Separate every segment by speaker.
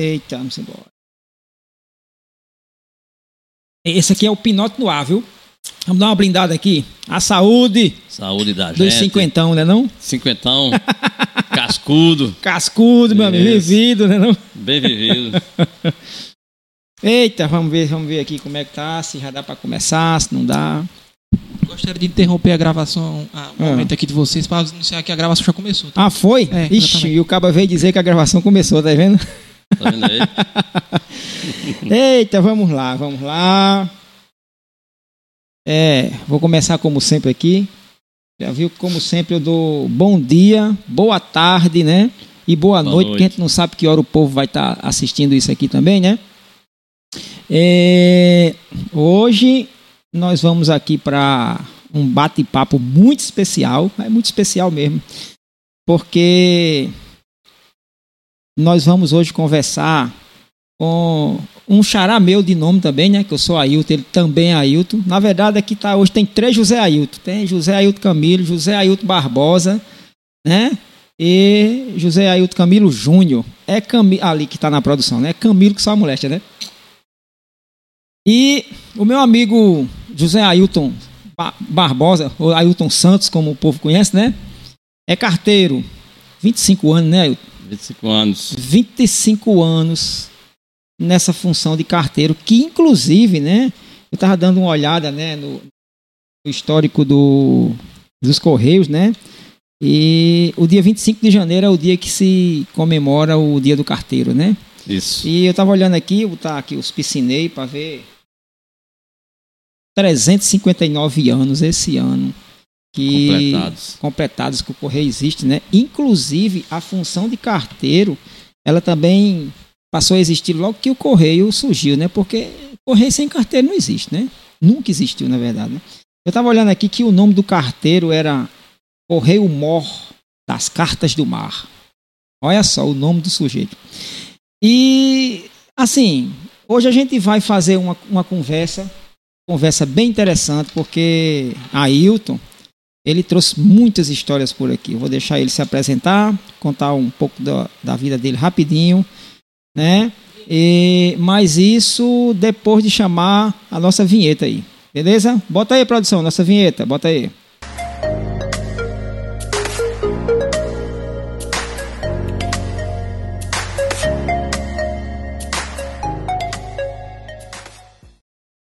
Speaker 1: Deitamos embora. Esse aqui é o pinote no ar, viu? Vamos dar uma blindada aqui. A saúde
Speaker 2: Saúde da gente.
Speaker 1: dos cinquentão, né não?
Speaker 2: Cinquentão. cascudo.
Speaker 1: Cascudo, meu amigo,
Speaker 2: Isso.
Speaker 1: vivido, né não?
Speaker 2: Bem vivido.
Speaker 1: Eita, vamos ver, vamos ver aqui como é que tá, se já dá pra começar, se não dá.
Speaker 3: Gostaria de interromper a gravação, ah, o
Speaker 1: Ah.
Speaker 3: momento aqui de vocês, para anunciar que a gravação já começou. Tá?
Speaker 1: Ah, foi?
Speaker 3: É,
Speaker 1: Ixi,
Speaker 3: exatamente.
Speaker 1: e o caba veio dizer que a gravação começou, tá vendo?
Speaker 2: Tá vendo aí?
Speaker 1: Eita, vamos lá, vamos lá. É, vou começar como sempre aqui. Já viu que, como sempre eu dou bom dia, boa tarde, né? E boa,
Speaker 2: Boa
Speaker 1: noite, porque a
Speaker 2: noite.
Speaker 1: gente não sabe que hora o povo vai estar assistindo isso aqui também, né? É, hoje nós vamos aqui para um bate-papo muito especial, é muito especial mesmo, porque nós vamos hoje conversar com um xará meu de nome também, né? Que eu sou Ailton, ele também é Ailton. Na verdade, aqui tá hoje tem três José Ailton. Tem José Ailton Camilo, José Ailton Barbosa, né? E José Ailton Camilo Júnior. É Camilo, ali que tá na produção, né? Camilo que só a moléstia, né? E o meu amigo José Ailton Ba- Barbosa, ou Ailton Santos, como o povo conhece, né? É carteiro. 25 anos, né, Ailton?
Speaker 2: 25 anos.
Speaker 1: 25 anos nessa função de carteiro, que inclusive, né, eu tava dando uma olhada, né, no, no histórico do, dos Correios, né, e o dia 25 de janeiro é o dia que se comemora o dia do carteiro, né,
Speaker 2: Isso.
Speaker 1: e eu tava olhando aqui, vou botar aqui os piscinei para ver 359 anos esse ano que
Speaker 2: Completados.
Speaker 1: completados que o correio existe, né? Inclusive a função de carteiro, ela também passou a existir logo que o correio surgiu, né? Porque correio sem carteiro não existe, né? Nunca existiu, na verdade. né? Eu estava olhando aqui que o nome do carteiro era Correio Mor das Cartas do Mar. Olha só o nome do sujeito. E assim, hoje a gente vai fazer uma, uma conversa, conversa bem interessante, porque Ailton ele trouxe muitas histórias por aqui. Eu vou deixar ele se apresentar, contar um pouco da, da vida dele rapidinho, né? E, mas isso depois de chamar a nossa vinheta aí, beleza? Bota aí, produção, nossa vinheta, bota aí.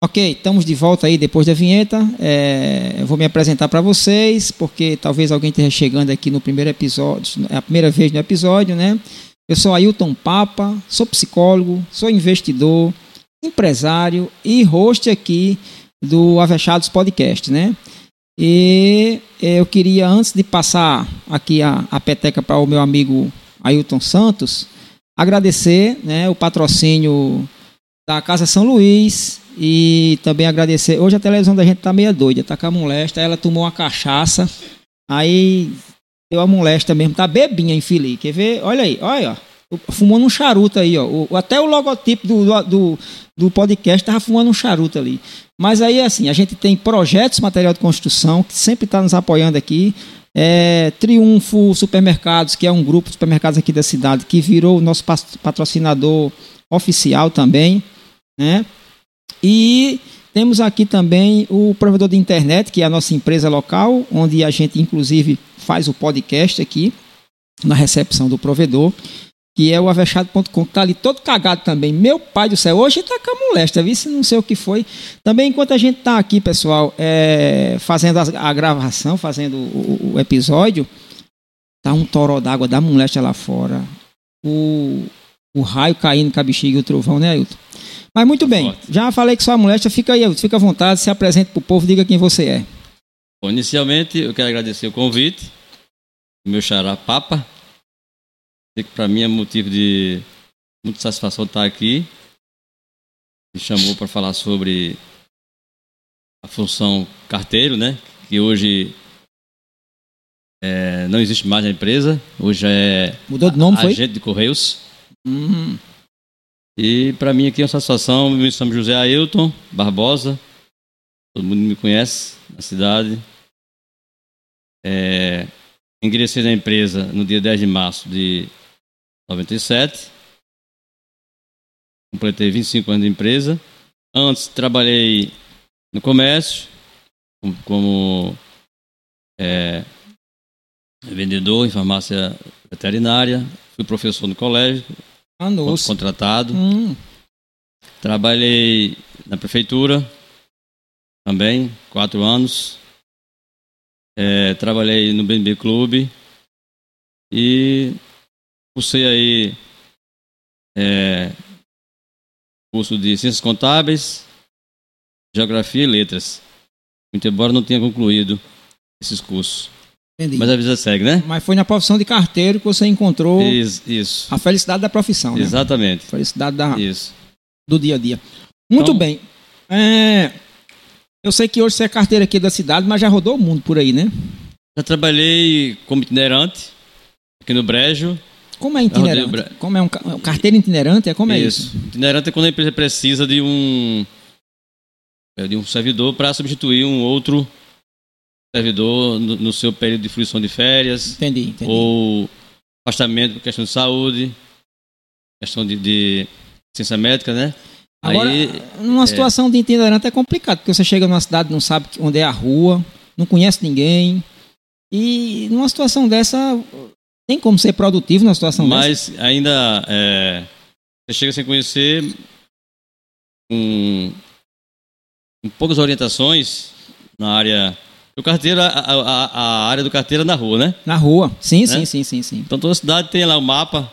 Speaker 1: Ok, estamos de volta aí depois da vinheta. É, eu vou me apresentar para vocês, porque talvez alguém esteja chegando aqui no primeiro episódio, é a primeira vez no episódio, né? Eu sou Ailton Papa, sou psicólogo, sou investidor, empresário e host aqui do Avechados Podcast, né? E eh, eu queria, antes de passar aqui a, a peteca para o meu amigo Ailton Santos, agradecer né, o patrocínio da Casa São Luís e também agradecer. Hoje a televisão da gente tá meia doida, tá com a molesta, ela tomou uma cachaça, aí deu a molesta mesmo, tá bebinha infeliz. Quer ver? Olha aí, olha, ó. Fumando um charuto aí, ó. O- até o logotipo do, do, do podcast tava fumando um charuto ali. Mas aí, assim, a gente tem projetos material de construção que sempre está nos apoiando aqui. É, Triunfo Supermercados, que é um grupo de supermercados aqui da cidade, que virou o nosso pas- patrocinador oficial também, né? E temos aqui também o provedor de internet, que é a nossa empresa local, onde a gente inclusive faz o podcast aqui na recepção do provedor, que é o avechado.com, que está ali todo cagado também. Meu pai do céu, hoje está com a molesta, viu? Se não sei o que foi. Também enquanto a gente está aqui, pessoal, é, fazendo as- a, gravação, fazendo o, o- o episódio, tá um toró d'água da molesta lá fora. O, o raio caindo com a bexiga e o trovão, né, Ailton? Mas muito
Speaker 2: Tá
Speaker 1: bem,
Speaker 2: forte.
Speaker 1: já falei que sua molesta, fica aí, Ailton, fica à vontade, se apresente pro povo, diga quem você é.
Speaker 2: Bom, inicialmente, eu quero agradecer o convite. do Meu xará Papa. Sei que para mim é motivo de muita satisfação estar aqui. Me chamou para falar sobre a função carteiro, né? Que hoje eh, não existe mais na empresa. Hoje é
Speaker 1: Mudou de nome, foi?
Speaker 2: agente de correios.
Speaker 1: Hum,
Speaker 2: E para mim aqui é uma satisfação. Me chamo José Ailton Barbosa. Todo mundo me conhece na cidade. É, ingressei na empresa no dia 10 de março de 97. completei 25 anos de empresa. Antes trabalhei no comércio, com- como é, vendedor em farmácia veterinária, fui professor no colégio,
Speaker 3: Ah, nossa.
Speaker 2: contratado.
Speaker 3: Hum,
Speaker 2: Trabalhei na prefeitura também, quatro anos. É, trabalhei no BNB Clube e cursei aí é, curso de Ciências Contábeis, Geografia e Letras. Muito embora não tenha concluído esses cursos.
Speaker 3: entendi.
Speaker 2: Mas
Speaker 3: Mas,
Speaker 2: a vida segue, né?
Speaker 3: foi na profissão de carteiro que você encontrou
Speaker 2: Is- isso.
Speaker 3: a felicidade da profissão, né?
Speaker 2: Exatamente.
Speaker 3: A felicidade da,
Speaker 2: Isso.
Speaker 3: do dia a dia. Muito
Speaker 2: Então-
Speaker 3: bem. É, eu sei que hoje você é carteiro aqui da cidade, mas já rodou o mundo por aí, né?
Speaker 2: Já trabalhei como itinerante aqui no Brejo.
Speaker 3: Como é
Speaker 2: rodei o
Speaker 3: itinerante?
Speaker 2: Bra-
Speaker 3: Como é um, ca- um carteiro itinerante? É como é isso?
Speaker 2: Itinerante é quando a empresa precisa de um é, de um servidor para substituir um outro servidor no, no seu período de fruição de férias
Speaker 3: Entendi, entendi.
Speaker 2: ou afastamento por questão de saúde, questão de, de ciência médica, né?
Speaker 3: Agora,
Speaker 2: Aí
Speaker 3: numa situação de itinerante é complicado, porque você chega numa cidade, não sabe que- onde é a rua, não conhece ninguém. E numa situação dessa, tem como ser produtivo numa situação dessa?
Speaker 2: mas ainda é, você chega sem conhecer um, com poucas orientações na área o carteiro a, a- a- a área do carteiro é na rua, né?
Speaker 3: Na rua. Sim, sim,
Speaker 2: né?
Speaker 3: sim, sim, sim.
Speaker 2: Então toda cidade tem lá o mapa,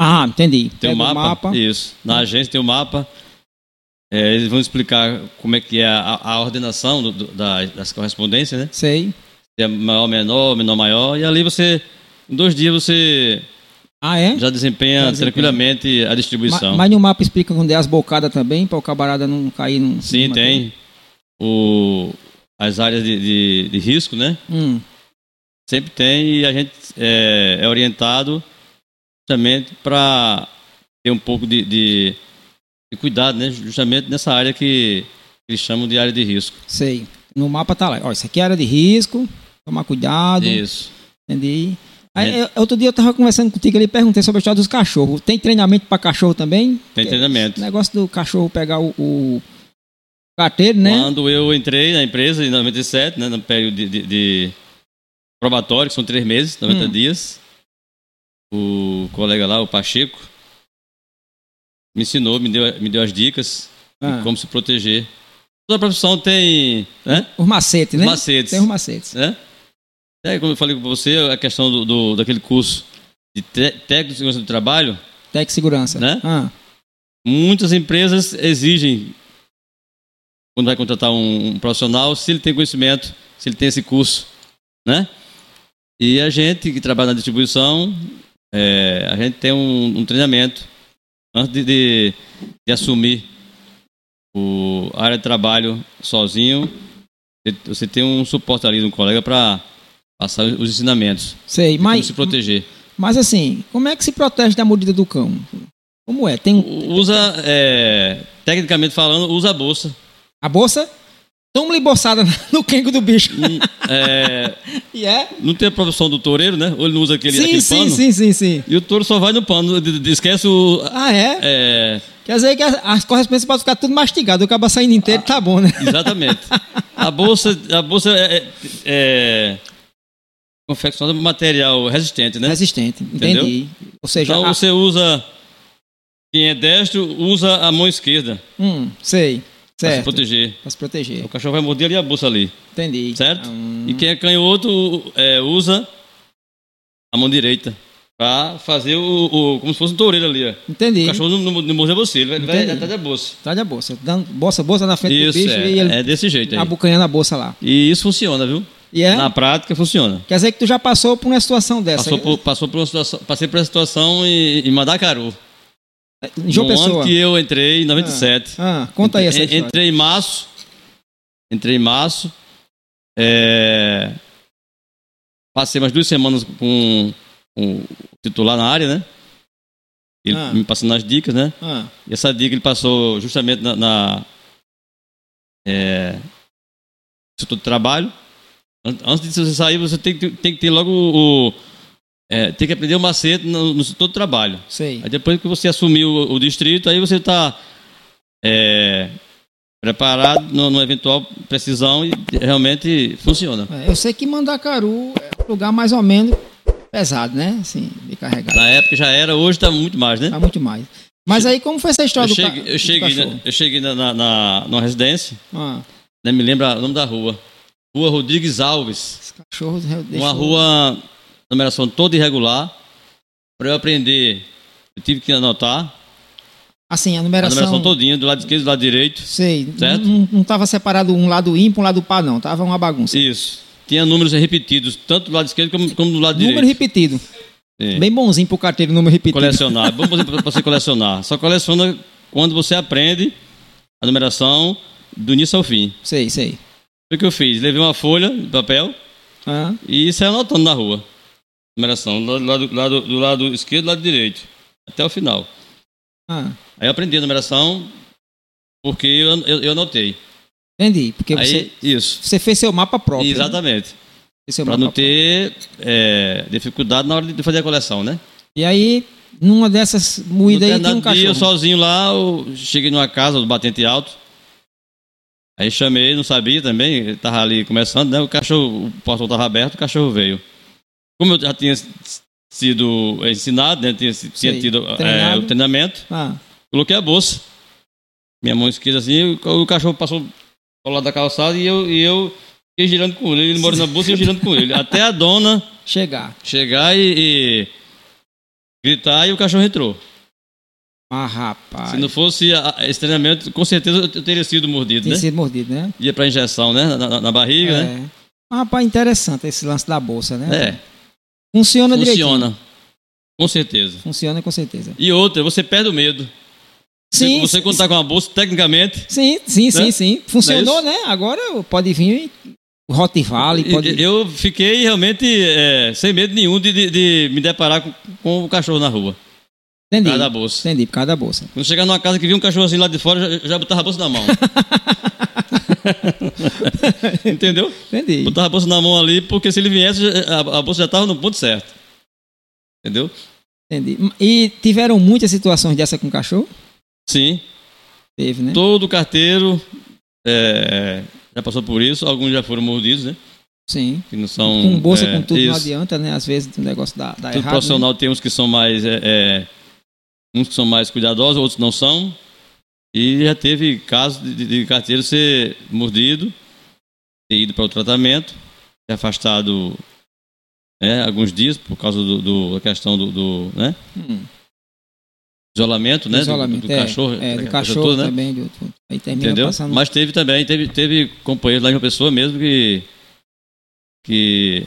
Speaker 3: Ah, entendi.
Speaker 2: tem
Speaker 3: Pega
Speaker 2: o mapa, Isso. Na agência tem o mapa. É, eles vão explicar como é que é a, a ordenação do- do- da- das correspondências, né?
Speaker 3: Sei.
Speaker 2: Se é maior, menor, menor, maior. E ali você, em dois dias, você
Speaker 3: Ah, é?
Speaker 2: já desempenha
Speaker 3: Já desempenha.
Speaker 2: tranquilamente a
Speaker 3: Ma-
Speaker 2: distribuição.
Speaker 3: mas no mapa explica onde é as bocadas também, para o camarada não cair num.
Speaker 2: Sim,
Speaker 3: numa-
Speaker 2: tem o, as áreas de, de- de risco, né?
Speaker 3: Hum,
Speaker 2: Sempre tem e a gente é, é orientado justamente para ter um pouco de, de- de cuidado, né? Justamente nessa área que eles chamam de área de risco.
Speaker 3: sei. No mapa tá lá. Ó, isso aqui é área de risco, tomar cuidado.
Speaker 2: Isso.
Speaker 3: Entendi. Aí,
Speaker 2: É.
Speaker 3: eu- outro dia eu tava conversando contigo ali e perguntei sobre a história dos cachorros. Tem treinamento para cachorro também?
Speaker 2: Tem treinamento.
Speaker 3: Esse negócio do cachorro pegar o, o carteiro, né?
Speaker 2: Quando eu entrei na empresa em 97, né, no período de, de- de probatório, que são três meses, 90
Speaker 3: Hum.
Speaker 2: dias, o colega lá, o Pacheco, me ensinou, me deu, me deu as dicas
Speaker 3: Ah,
Speaker 2: de como se proteger. Toda profissão tem né,
Speaker 3: Os macetes,
Speaker 2: os
Speaker 3: né?
Speaker 2: macetes.
Speaker 3: Tem os macetes.
Speaker 2: né? É, como eu falei com você, a questão do, do- daquele curso de te- técnico de segurança do trabalho,
Speaker 3: Tec segurança.
Speaker 2: Né?
Speaker 3: Ah,
Speaker 2: Muitas empresas exigem, quando vai contratar um, um profissional, se ele tem conhecimento, se ele tem esse curso, né? E a gente que trabalha na distribuição, é, a gente tem um, um treinamento antes de, de- de assumir o a área de trabalho sozinho. Você tem um suporte ali de um colega para passar os ensinamentos,
Speaker 3: sei.
Speaker 2: como
Speaker 3: Mas,
Speaker 2: se proteger.
Speaker 3: mas assim, como é que se protege da mordida do cão? Como é? Tem um-
Speaker 2: Usa, é, tecnicamente falando, usa a bolsa.
Speaker 3: a bolsa? Toma-lhe bolsada no quengo do bicho.
Speaker 2: Hum, é,
Speaker 3: E é?
Speaker 2: não tem a profissão do toureiro, né? Ou ele não usa aquele,
Speaker 3: Sim,
Speaker 2: aquele
Speaker 3: sim,
Speaker 2: pano.
Speaker 3: sim, sim, sim.
Speaker 2: E o touro só vai no pano. de- de- Esquece o.
Speaker 3: Ah, é?
Speaker 2: É,
Speaker 3: Quer dizer que as, as correspondências podem ficar tudo mastigado. O cabo saindo
Speaker 2: Ah.
Speaker 3: inteiro, tá bom, né?
Speaker 2: exatamente. A bolsa, a bolsa é, é, é confeccionada por material resistente, né?
Speaker 3: Resistente, Ah.
Speaker 2: Entendeu?
Speaker 3: entendi. Ou seja,
Speaker 2: Então
Speaker 3: a-
Speaker 2: você usa. Quem é destro usa a mão esquerda
Speaker 3: hum, sei,
Speaker 2: para se
Speaker 3: certo,
Speaker 2: proteger.
Speaker 3: para se
Speaker 2: O
Speaker 3: proteger,
Speaker 2: cachorro vai morder ali a bolsa ali,
Speaker 3: entendi.
Speaker 2: certo?
Speaker 3: Hum,
Speaker 2: E quem é canhoto é, usa a mão direita para fazer o, o- como se fosse um toureiro ali, ó. O
Speaker 3: entendi,
Speaker 2: cachorro não, não, não morde você, ele vai, ele vai
Speaker 3: Entendi.
Speaker 2: atrás da bolsa.
Speaker 3: tá de bolsa, dando bolsa, bolsa na frente
Speaker 2: Isso,
Speaker 3: do bicho
Speaker 2: é,
Speaker 3: e ele tá
Speaker 2: é desse jeito aí.
Speaker 3: abocanhando a bolsa lá.
Speaker 2: E isso funciona, viu?
Speaker 3: E é,
Speaker 2: Na prática funciona.
Speaker 3: quer dizer que tu já passou por uma situação dessa,
Speaker 2: Passou por, passou por uma situação, passei por uma situação em, em Mandacaru.
Speaker 3: em João
Speaker 2: no
Speaker 3: Pessoa.
Speaker 2: ano que eu entrei, em 97.
Speaker 3: Ah, conta aí essa
Speaker 2: Entre-
Speaker 3: história.
Speaker 2: Entrei em março. Entrei em março. é, Passei umas duas semanas com, com o titular na área, né? Ele
Speaker 3: Ah.
Speaker 2: me passando as dicas, né?
Speaker 3: Ah,
Speaker 2: E essa dica ele passou justamente na, na é, setor de trabalho. An- Antes de você sair, você tem, que- tem que ter logo o, É, tem que aprender o macete no, no todo o trabalho.
Speaker 3: Sei.
Speaker 2: Aí depois que você assumiu o, o distrito, aí você está preparado no- numa eventual precisão e realmente funciona.
Speaker 3: É, eu sei que Mandacaru é um lugar mais ou menos pesado, né? Assim, de carregar.
Speaker 2: Na época já era, hoje está muito mais, né?
Speaker 3: Tá muito mais. Mas aí como foi essa história
Speaker 2: Eu
Speaker 3: do ca-
Speaker 2: cheguei, eu
Speaker 3: do
Speaker 2: cheguei, né?
Speaker 3: cachorro?
Speaker 2: na, eu cheguei na, na, na- numa residência,
Speaker 3: Ah,
Speaker 2: né, me lembra o nome da rua. Rua Rodrigues Alves.
Speaker 3: os cachorros eu deixo-
Speaker 2: Uma rua, numeração toda irregular. Para eu aprender, eu tive que anotar
Speaker 3: Assim, a
Speaker 2: a
Speaker 3: numeração...
Speaker 2: numeração todinha, do lado esquerdo e do lado direito.
Speaker 3: Sei, n-
Speaker 2: Certo?
Speaker 3: n- não estava separado um lado ímpar, um lado par, não. Tava uma bagunça.
Speaker 2: Isso. Tinha números repetidos, tanto do lado esquerdo como, como do lado
Speaker 3: Número
Speaker 2: direito.
Speaker 3: repetido.
Speaker 2: Sim. é?
Speaker 3: Bem bonzinho pro carteiro, número repetido.
Speaker 2: Colecionar. Vamos fazer para você colecionar. Só coleciona quando você aprende a numeração do início ao fim.
Speaker 3: Sei, sei.
Speaker 2: Foi o que eu fiz. Levei uma folha de papel
Speaker 3: Ah,
Speaker 2: e saí anotando na rua. Numeração do lado, do lado- do lado esquerdo e do lado direito. Até o final.
Speaker 3: ah,
Speaker 2: Aí eu aprendi a numeração porque eu, eu, eu anotei.
Speaker 3: entendi. Porque
Speaker 2: Aí,
Speaker 3: você,
Speaker 2: isso.
Speaker 3: você fez seu mapa próprio. né?
Speaker 2: Exatamente.
Speaker 3: Fez seu
Speaker 2: Para
Speaker 3: mapa
Speaker 2: não ter é, dificuldade na hora de fazer a coleção, né?
Speaker 3: próprio. E aí, numa dessas
Speaker 2: No
Speaker 3: moídas aí, tem um
Speaker 2: determinado dia,
Speaker 3: cachorro.
Speaker 2: eu sozinho lá, eu cheguei numa casa do batente alto. Aí chamei, não sabia também, ele tava ali começando, né? O cachorro, o portão tava aberto, o cachorro veio. Como eu já tinha s- sido ensinado, né? Tinha, s- tinha
Speaker 3: Sei,
Speaker 2: tido é,
Speaker 3: treinado.
Speaker 2: o treinamento,
Speaker 3: Ah,
Speaker 2: coloquei a bolsa. Minha mão esquerda assim, o ca- o cachorro passou ao lado da calçada e eu, e eu fiquei girando com ele, ele mora na bolsa e eu girando com ele. Até a dona
Speaker 3: chegar.
Speaker 2: chegar e- e gritar e o cachorro entrou.
Speaker 3: Ah, rapaz.
Speaker 2: Se não fosse a- a- esse treinamento, com certeza eu teria sido mordido,
Speaker 3: Tem
Speaker 2: né?
Speaker 3: sido mordido, né?
Speaker 2: Ia pra injeção, né? Na, na- na barriga, né?
Speaker 3: É. Ah, rapaz, interessante esse lance da bolsa, né?
Speaker 2: É,
Speaker 3: Funciona, direitinho.
Speaker 2: funciona. Com certeza.
Speaker 3: Funciona com certeza.
Speaker 2: E outra, você perde o medo. Você-
Speaker 3: Sim,
Speaker 2: você contar com uma bolsa, tecnicamente.
Speaker 3: sim, sim, sim,
Speaker 2: né?
Speaker 3: sim.
Speaker 2: Não
Speaker 3: Funcionou,
Speaker 2: é
Speaker 3: né? Agora pode vir o Hot Valley, pode...
Speaker 2: e- Eu fiquei realmente é, sem medo nenhum de, de- de me deparar com, com o cachorro na rua.
Speaker 3: Entendi.
Speaker 2: Lá da bolsa.
Speaker 3: Entendi, por causa da bolsa.
Speaker 2: Quando chegar numa casa que via um cachorro assim lá de fora, já, já botava a bolsa na mão. Entendeu?
Speaker 3: Entendi.
Speaker 2: Botava a bolsa na mão ali, porque se ele viesse, já- a, a bolsa já estava no ponto certo. Entendeu?
Speaker 3: Entendi. E tiveram muitas situações dessa com cachorro?
Speaker 2: Sim.
Speaker 3: Teve, né?
Speaker 2: Todo carteiro é, já passou por isso. Alguns já foram mordidos, né?
Speaker 3: Sim.
Speaker 2: Que não são.
Speaker 3: com bolsa,
Speaker 2: é,
Speaker 3: com tudo, não
Speaker 2: isso.
Speaker 3: adianta, né? Às vezes o negócio dá, dá
Speaker 2: Tudo
Speaker 3: errado. né?
Speaker 2: profissional tem uns que são mais. é, é, uns que são mais cuidadosos, outros não são. E já teve casos de, de- de carteiro ser mordido, ter ido para o tratamento, ser afastado né, alguns dias por causa do, do- da questão do, do, né,
Speaker 3: Né? Hum.
Speaker 2: isolamento, né? do-
Speaker 3: Isolamento,
Speaker 2: do, do
Speaker 3: é,
Speaker 2: cachorro.
Speaker 3: É, do
Speaker 2: daquela coisa
Speaker 3: cachorro
Speaker 2: toda, né?
Speaker 3: também. do- do- aí termina
Speaker 2: Entendeu?
Speaker 3: passando.
Speaker 2: Mas teve também, teve, teve companheiros lá de uma pessoa mesmo que, que,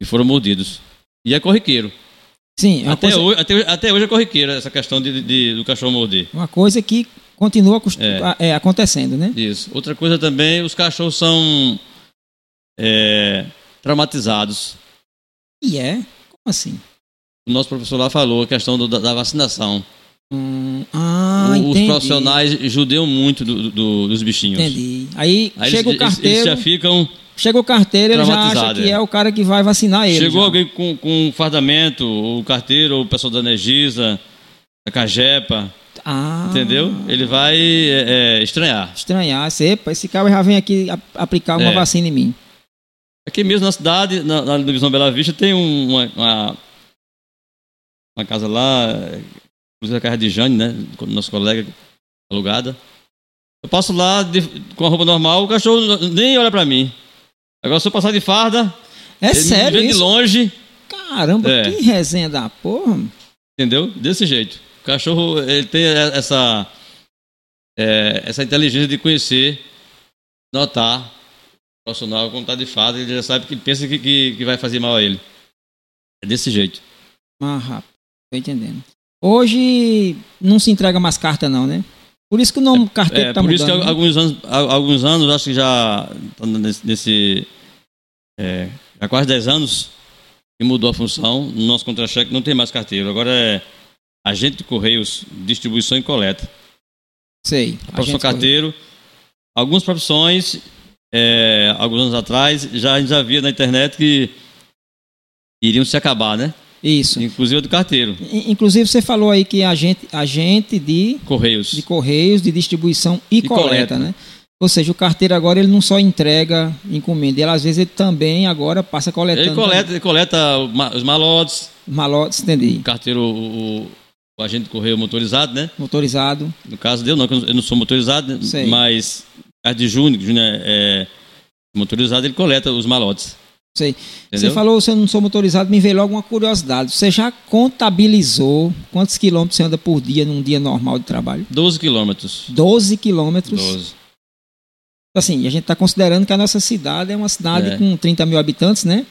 Speaker 2: que foram mordidos. E é corriqueiro.
Speaker 3: Sim, é uma,
Speaker 2: Até,
Speaker 3: coisa,
Speaker 2: hoje, até, hoje- até hoje é corriqueiro essa questão de, de- do cachorro morder.
Speaker 3: uma coisa que continua acost-
Speaker 2: É.
Speaker 3: a- é, acontecendo, né?
Speaker 2: Isso. Outra coisa também, os cachorros são é, traumatizados.
Speaker 3: E é. Como assim?
Speaker 2: O nosso professor lá falou a questão do- da, da vacinação.
Speaker 3: Hum, ah,
Speaker 2: O- os
Speaker 3: entendi.
Speaker 2: profissionais judeu muito do- do- dos bichinhos.
Speaker 3: Entendi. Aí,
Speaker 2: Aí
Speaker 3: chega o
Speaker 2: eles, eles- eles
Speaker 3: carteiro,
Speaker 2: já ficam
Speaker 3: chega o carteiro, ele já acha
Speaker 2: traumatizado,
Speaker 3: que é.
Speaker 2: é.
Speaker 3: o cara que vai vacinar ele.
Speaker 2: Chegou
Speaker 3: é já.
Speaker 2: alguém com, com um fardamento, o carteiro, o pessoal da Energisa, da Cajepa,
Speaker 3: Ah,
Speaker 2: entendeu? Ele vai é, é, estranhar.
Speaker 3: Estranhar, Esse- epa, esse cara já vem aqui a- aplicar uma
Speaker 2: É.
Speaker 3: vacina em mim.
Speaker 2: Aqui mesmo na cidade, na, na divisão Bela Vista, tem um- uma, uma, uma casa lá, é, inclusive a casa de Jane, né? com Nosso colega, alugada. Eu passo lá de- com a roupa normal, o cachorro nem olha pra mim. Agora, se eu passar de farda,
Speaker 3: É
Speaker 2: ele
Speaker 3: sério
Speaker 2: me vê de
Speaker 3: isso?
Speaker 2: longe,
Speaker 3: Caramba,
Speaker 2: É.
Speaker 3: que resenha da porra. mano.
Speaker 2: Entendeu? Desse jeito. O cachorro, ele tem essa, é, essa inteligência de conhecer, notar o profissional quando tá de fato, ele já sabe que pensa que, que, que vai fazer mal a ele. É desse jeito.
Speaker 3: Ah, rapaz, tô entendendo. Hoje não se entrega mais carta não, né? Por isso que o nome carteiro
Speaker 2: É,
Speaker 3: tá
Speaker 2: por
Speaker 3: mudando.
Speaker 2: isso que
Speaker 3: né?
Speaker 2: alguns anos, al- alguns anos acho que já tá nesse, nesse é, há quase 10 anos que mudou a função. No nosso contra-cheque não tem mais carteiro. Agora é agente de correios, distribuição e coleta.
Speaker 3: Sei. a
Speaker 2: profissão
Speaker 3: gente-
Speaker 2: carteiro. Algumas profissões, é, alguns anos atrás, já, a gente já via na internet que iriam se acabar, né?
Speaker 3: Isso.
Speaker 2: Inclusive o do carteiro,
Speaker 3: I- Inclusive, você falou aí que agente, agente de,
Speaker 2: Correios.
Speaker 3: de correios, de distribuição e,
Speaker 2: E coleta.
Speaker 3: coleta, né? Ou seja, o carteiro agora ele não só entrega encomenda, ele às vezes ele também agora passa coletando
Speaker 2: Ele coleta, ele coleta o ma- os malotes,
Speaker 3: malotes,
Speaker 2: o
Speaker 3: entendi,
Speaker 2: carteiro, o, o- o agente de correio motorizado, né?
Speaker 3: motorizado.
Speaker 2: No caso deu, não, que eu não- eu não sou motorizado, né?
Speaker 3: Sei.
Speaker 2: mas a de Júnior, que Júnior é, é motorizado, ele coleta os malotes.
Speaker 3: Sei.
Speaker 2: Entendeu?
Speaker 3: Você falou, você não sou motorizado, me veio logo uma curiosidade. Você já contabilizou quantos quilômetros você anda por dia num dia normal de trabalho?
Speaker 2: 12 quilômetros.
Speaker 3: 12 quilômetros.
Speaker 2: 12.
Speaker 3: Assim, a gente está considerando que a nossa cidade é uma cidade
Speaker 2: É.
Speaker 3: com 30 mil habitantes, né?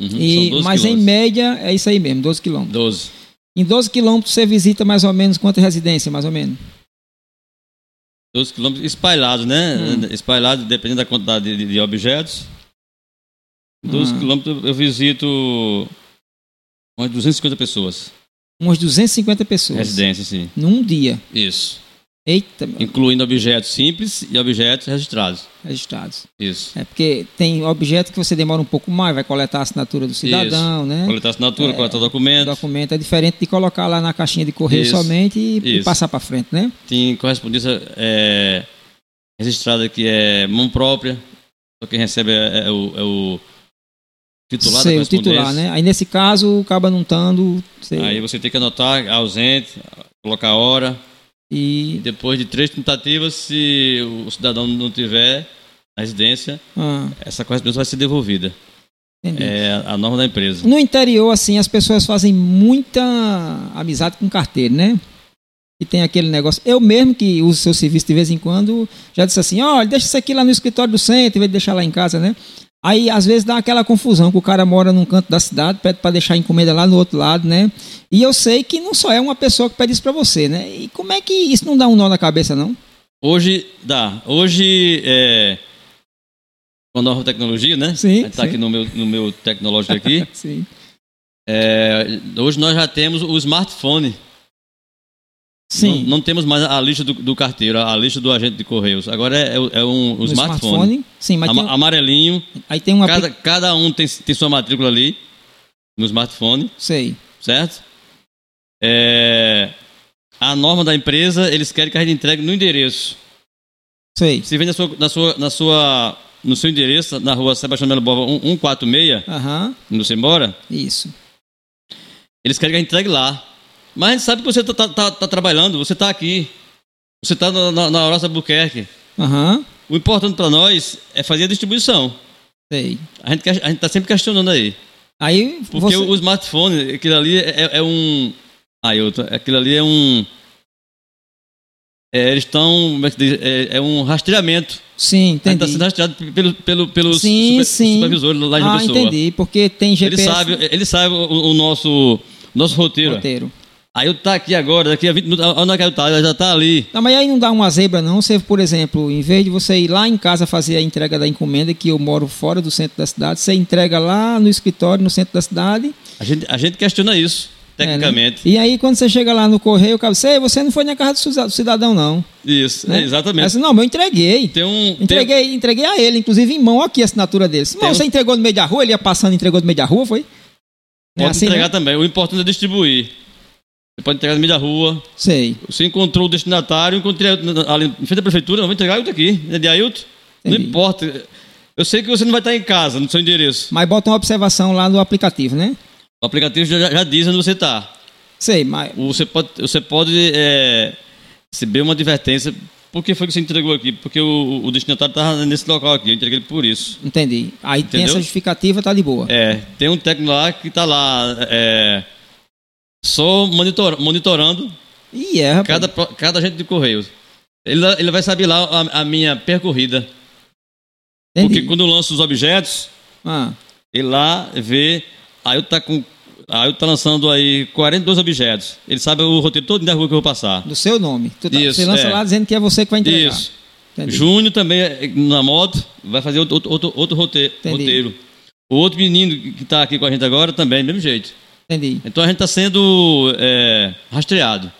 Speaker 2: Uhum,
Speaker 3: E,
Speaker 2: são 12
Speaker 3: mas em
Speaker 2: quilômetros.
Speaker 3: média é isso aí mesmo, 12 quilômetros.
Speaker 2: 12.
Speaker 3: Em 12 quilômetros você visita mais ou menos quantas residências, mais ou menos?
Speaker 2: 12 quilômetros espalhados, né?
Speaker 3: Hum.
Speaker 2: Espalhados, dependendo da quantidade de, de- de objetos. 12
Speaker 3: Hum.
Speaker 2: quilômetros eu visito umas 250 pessoas.
Speaker 3: Umas 250 pessoas.
Speaker 2: Residência, sim.
Speaker 3: Num dia.
Speaker 2: Isso.
Speaker 3: Eita, meu,
Speaker 2: Incluindo objetos simples e objetos registrados.
Speaker 3: registrados.
Speaker 2: Isso.
Speaker 3: É porque tem objeto que você demora um pouco mais, vai coletar a assinatura do cidadão, né?
Speaker 2: Coletar assinatura,
Speaker 3: É.
Speaker 2: coletar documento.
Speaker 3: documento é diferente de colocar lá na caixinha de correio
Speaker 2: Isso.
Speaker 3: somente e, e
Speaker 2: Isso.
Speaker 3: passar para frente, né?
Speaker 2: Tem correspondência é, registrada que é mão própria. Só quem recebe é, é o, é o titular da
Speaker 3: Sei, o
Speaker 2: correspondência.
Speaker 3: titular, né? Aí nesse caso, acaba não estando sei,
Speaker 2: Aí você tem que anotar ausente, colocar a hora. E
Speaker 3: e
Speaker 2: depois de três tentativas, se o cidadão não tiver a residência,
Speaker 3: ah,
Speaker 2: essa correspondência vai ser devolvida.
Speaker 3: entendi.
Speaker 2: É a norma da empresa.
Speaker 3: No interior, assim, as pessoas fazem muita amizade com carteiro, né? E tem aquele negócio. Eu mesmo que uso seu serviço de vez em quando, já disse assim: olha, deixa isso aqui lá no escritório do centro, em vez de deixar lá em casa, né? Aí, às vezes, dá aquela confusão que o cara mora num canto da cidade, pede para deixar a encomenda lá no outro lado, né? E eu sei que não só é uma pessoa que pede isso para você, né? E como é que isso não dá um nó na cabeça, não?
Speaker 2: Hoje dá. Hoje é. Com a nova tecnologia, né?
Speaker 3: Sim,
Speaker 2: Está
Speaker 3: sim.
Speaker 2: aqui no meu, no meu tecnológico aqui.
Speaker 3: Sim.
Speaker 2: É, hoje nós já temos o smartphone.
Speaker 3: Sim.
Speaker 2: Não, não temos mais a lista do, do carteiro, a lista do agente de correios. Agora é, é o- é um, o
Speaker 3: No
Speaker 2: smartphone.
Speaker 3: Sim, mas
Speaker 2: Ama-
Speaker 3: tem, um,
Speaker 2: Amarelinho.
Speaker 3: aí tem uma.
Speaker 2: Cada, cada um tem, tem sua matrícula ali no smartphone,
Speaker 3: Sei.
Speaker 2: certo? É, a norma da empresa, eles querem que a gente entregue no endereço.
Speaker 3: Sei.
Speaker 2: Se vende na sua, na sua, na sua, no seu endereço, na rua Sebastião Melo Bova 1- 146,
Speaker 3: Aham.
Speaker 2: no Simbora,
Speaker 3: Isso.
Speaker 2: eles querem que a gente entregue lá. Mas a gente sabe que você tá, está trabalhando, você está aqui. Você está na, na, na Horácio Albuquerque.
Speaker 3: Aham.
Speaker 2: O importante para nós é fazer a distribuição.
Speaker 3: Sei.
Speaker 2: A gente que- a gente está sempre questionando aí.
Speaker 3: Aí
Speaker 2: Porque
Speaker 3: você...
Speaker 2: o smartphone, aquilo ali é, é um. Ah, eu tô- aquilo ali é um. é, eles estão. Como é que diz? É, é um rastreamento.
Speaker 3: Sim,
Speaker 2: Está
Speaker 3: entendi.
Speaker 2: sendo rastreado pelo, pelo, pelos
Speaker 3: Sim,
Speaker 2: super-
Speaker 3: sim.
Speaker 2: supervisores lá em João
Speaker 3: ah,
Speaker 2: Pessoa.
Speaker 3: entendi. Porque tem
Speaker 2: Ele
Speaker 3: GPS
Speaker 2: sabe, ele sabe o, o nosso, nosso roteiro.
Speaker 3: roteiro.
Speaker 2: Aí eu tá aqui agora, daqui a 20 minutos, onde é que eu tá? Ela já tá ali.
Speaker 3: Não, mas aí não dá uma zebra, não. Você, por exemplo, em vez de você ir lá em casa fazer a entrega da encomenda, que eu moro fora do centro da cidade, você entrega lá no escritório, no centro da cidade.
Speaker 2: A gente, a gente questiona isso,
Speaker 3: É, né?
Speaker 2: tecnicamente.
Speaker 3: E aí, quando você chega lá no correio, o cara diz, "Ei, você não foi na casa do cida- do cidadão, não.
Speaker 2: Isso,
Speaker 3: né?
Speaker 2: é,
Speaker 3: Aí
Speaker 2: exatamente.
Speaker 3: você, não, mas eu entreguei.
Speaker 2: Tem um. tem-
Speaker 3: Entreguei, entreguei a ele, inclusive em mão aqui a assinatura dele. Não,
Speaker 2: Tem um-
Speaker 3: você entregou no meio da rua, ele ia passando, entregou no meio da rua, foi? Não é
Speaker 2: pode
Speaker 3: assim, né?
Speaker 2: entregar também. O importante é distribuir. Você pode entregar no meio da rua,
Speaker 3: Sei.
Speaker 2: Você encontrou o destinatário, encontrei ali em frente à prefeitura, não, vou entregar Ailton aqui, né, de Ailton. Não
Speaker 3: Entendi.
Speaker 2: importa. Eu sei que você não vai estar em casa, no seu endereço.
Speaker 3: Mas bota uma observação lá no aplicativo, né?
Speaker 2: O aplicativo já, já diz onde você está.
Speaker 3: Sei, mas
Speaker 2: Você pode, você pode é, receber uma advertência. Por que foi que você entregou aqui? Porque o, o destinatário estava nesse local aqui, eu entreguei ele por isso.
Speaker 3: Entendi. Aí tem
Speaker 2: Entendeu?
Speaker 3: essa justificativa, tá de boa.
Speaker 2: É, tem um técnico lá que está lá é, só monitor- monitorando
Speaker 3: E é, rapaz.
Speaker 2: cada, pro- cada agente de correios. Ele, ele vai saber lá a- a minha percorrida.
Speaker 3: Entendi.
Speaker 2: Porque quando eu lanço os objetos,
Speaker 3: Ah,
Speaker 2: ele lá vê. Aí eu tá com. Aí eu tá lançando aí 42 objetos. Ele sabe o roteiro todo da rua que eu vou passar.
Speaker 3: do seu nome. Tu tá-
Speaker 2: Isso,
Speaker 3: você lança
Speaker 2: é.
Speaker 3: lá dizendo que é você que vai entregar.
Speaker 2: Isso.
Speaker 3: Entendi.
Speaker 2: Júnior também eh, na moto vai fazer outro, outro, outro, outro rote-
Speaker 3: Entendi.
Speaker 2: roteiro. O outro menino que tá aqui com a gente agora também, do mesmo jeito.
Speaker 3: Entendi.
Speaker 2: Então a gente está sendo eh, rastreado.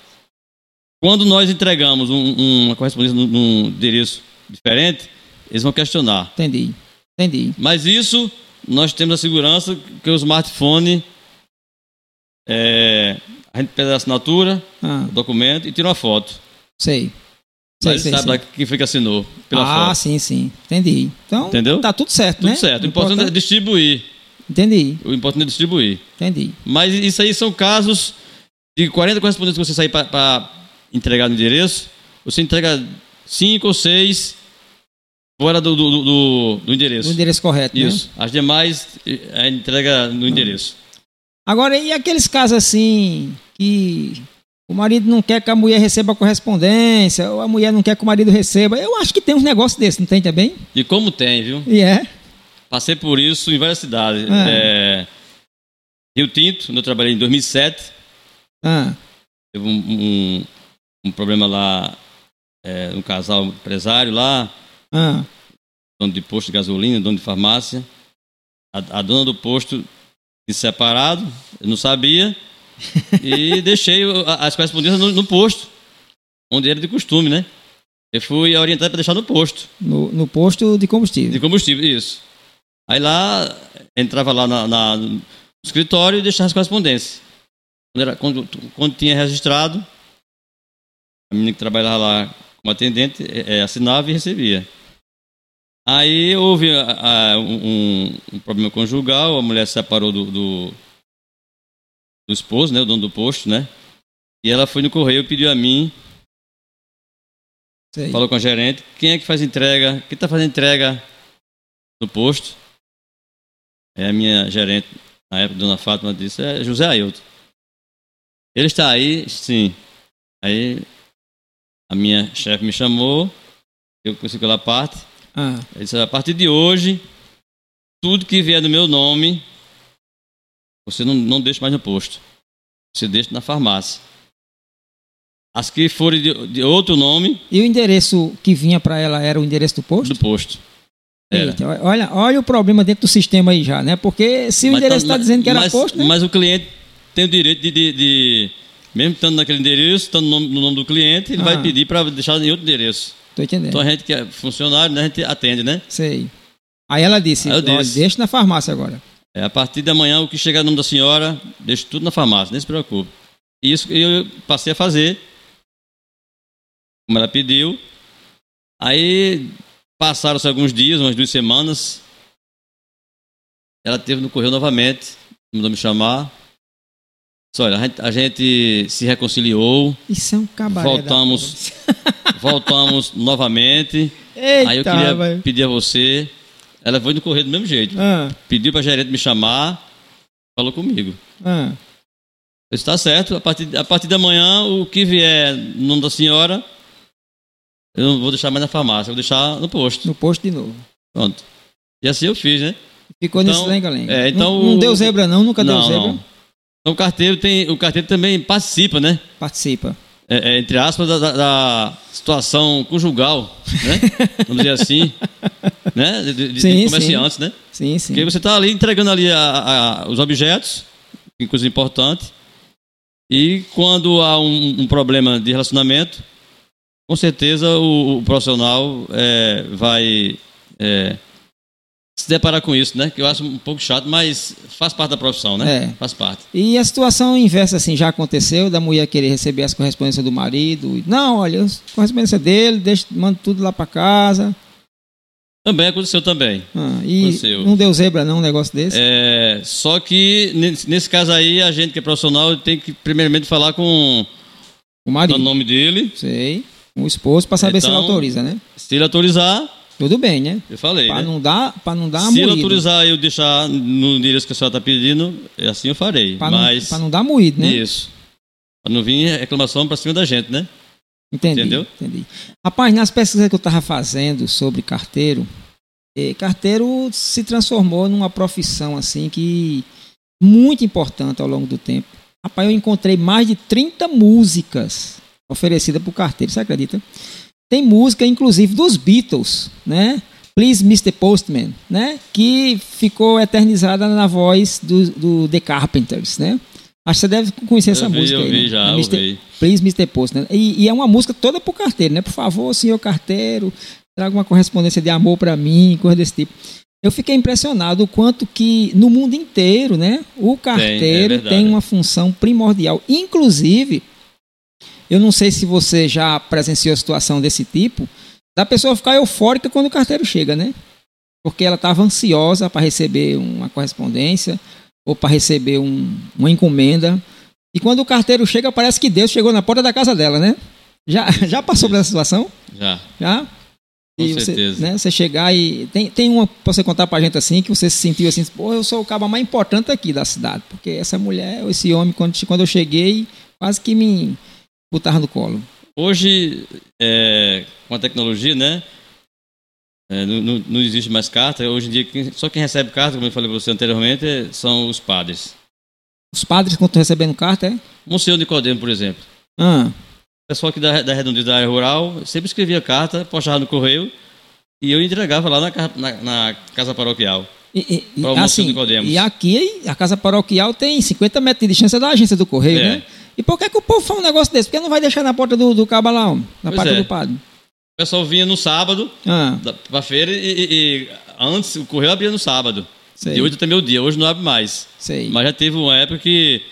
Speaker 2: Quando nós entregamos um- um- uma correspondência num, num endereço diferente, eles vão questionar.
Speaker 3: Entendi. Entendi.
Speaker 2: Mas isso nós temos a segurança que o smartphone é, a gente pede a assinatura,
Speaker 3: Ah,
Speaker 2: o documento e tira uma foto.
Speaker 3: sei.
Speaker 2: Aí
Speaker 3: Sei,
Speaker 2: ele
Speaker 3: sei,
Speaker 2: sabe
Speaker 3: sei.
Speaker 2: lá quem foi que assinou tá pela
Speaker 3: Ah,
Speaker 2: foto.
Speaker 3: sim, sim. Entendi. Então,
Speaker 2: Entendeu?
Speaker 3: tá tudo certo,
Speaker 2: Tudo
Speaker 3: né?
Speaker 2: certo. O importante é distribuir.
Speaker 3: Entendi,
Speaker 2: O importante é distribuir.
Speaker 3: entendi.
Speaker 2: Mas isso aí são casos de 40 correspondentes que você sair para entregar no endereço, você entrega 5 ou 6 fora do, do, do- do endereço.
Speaker 3: O endereço correto, né?
Speaker 2: Isso. As demais eh, a gente entrega no endereço.
Speaker 3: Agora, e aqueles casos assim que o marido não quer que a mulher receba a correspondência, ou a mulher não quer que o marido receba? Eu acho que tem uns negócios desses, não tem também?
Speaker 2: E como tem, viu?
Speaker 3: E é.
Speaker 2: Passei por isso em várias cidades. É, Rio Tinto, onde eu trabalhei em 2007,
Speaker 3: Ah,
Speaker 2: teve um, um, um problema lá, é, um casal empresário lá,
Speaker 3: ah,
Speaker 2: dono de posto de gasolina, dono de farmácia. A, a dona do posto se separado, eu não sabia, e deixei o- a- as correspondências no, no posto, onde era de costume, né? Eu fui orientado para deixar no posto
Speaker 3: no, no posto de
Speaker 2: de
Speaker 3: combustível.
Speaker 2: combustível, isso. Aí lá, entrava lá na, na- no escritório e deixava as correspondências. Quando, era- quando, quando tinha registrado, a menina que trabalhava lá como atendente eh, eh, assinava e recebia. Aí houve ah, ah, um, um problema conjugal, a mulher se separou do, do, do esposo, né, o dono do posto, né? E ela foi no correio e pediu a mim
Speaker 3: Sei.
Speaker 2: Falou com a gerente. Quem é que faz entrega? Quem tá fazendo entrega no posto? É a minha gerente, na época, dona Fátima, disse, é José Ailton. Ele está aí, sim. Aí a minha chefe me chamou, eu consegui aquela parte.
Speaker 3: Ah,
Speaker 2: Ele disse, a partir de hoje, tudo que vier do meu nome, você não, não deixa mais no posto. Você deixa na farmácia. As que forem de- de outro nome,
Speaker 3: e o endereço que vinha para ela era o endereço do posto?
Speaker 2: do posto. Era.
Speaker 3: Eita, olha, olha o problema dentro do sistema aí já, né? Porque se o
Speaker 2: Mas
Speaker 3: endereço
Speaker 2: tá-
Speaker 3: está dizendo que era
Speaker 2: mas-
Speaker 3: posto, né?
Speaker 2: Mas o cliente tem o direito de, de- de- mesmo estando naquele endereço, estando no nome, no nome do cliente, ele
Speaker 3: Ah.
Speaker 2: vai pedir para deixar em outro endereço.
Speaker 3: Tô entendendo.
Speaker 2: Então a gente que é funcionário, né, a gente atende, né?
Speaker 3: Sei. Aí ela disse,
Speaker 2: Aí eu
Speaker 3: olha,
Speaker 2: disse.
Speaker 3: deixa na farmácia agora.
Speaker 2: É, a partir da manhã, o que chegar no nome da senhora, deixa tudo na farmácia, nem se preocupe. E Isso eu passei a fazer, como ela pediu. Aí passaram-se alguns dias, umas duas semanas. Ela teve no correio novamente, mandou me chamar. Disse, olha, a gente, a gente se reconciliou,
Speaker 3: Isso é um cabaré. da
Speaker 2: Voltamos.
Speaker 3: porra.
Speaker 2: voltamos novamente.
Speaker 3: Eita,
Speaker 2: Aí eu queria
Speaker 3: vai.
Speaker 2: pedir a você. Ela foi no correio do mesmo jeito.
Speaker 3: Ah,
Speaker 2: Pediu para a gerente me chamar, falou comigo.
Speaker 3: ah.
Speaker 2: Está "Tá certo. A partir, a partir da manhã, o que vier no nome da senhora, eu não vou deixar mais na farmácia, eu vou deixar no posto.
Speaker 3: No posto de novo.
Speaker 2: Pronto. E assim eu fiz, né?
Speaker 3: Ficou
Speaker 2: Então,
Speaker 3: nesse lenga-lenga.
Speaker 2: é, então
Speaker 3: não, não
Speaker 2: o-
Speaker 3: deu zebra, não? Nunca deu
Speaker 2: não,
Speaker 3: zebra?
Speaker 2: não. Então o carteiro, tem, o carteiro também participa, né?
Speaker 3: Participa.
Speaker 2: É, é, entre aspas, da, da- da situação conjugal, né? Vamos dizer assim. né? De, de- de
Speaker 3: Sim,
Speaker 2: comerciantes, né?
Speaker 3: Sim, sim.
Speaker 2: Porque você está ali entregando ali a- a- os objetos, que coisa importante. E quando há um, um problema de relacionamento, com certeza o, o profissional é, vai é, se deparar com isso, né? Que eu acho um pouco chato, mas faz parte da profissão, né?
Speaker 3: É.
Speaker 2: Faz parte.
Speaker 3: E a situação inversa, assim, já aconteceu? Da mulher querer receber as correspondências do marido? Não, olha, as correspondências é dele, deixa, manda tudo lá pra casa.
Speaker 2: Também aconteceu também.
Speaker 3: Ah, e
Speaker 2: Aconteceu.
Speaker 3: não deu zebra, não, um negócio desse?
Speaker 2: É, só que nesse, nesse caso aí, a gente que é profissional tem que primeiramente falar com
Speaker 3: O
Speaker 2: o
Speaker 3: marido,
Speaker 2: nome dele,
Speaker 3: sei. O esposo, pra saber se ele
Speaker 2: É. Então-
Speaker 3: autoriza, né?
Speaker 2: se ele autorizar,
Speaker 3: Tudo bem, né?
Speaker 2: eu falei.
Speaker 3: Pra
Speaker 2: né?
Speaker 3: não dar, pra não dar
Speaker 2: Se ele
Speaker 3: Tá moído.
Speaker 2: autorizar eu deixar no endereço que a senhora está pedindo, é assim eu farei.
Speaker 3: Pra, não,
Speaker 2: Mas.
Speaker 3: pra não dar moído, né?
Speaker 2: Isso. Pra não vir reclamação pra cima da gente, né?
Speaker 3: Entendi,
Speaker 2: Entendeu?
Speaker 3: Entendi. Rapaz, nas pesquisas que eu estava fazendo sobre carteiro, eh, carteiro se transformou numa profissão assim que muito importante ao longo do tempo. Rapaz, eu encontrei mais de 30 músicas oferecidas por carteiro, você acredita? Tem música, inclusive, dos Beatles, né? Please, Mr. Postman, né? Que ficou eternizada na voz do, do The Carpenters, né? Acho que você deve conhecer essa
Speaker 2: eu vi,
Speaker 3: música
Speaker 2: eu
Speaker 3: aí,
Speaker 2: vi
Speaker 3: né?
Speaker 2: já, eu
Speaker 3: É Mr.
Speaker 2: vi.
Speaker 3: Please, Mr. Postman. E, e é uma música toda pro carteiro, né? Por favor, senhor carteiro, traga uma correspondência de amor pra mim, coisa desse tipo. Eu fiquei impressionado o quanto que no mundo inteiro, né, o carteiro tem,
Speaker 2: verdade.
Speaker 3: uma função primordial. Inclusive, eu não sei se você já presenciou a situação desse tipo, da pessoa ficar eufórica quando o carteiro chega, né? Porque ela estava ansiosa para receber uma correspondência ou para receber um- uma encomenda. E quando o carteiro chega, parece que Deus chegou na porta da casa dela, né? Já, já passou por essa situação?
Speaker 2: Já.
Speaker 3: Já?
Speaker 2: Com
Speaker 3: E você,
Speaker 2: certeza.
Speaker 3: né, você chegar e. Tem, tem uma pra você contar pra gente assim, que você se sentiu assim, pô, eu sou o cabo mais importante aqui da cidade. Porque essa mulher, ou esse homem, quando, quando eu cheguei, quase que me botaram no colo.
Speaker 2: Hoje, é, com a tecnologia, né? é, não, não- não existe mais carta. Hoje em dia, quem- só quem recebe carta, como eu falei para você anteriormente, é- são os padres.
Speaker 3: Os padres, quando estão recebendo carta, é.
Speaker 2: Monsenhor Nicodemo, por exemplo.
Speaker 3: Ah,
Speaker 2: O pessoal aqui da, da redondeza da área rural sempre escrevia carta, postava no correio e eu entregava lá na, ca- na- na casa paroquial.
Speaker 3: e, e- e,
Speaker 2: Para o Monsenhor
Speaker 3: assim,
Speaker 2: Nicodemus.
Speaker 3: e aqui a casa paroquial tem 50 metros de distância da agência do correio,
Speaker 2: É.
Speaker 3: né? E por que, que o povo faz um negócio desse? Porque não vai deixar na porta do, do cabo lá, ó, na
Speaker 2: Pois
Speaker 3: porta
Speaker 2: é.
Speaker 3: do padre.
Speaker 2: O pessoal vinha no sábado
Speaker 3: Ah,
Speaker 2: da- pra feira e, e- e antes o correio abria no sábado.
Speaker 3: sei.
Speaker 2: De 8 até meio-dia, hoje não abre mais.
Speaker 3: sei.
Speaker 2: Mas já teve uma época que,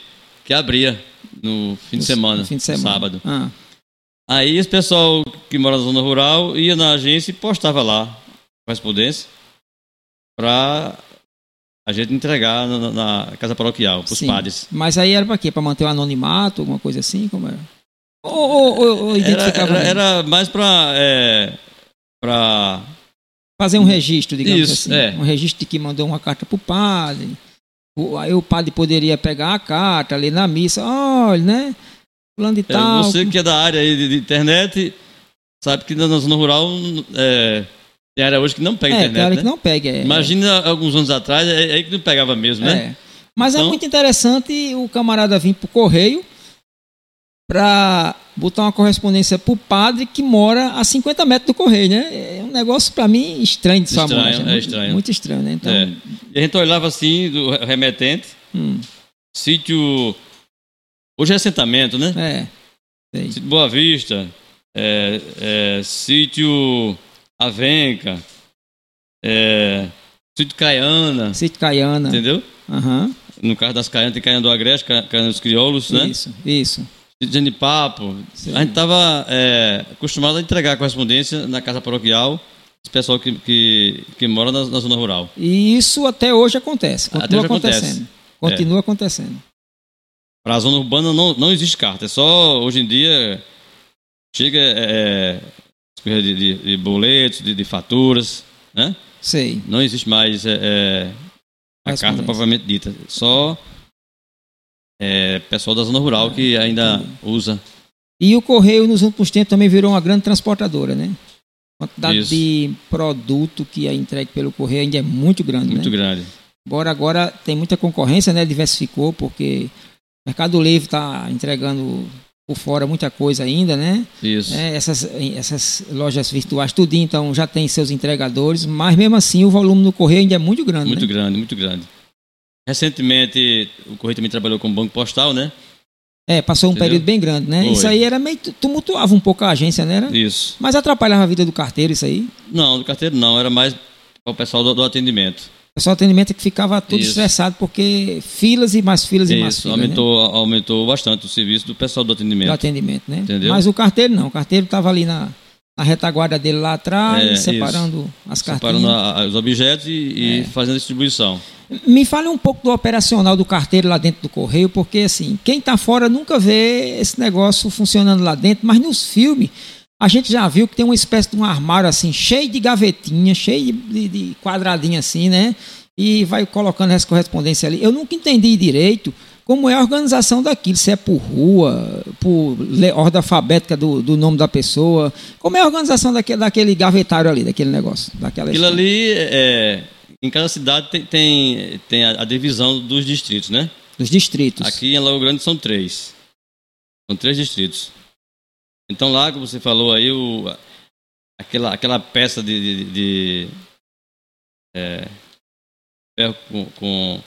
Speaker 2: que abria no fim de semana,
Speaker 3: No Fim de semana.
Speaker 2: sábado.
Speaker 3: Ah,
Speaker 2: Aí esse pessoal que mora na zona rural ia na agência e postava lá correspondência para a gente entregar na, na- na casa paroquial, para os
Speaker 3: Sim.
Speaker 2: padres.
Speaker 3: Mas aí era pra quê? Pra manter o anonimato, alguma coisa assim? Como era? Ou, ou, ou, ou
Speaker 2: Era, era-
Speaker 3: identificava mesmo?
Speaker 2: era mais para é, pra
Speaker 3: fazer um registro, digamos
Speaker 2: Isso,
Speaker 3: assim.
Speaker 2: é.
Speaker 3: Um registro de que mandou uma carta pro padre. O- aí o padre poderia pegar a carta, ler na missa, olha, né? Fulano de
Speaker 2: é,
Speaker 3: tal.
Speaker 2: você que é da área aí de, de internet sabe que na, na zona rural é, tem área hoje que não pega
Speaker 3: é,
Speaker 2: internet,
Speaker 3: claro
Speaker 2: né?
Speaker 3: que não pega. É,
Speaker 2: Imagina alguns anos atrás, é, é aí que não pegava mesmo, né?
Speaker 3: É. Mas é
Speaker 2: Então-
Speaker 3: muito interessante o camarada vir pro correio pra botar uma correspondência pro padre que mora a 50 metros do correio, né? É um negócio pra mim estranho de sua
Speaker 2: Estranho,
Speaker 3: mão,
Speaker 2: é
Speaker 3: né? muito,
Speaker 2: estranho.
Speaker 3: Muito estranho, né? Então,
Speaker 2: É. E a gente olhava assim do re- remetente,
Speaker 3: hum,
Speaker 2: sítio. Hoje é assentamento, né?
Speaker 3: é.
Speaker 2: Sítio Boa Vista, é, é, sítio Avenca, é, sítio Caiana,
Speaker 3: Sítio Caiana.
Speaker 2: entendeu?
Speaker 3: Aham.
Speaker 2: No caso das Caianas, tem Caiana do Agreste, Ca- Caiana dos Crioulos, né?
Speaker 3: Isso, isso.
Speaker 2: Sítio Genipapo.
Speaker 3: Sim.
Speaker 2: A gente estava acostumado a entregar a correspondência na casa paroquial, esse pessoal que, que, que mora na, na zona rural.
Speaker 3: E isso até hoje acontece.
Speaker 2: Até
Speaker 3: Continua
Speaker 2: hoje acontece. É.
Speaker 3: acontecendo. Continua acontecendo.
Speaker 2: Para a zona urbana não, não existe carta, é só hoje em dia chega é, as coisas de, de, de boletos, de, de faturas, né?
Speaker 3: Sei.
Speaker 2: Não existe mais é, é, a
Speaker 3: Mais
Speaker 2: carta
Speaker 3: convence.
Speaker 2: propriamente dita, só é, pessoal da zona rural que ainda
Speaker 3: Ah, entendi.
Speaker 2: usa.
Speaker 3: E o correio nos últimos tempos também virou uma grande transportadora, né? A quantidade
Speaker 2: Isso.
Speaker 3: de produto que é entregue pelo correio ainda é muito grande,
Speaker 2: Muito
Speaker 3: né?
Speaker 2: grande.
Speaker 3: Embora agora tem muita concorrência, né? Diversificou, porque o Mercado Livre está entregando por fora muita coisa ainda, né?
Speaker 2: Isso.
Speaker 3: É, essas, essas lojas virtuais, tudo então já tem seus entregadores, mas mesmo assim o volume no correio ainda é muito grande,
Speaker 2: Muito
Speaker 3: né?
Speaker 2: grande, muito grande. Recentemente, o Correio também trabalhou com o Banco Postal, né?
Speaker 3: É, passou um
Speaker 2: Entendeu?
Speaker 3: período bem grande, né?
Speaker 2: Foi.
Speaker 3: Isso aí era meio. tumultuava um pouco a agência, né? Era?
Speaker 2: Isso.
Speaker 3: Mas atrapalhava a vida do carteiro, isso aí.
Speaker 2: Não, do carteiro não, era mais para o pessoal do, do atendimento.
Speaker 3: O pessoal do atendimento é que ficava todo
Speaker 2: Isso.
Speaker 3: estressado, porque filas e mais filas e mais
Speaker 2: Isso,
Speaker 3: filas.
Speaker 2: aumentou, aumentou bastante o serviço do pessoal do
Speaker 3: Né?
Speaker 2: atendimento.
Speaker 3: Do atendimento, né?
Speaker 2: Entendeu?
Speaker 3: Mas o carteiro não. O carteiro estava ali na, na retaguarda dele lá atrás,
Speaker 2: É, isso.
Speaker 3: separando as carteiras.
Speaker 2: Separando a- a- os objetos e, e fazendo a distribuição.
Speaker 3: Me fale um pouco do operacional do carteiro lá dentro do correio, porque assim, quem está fora nunca vê esse negócio funcionando lá dentro, mas nos filmes a gente já viu que tem uma espécie de um armário assim, cheio de gavetinha, cheio de, de, de quadradinho assim, né? E vai colocando essa correspondência ali. Eu nunca entendi direito como é a organização daquilo, se é por rua, por le- ordem alfabética do, do nome da pessoa. Como é a organização daquele, daquele gavetário ali, daquele negócio, daquela
Speaker 2: Aquilo ali, é, em cada cidade tem, tem, tem a, a divisão dos distritos, né?
Speaker 3: dos distritos.
Speaker 2: Aqui em Lago Grande são três. São três distritos. Então lá, como você falou aí, o, a- aquela, aquela peça de... de, de- de, é, ferro com, com-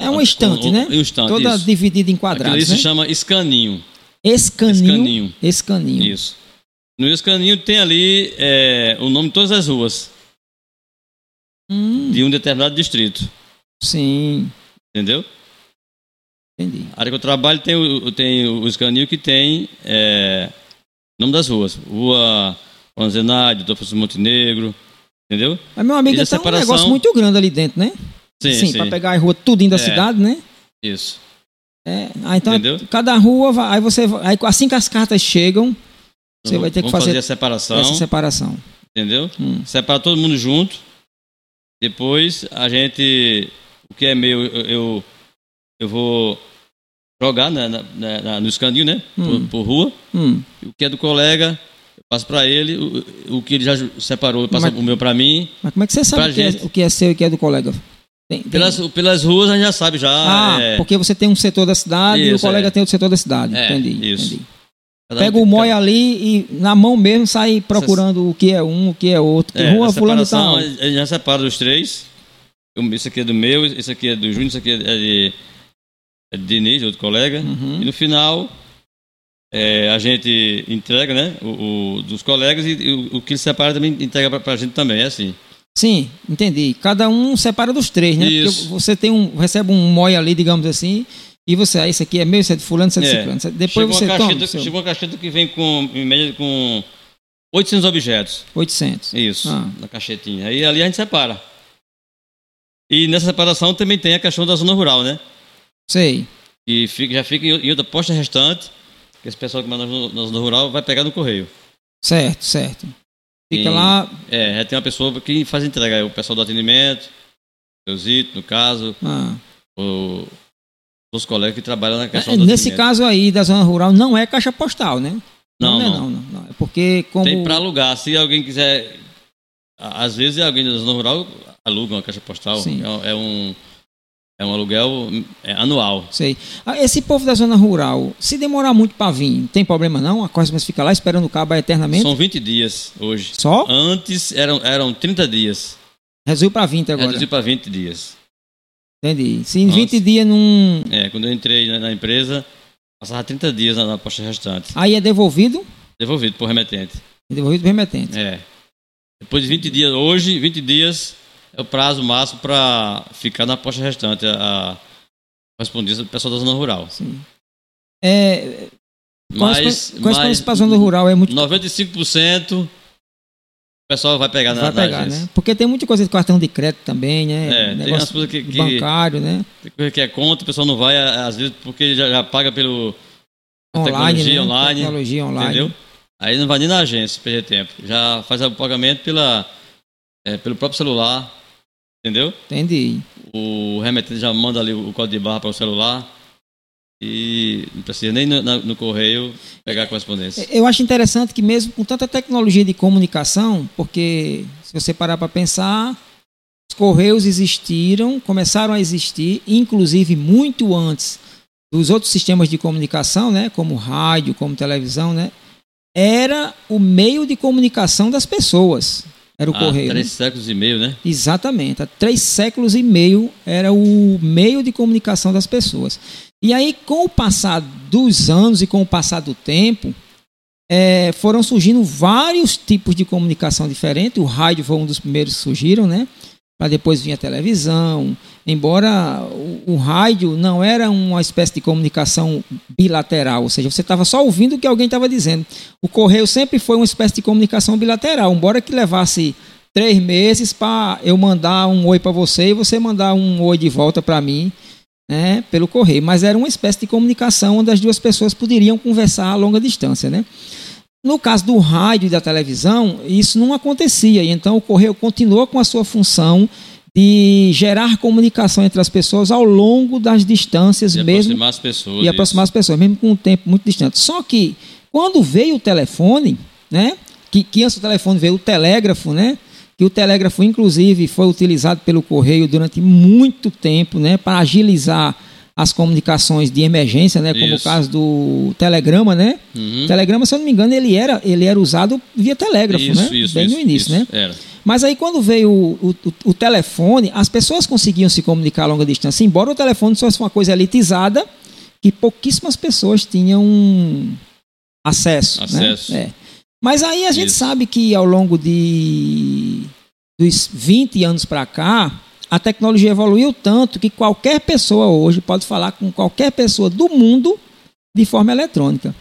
Speaker 3: É um
Speaker 2: com-
Speaker 3: estante, né?
Speaker 2: Um estante,
Speaker 3: toda
Speaker 2: isso.
Speaker 3: dividida em
Speaker 2: Aquilo
Speaker 3: quadrados,
Speaker 2: ali se
Speaker 3: né?
Speaker 2: chama escaninho.
Speaker 3: Escaninho.
Speaker 2: Escaninho.
Speaker 3: Escaninho.
Speaker 2: Isso. No escaninho tem ali é, o nome de todas as ruas.
Speaker 3: Hum,
Speaker 2: de um determinado distrito,
Speaker 3: sim,
Speaker 2: entendeu?
Speaker 3: entendi.
Speaker 2: A área que eu trabalho tem, o- tem os caninhos que tem é, nome das ruas. Rua Anzenade, Doutor Francisco Montenegro, entendeu?
Speaker 3: Mas, meu amigo,
Speaker 2: E a
Speaker 3: então é um
Speaker 2: separação-
Speaker 3: negócio muito grande ali dentro, né?
Speaker 2: Sim, sim,
Speaker 3: pra pegar a rua tudinho da
Speaker 2: É.
Speaker 3: cidade, né?
Speaker 2: isso.
Speaker 3: É, ah, então
Speaker 2: Entendeu?
Speaker 3: cada rua, vai- aí você, vai- aí assim que as cartas chegam, Você vai ter que
Speaker 2: Vamos
Speaker 3: fazer
Speaker 2: a separação,
Speaker 3: essa separação.
Speaker 2: entendeu?
Speaker 3: Hum.
Speaker 2: Separa todo mundo junto. Depois a gente, o que é meu, eu, eu, eu vou jogar na, na, na- na- nos caninhos, né?
Speaker 3: Hum.
Speaker 2: Por, por rua.
Speaker 3: Hum.
Speaker 2: E O que é do colega, eu passo pra ele. O, o que ele já ju- separou, passa
Speaker 3: Mas-
Speaker 2: o meu pra mim.
Speaker 3: Mas como é que você sabe
Speaker 2: Pra
Speaker 3: o que, é,
Speaker 2: gente.
Speaker 3: o que é seu e o que é do colega? Tem- tem-
Speaker 2: Pelas, pelas ruas a gente já sabe já.
Speaker 3: Ah,
Speaker 2: é,
Speaker 3: porque você tem um setor da cidade e o
Speaker 2: Isso,
Speaker 3: colega
Speaker 2: é.
Speaker 3: tem outro setor da cidade.
Speaker 2: É,
Speaker 3: entendi,
Speaker 2: isso.
Speaker 3: entendi.
Speaker 2: cada um
Speaker 3: Pega
Speaker 2: tem-
Speaker 3: o mói ali e na mão mesmo sai procurando o que é um, o que é outro. Que
Speaker 2: É,
Speaker 3: rua
Speaker 2: na
Speaker 3: fulano e
Speaker 2: separação,
Speaker 3: tal.
Speaker 2: A gente já separa os três. Um- Esse aqui é do meu, esse aqui é do Júnior, esse aqui é de, é de Diniz, de outro colega.
Speaker 3: Uhum.
Speaker 2: E no final, é, a gente entrega, né? O, o dos colegas e, e o, o que ele separa também entrega pra, pra gente também, é assim.
Speaker 3: Sim, entendi. Cada um separa dos três, né?
Speaker 2: Isso.
Speaker 3: Porque você tem um, recebe um mói ali, digamos assim, e você, ah, esse aqui é meu, esse é de fulano, esse é de
Speaker 2: É.
Speaker 3: ciclano. Depois
Speaker 2: chegou,
Speaker 3: você
Speaker 2: uma
Speaker 3: toma o
Speaker 2: caixeta,
Speaker 3: seu.
Speaker 2: chegou uma caixeta que vem com, em média, com 800 objetos.
Speaker 3: 800.
Speaker 2: Isso,
Speaker 3: Ah.
Speaker 2: na caixetinha. Aí ali a gente separa. E nessa separação também tem a questão da zona rural, né?
Speaker 3: Sei.
Speaker 2: E fica- já fica em outra posta restante, que esse pessoal que manda na na zona rural vai pegar no correio.
Speaker 3: Certo, certo.
Speaker 2: E-
Speaker 3: Fica lá.
Speaker 2: É, já tem uma pessoa que faz entrega, é o pessoal do atendimento, o Zito, no caso,
Speaker 3: ah.
Speaker 2: o- os colegas que trabalham na questão
Speaker 3: É,
Speaker 2: do
Speaker 3: Nesse
Speaker 2: atendimento.
Speaker 3: caso aí da zona rural, não é caixa postal, né?
Speaker 2: Não,
Speaker 3: é,
Speaker 2: não.
Speaker 3: não, não, não. É porque como.
Speaker 2: Tem para alugar. Se alguém quiser. a- Às vezes é alguém da zona rural aluga uma caixa postal.
Speaker 3: Sim.
Speaker 2: É, um- é um. É um aluguel é, anual.
Speaker 3: Sei. Ah, Esse povo da zona rural, se demorar muito para vir, não tem problema não? A Cosmas fica lá esperando o cabo eternamente?
Speaker 2: São 20 dias hoje.
Speaker 3: Só?
Speaker 2: Antes eram, eram 30 dias.
Speaker 3: Resolveu para 20 agora.
Speaker 2: Reduziu para 20 dias.
Speaker 3: Entendi. Se em
Speaker 2: Nossa.
Speaker 3: 20 dias não.
Speaker 2: É, quando eu entrei na, na empresa, passava 30 dias na, na posta restante.
Speaker 3: Aí é devolvido,
Speaker 2: Devolvido por remetente.
Speaker 3: é devolvido pro remetente.
Speaker 2: É. Depois de 20 dias, hoje, 20 dias é o prazo máximo para ficar na posta restante, a, a correspondência do pessoal da zona rural.
Speaker 3: Sim. É,
Speaker 2: Mas, mas
Speaker 3: para zona rural é muito
Speaker 2: 95% o pessoal vai pegar na,
Speaker 3: vai
Speaker 2: na
Speaker 3: pegar,
Speaker 2: agência.
Speaker 3: né? Porque tem muita coisa de cartão de crédito também,
Speaker 2: É,
Speaker 3: né?
Speaker 2: tem
Speaker 3: Negócio
Speaker 2: umas coisas que- que-
Speaker 3: bancário, né?
Speaker 2: Tem coisa que é conta, o pessoal não vai, a- às vezes, porque já, já paga pelo.
Speaker 3: Online,
Speaker 2: tecnologia
Speaker 3: né?
Speaker 2: online,
Speaker 3: Tecnologia online.
Speaker 2: Entendeu? Aí não vai nem na agência perder tempo. Já faz o pagamento pela, é, pelo próprio celular. Entendeu?
Speaker 3: Entendi.
Speaker 2: O remetente já manda ali o código de barra para o celular e não precisa nem no, na- no correio pegar a correspondência.
Speaker 3: Eu acho interessante que mesmo com tanta tecnologia de comunicação, porque se você parar para pensar, os correios existiram, começaram a existir, inclusive muito antes dos outros sistemas de comunicação, né, como rádio, como televisão, né, era o meio de comunicação das pessoas. Era o
Speaker 2: Há
Speaker 3: correio. né?
Speaker 2: Ah, três séculos e meio, né?
Speaker 3: Exatamente. Há três séculos e meio era o meio de comunicação das pessoas. E aí, com o passar dos anos e com o passar do tempo, eh, foram surgindo vários tipos de comunicação diferente. O rádio foi um dos primeiros que surgiram, né? Para depois vir a televisão. Embora o, o rádio não era uma espécie de comunicação bilateral, ou seja, você estava só ouvindo o que alguém estava dizendo. O correio sempre foi uma espécie de comunicação bilateral, embora que levasse três meses para eu mandar um oi para você e você mandar um oi de volta para mim, né, pelo correio. Mas era uma espécie de comunicação onde as duas pessoas poderiam conversar a longa distância, né? No caso do rádio e da televisão, isso não acontecia. E então o correio continuou com a sua função de gerar comunicação entre as pessoas ao longo das distâncias,
Speaker 2: E
Speaker 3: mesmo
Speaker 2: aproximar as pessoas.
Speaker 3: e aproximar as pessoas, mesmo com um tempo muito distante. Só que quando veio o telefone, né? Que, que antes do telefone veio o telégrafo, né? Que o telégrafo, inclusive, foi utilizado pelo correio durante muito tempo, né? Para agilizar as comunicações de emergência, né? Como o
Speaker 2: Isso.
Speaker 3: caso do telegrama, né?
Speaker 2: Uhum.
Speaker 3: O telegrama, se eu não me engano, ele era, ele era usado via telégrafo,
Speaker 2: isso,
Speaker 3: né?
Speaker 2: isso,
Speaker 3: Bem
Speaker 2: isso,
Speaker 3: no início,
Speaker 2: isso.
Speaker 3: né?
Speaker 2: Era.
Speaker 3: Mas aí quando veio o, o- o telefone, as pessoas conseguiam se comunicar a longa distância, embora o telefone fosse uma coisa elitizada, que pouquíssimas pessoas tinham acesso. né?
Speaker 2: Acesso.
Speaker 3: É. Mas aí a gente
Speaker 2: Isso.
Speaker 3: sabe que ao longo de dos 20 anos para cá, a tecnologia evoluiu tanto que qualquer pessoa hoje pode falar com qualquer pessoa do mundo de forma eletrônica.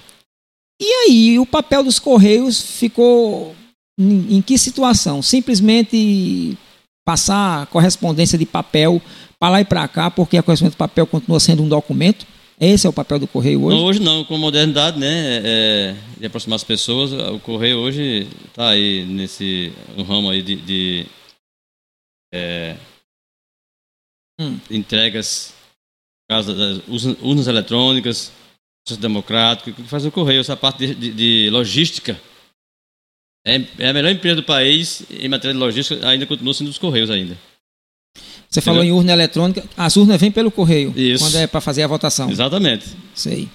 Speaker 3: E aí, o papel dos correios ficou em, em que situação? Simplesmente passar correspondência de papel para lá e para cá, porque a correspondência de papel continua sendo um documento. Esse é o papel do correio hoje.
Speaker 2: Não, hoje não, com a modernidade, né? é, de aproximar as pessoas, o correio hoje está aí nesse um ramo aí de, de, é,
Speaker 3: Hum.
Speaker 2: entregas, casa das urnas- urnas eletrônicas, processo democrático, que faz o correio, essa parte de, de- de logística. É, é a melhor empresa do país em matéria de logística, ainda continua sendo dos correios ainda.
Speaker 3: Você falou em urna eletrônica. As urnas vêm pelo correio.
Speaker 2: Isso.
Speaker 3: Quando é para fazer a votação.
Speaker 2: Exatamente.
Speaker 3: Sei.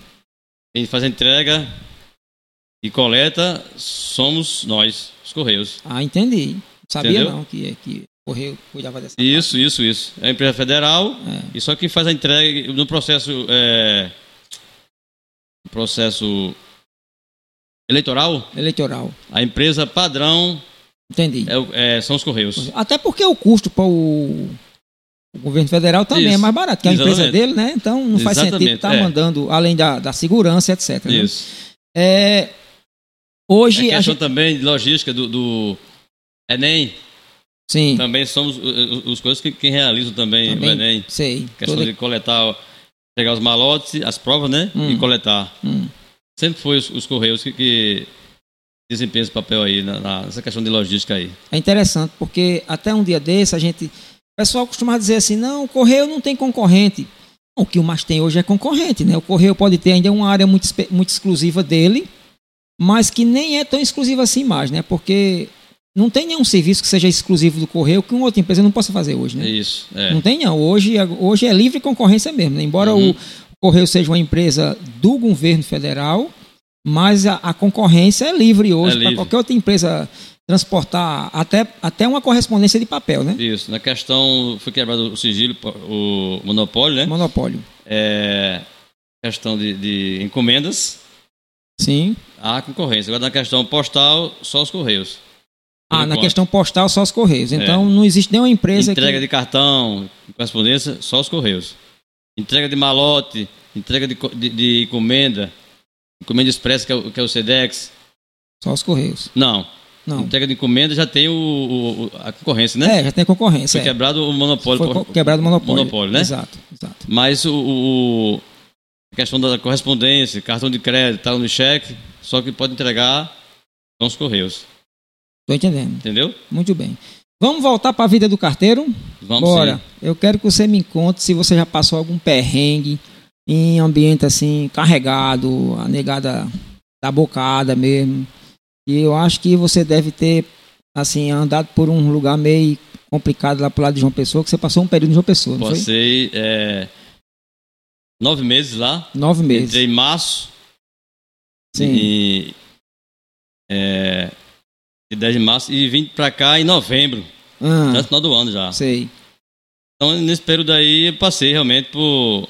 Speaker 2: Quem faz a entrega e coleta somos nós, os correios.
Speaker 3: Ah, entendi. Não sabia
Speaker 2: Entendeu?
Speaker 3: não que, que o correio cuidava dessa
Speaker 2: Isso, isso, isso. É a empresa federal
Speaker 3: parte. É.
Speaker 2: e só quem faz a entrega no processo é, no processo eleitoral,
Speaker 3: Eleitoral.
Speaker 2: a empresa padrão
Speaker 3: Entendi.
Speaker 2: é o- é, são os correios.
Speaker 3: Até porque o custo para o, o governo federal também
Speaker 2: Isso.
Speaker 3: é mais barato, que é a empresa
Speaker 2: Exatamente.
Speaker 3: dele, né? Então não faz sentido
Speaker 2: Exatamente,
Speaker 3: estar
Speaker 2: é.
Speaker 3: mandando, além da, da segurança, etc. né?
Speaker 2: Isso.
Speaker 3: É,
Speaker 2: A
Speaker 3: hoje a
Speaker 2: questão
Speaker 3: gente,
Speaker 2: também de logística do, do Enem,
Speaker 3: sim,
Speaker 2: também somos os, os coisas que quem realiza também,
Speaker 3: Também.
Speaker 2: o Enem.
Speaker 3: sei.
Speaker 2: Questão
Speaker 3: Toda-
Speaker 2: de coletar, pegar os malotes, as provas, né?
Speaker 3: Hum.
Speaker 2: E coletar.
Speaker 3: hum,
Speaker 2: Sempre foi os, os Correios que, que desempenham esse papel aí, na, na- nessa questão de logística aí.
Speaker 3: É interessante porque até um dia desse a gente, o pessoal costuma dizer assim, não, o correio não tem concorrente. O que o mais tem hoje é concorrente, né? O correio pode ter ainda uma área muito, espe- muito exclusiva dele, mas que nem é tão exclusiva assim mais, né? Porque não tem nenhum serviço que seja exclusivo do correio que uma outra empresa não possa fazer hoje, né?
Speaker 2: É isso. É.
Speaker 3: Não tem, não. Hoje, hoje é livre concorrência mesmo. né? Embora
Speaker 2: Uhum.
Speaker 3: o Correio seja uma empresa do governo federal, mas a, a concorrência é livre hoje
Speaker 2: É
Speaker 3: para
Speaker 2: livre.
Speaker 3: qualquer outra empresa transportar até, até uma correspondência de papel, né?
Speaker 2: Isso. Na questão, foi quebrado o sigilo, o
Speaker 3: Hum.
Speaker 2: monopólio, né?
Speaker 3: Monopólio.
Speaker 2: É, questão de, de encomendas,
Speaker 3: Sim.
Speaker 2: há concorrência. Agora, na questão postal, só os Correios. Por
Speaker 3: Ah, na
Speaker 2: enquanto. É.
Speaker 3: questão postal, só os Correios. Então, não existe nenhuma empresa
Speaker 2: Entrega
Speaker 3: que...
Speaker 2: de cartão, correspondência, só os Correios. Entrega de malote, entrega de, co- de- de encomenda, encomenda expressa, que é o, que é o SEDEX.
Speaker 3: Só os Correios.
Speaker 2: Não.
Speaker 3: Não.
Speaker 2: Entrega de encomenda já tem o, o- o- a concorrência, né?
Speaker 3: É, já tem
Speaker 2: Foi
Speaker 3: concorrência. é.
Speaker 2: quebrado o monopólio.
Speaker 3: Foi co- quebrado o monopólio.
Speaker 2: monopólio, né?
Speaker 3: Exato, exato.
Speaker 2: Mas o, o- a questão da correspondência, cartão de crédito, tal no cheque, só que pode entregar são os correios,
Speaker 3: Estou entendendo.
Speaker 2: entendeu?
Speaker 3: Muito bem. Vamos voltar para a vida do carteiro?
Speaker 2: Vamos
Speaker 3: Bora.
Speaker 2: sim.
Speaker 3: Eu quero que você me conte se você já passou algum perrengue em ambiente assim, carregado, a negada da bocada mesmo. E eu acho que você deve ter, assim, andado por um lugar meio complicado lá pro lado de João Pessoa, que você passou um período em João Pessoa, não foi?
Speaker 2: Passei é, nove meses lá,
Speaker 3: Nove meses.
Speaker 2: entrei em março
Speaker 3: Sim.
Speaker 2: e é, de 10 de março e vim pra cá em novembro,
Speaker 3: Ah,
Speaker 2: já no final do ano já.
Speaker 3: sei.
Speaker 2: Então nesse período aí eu passei realmente por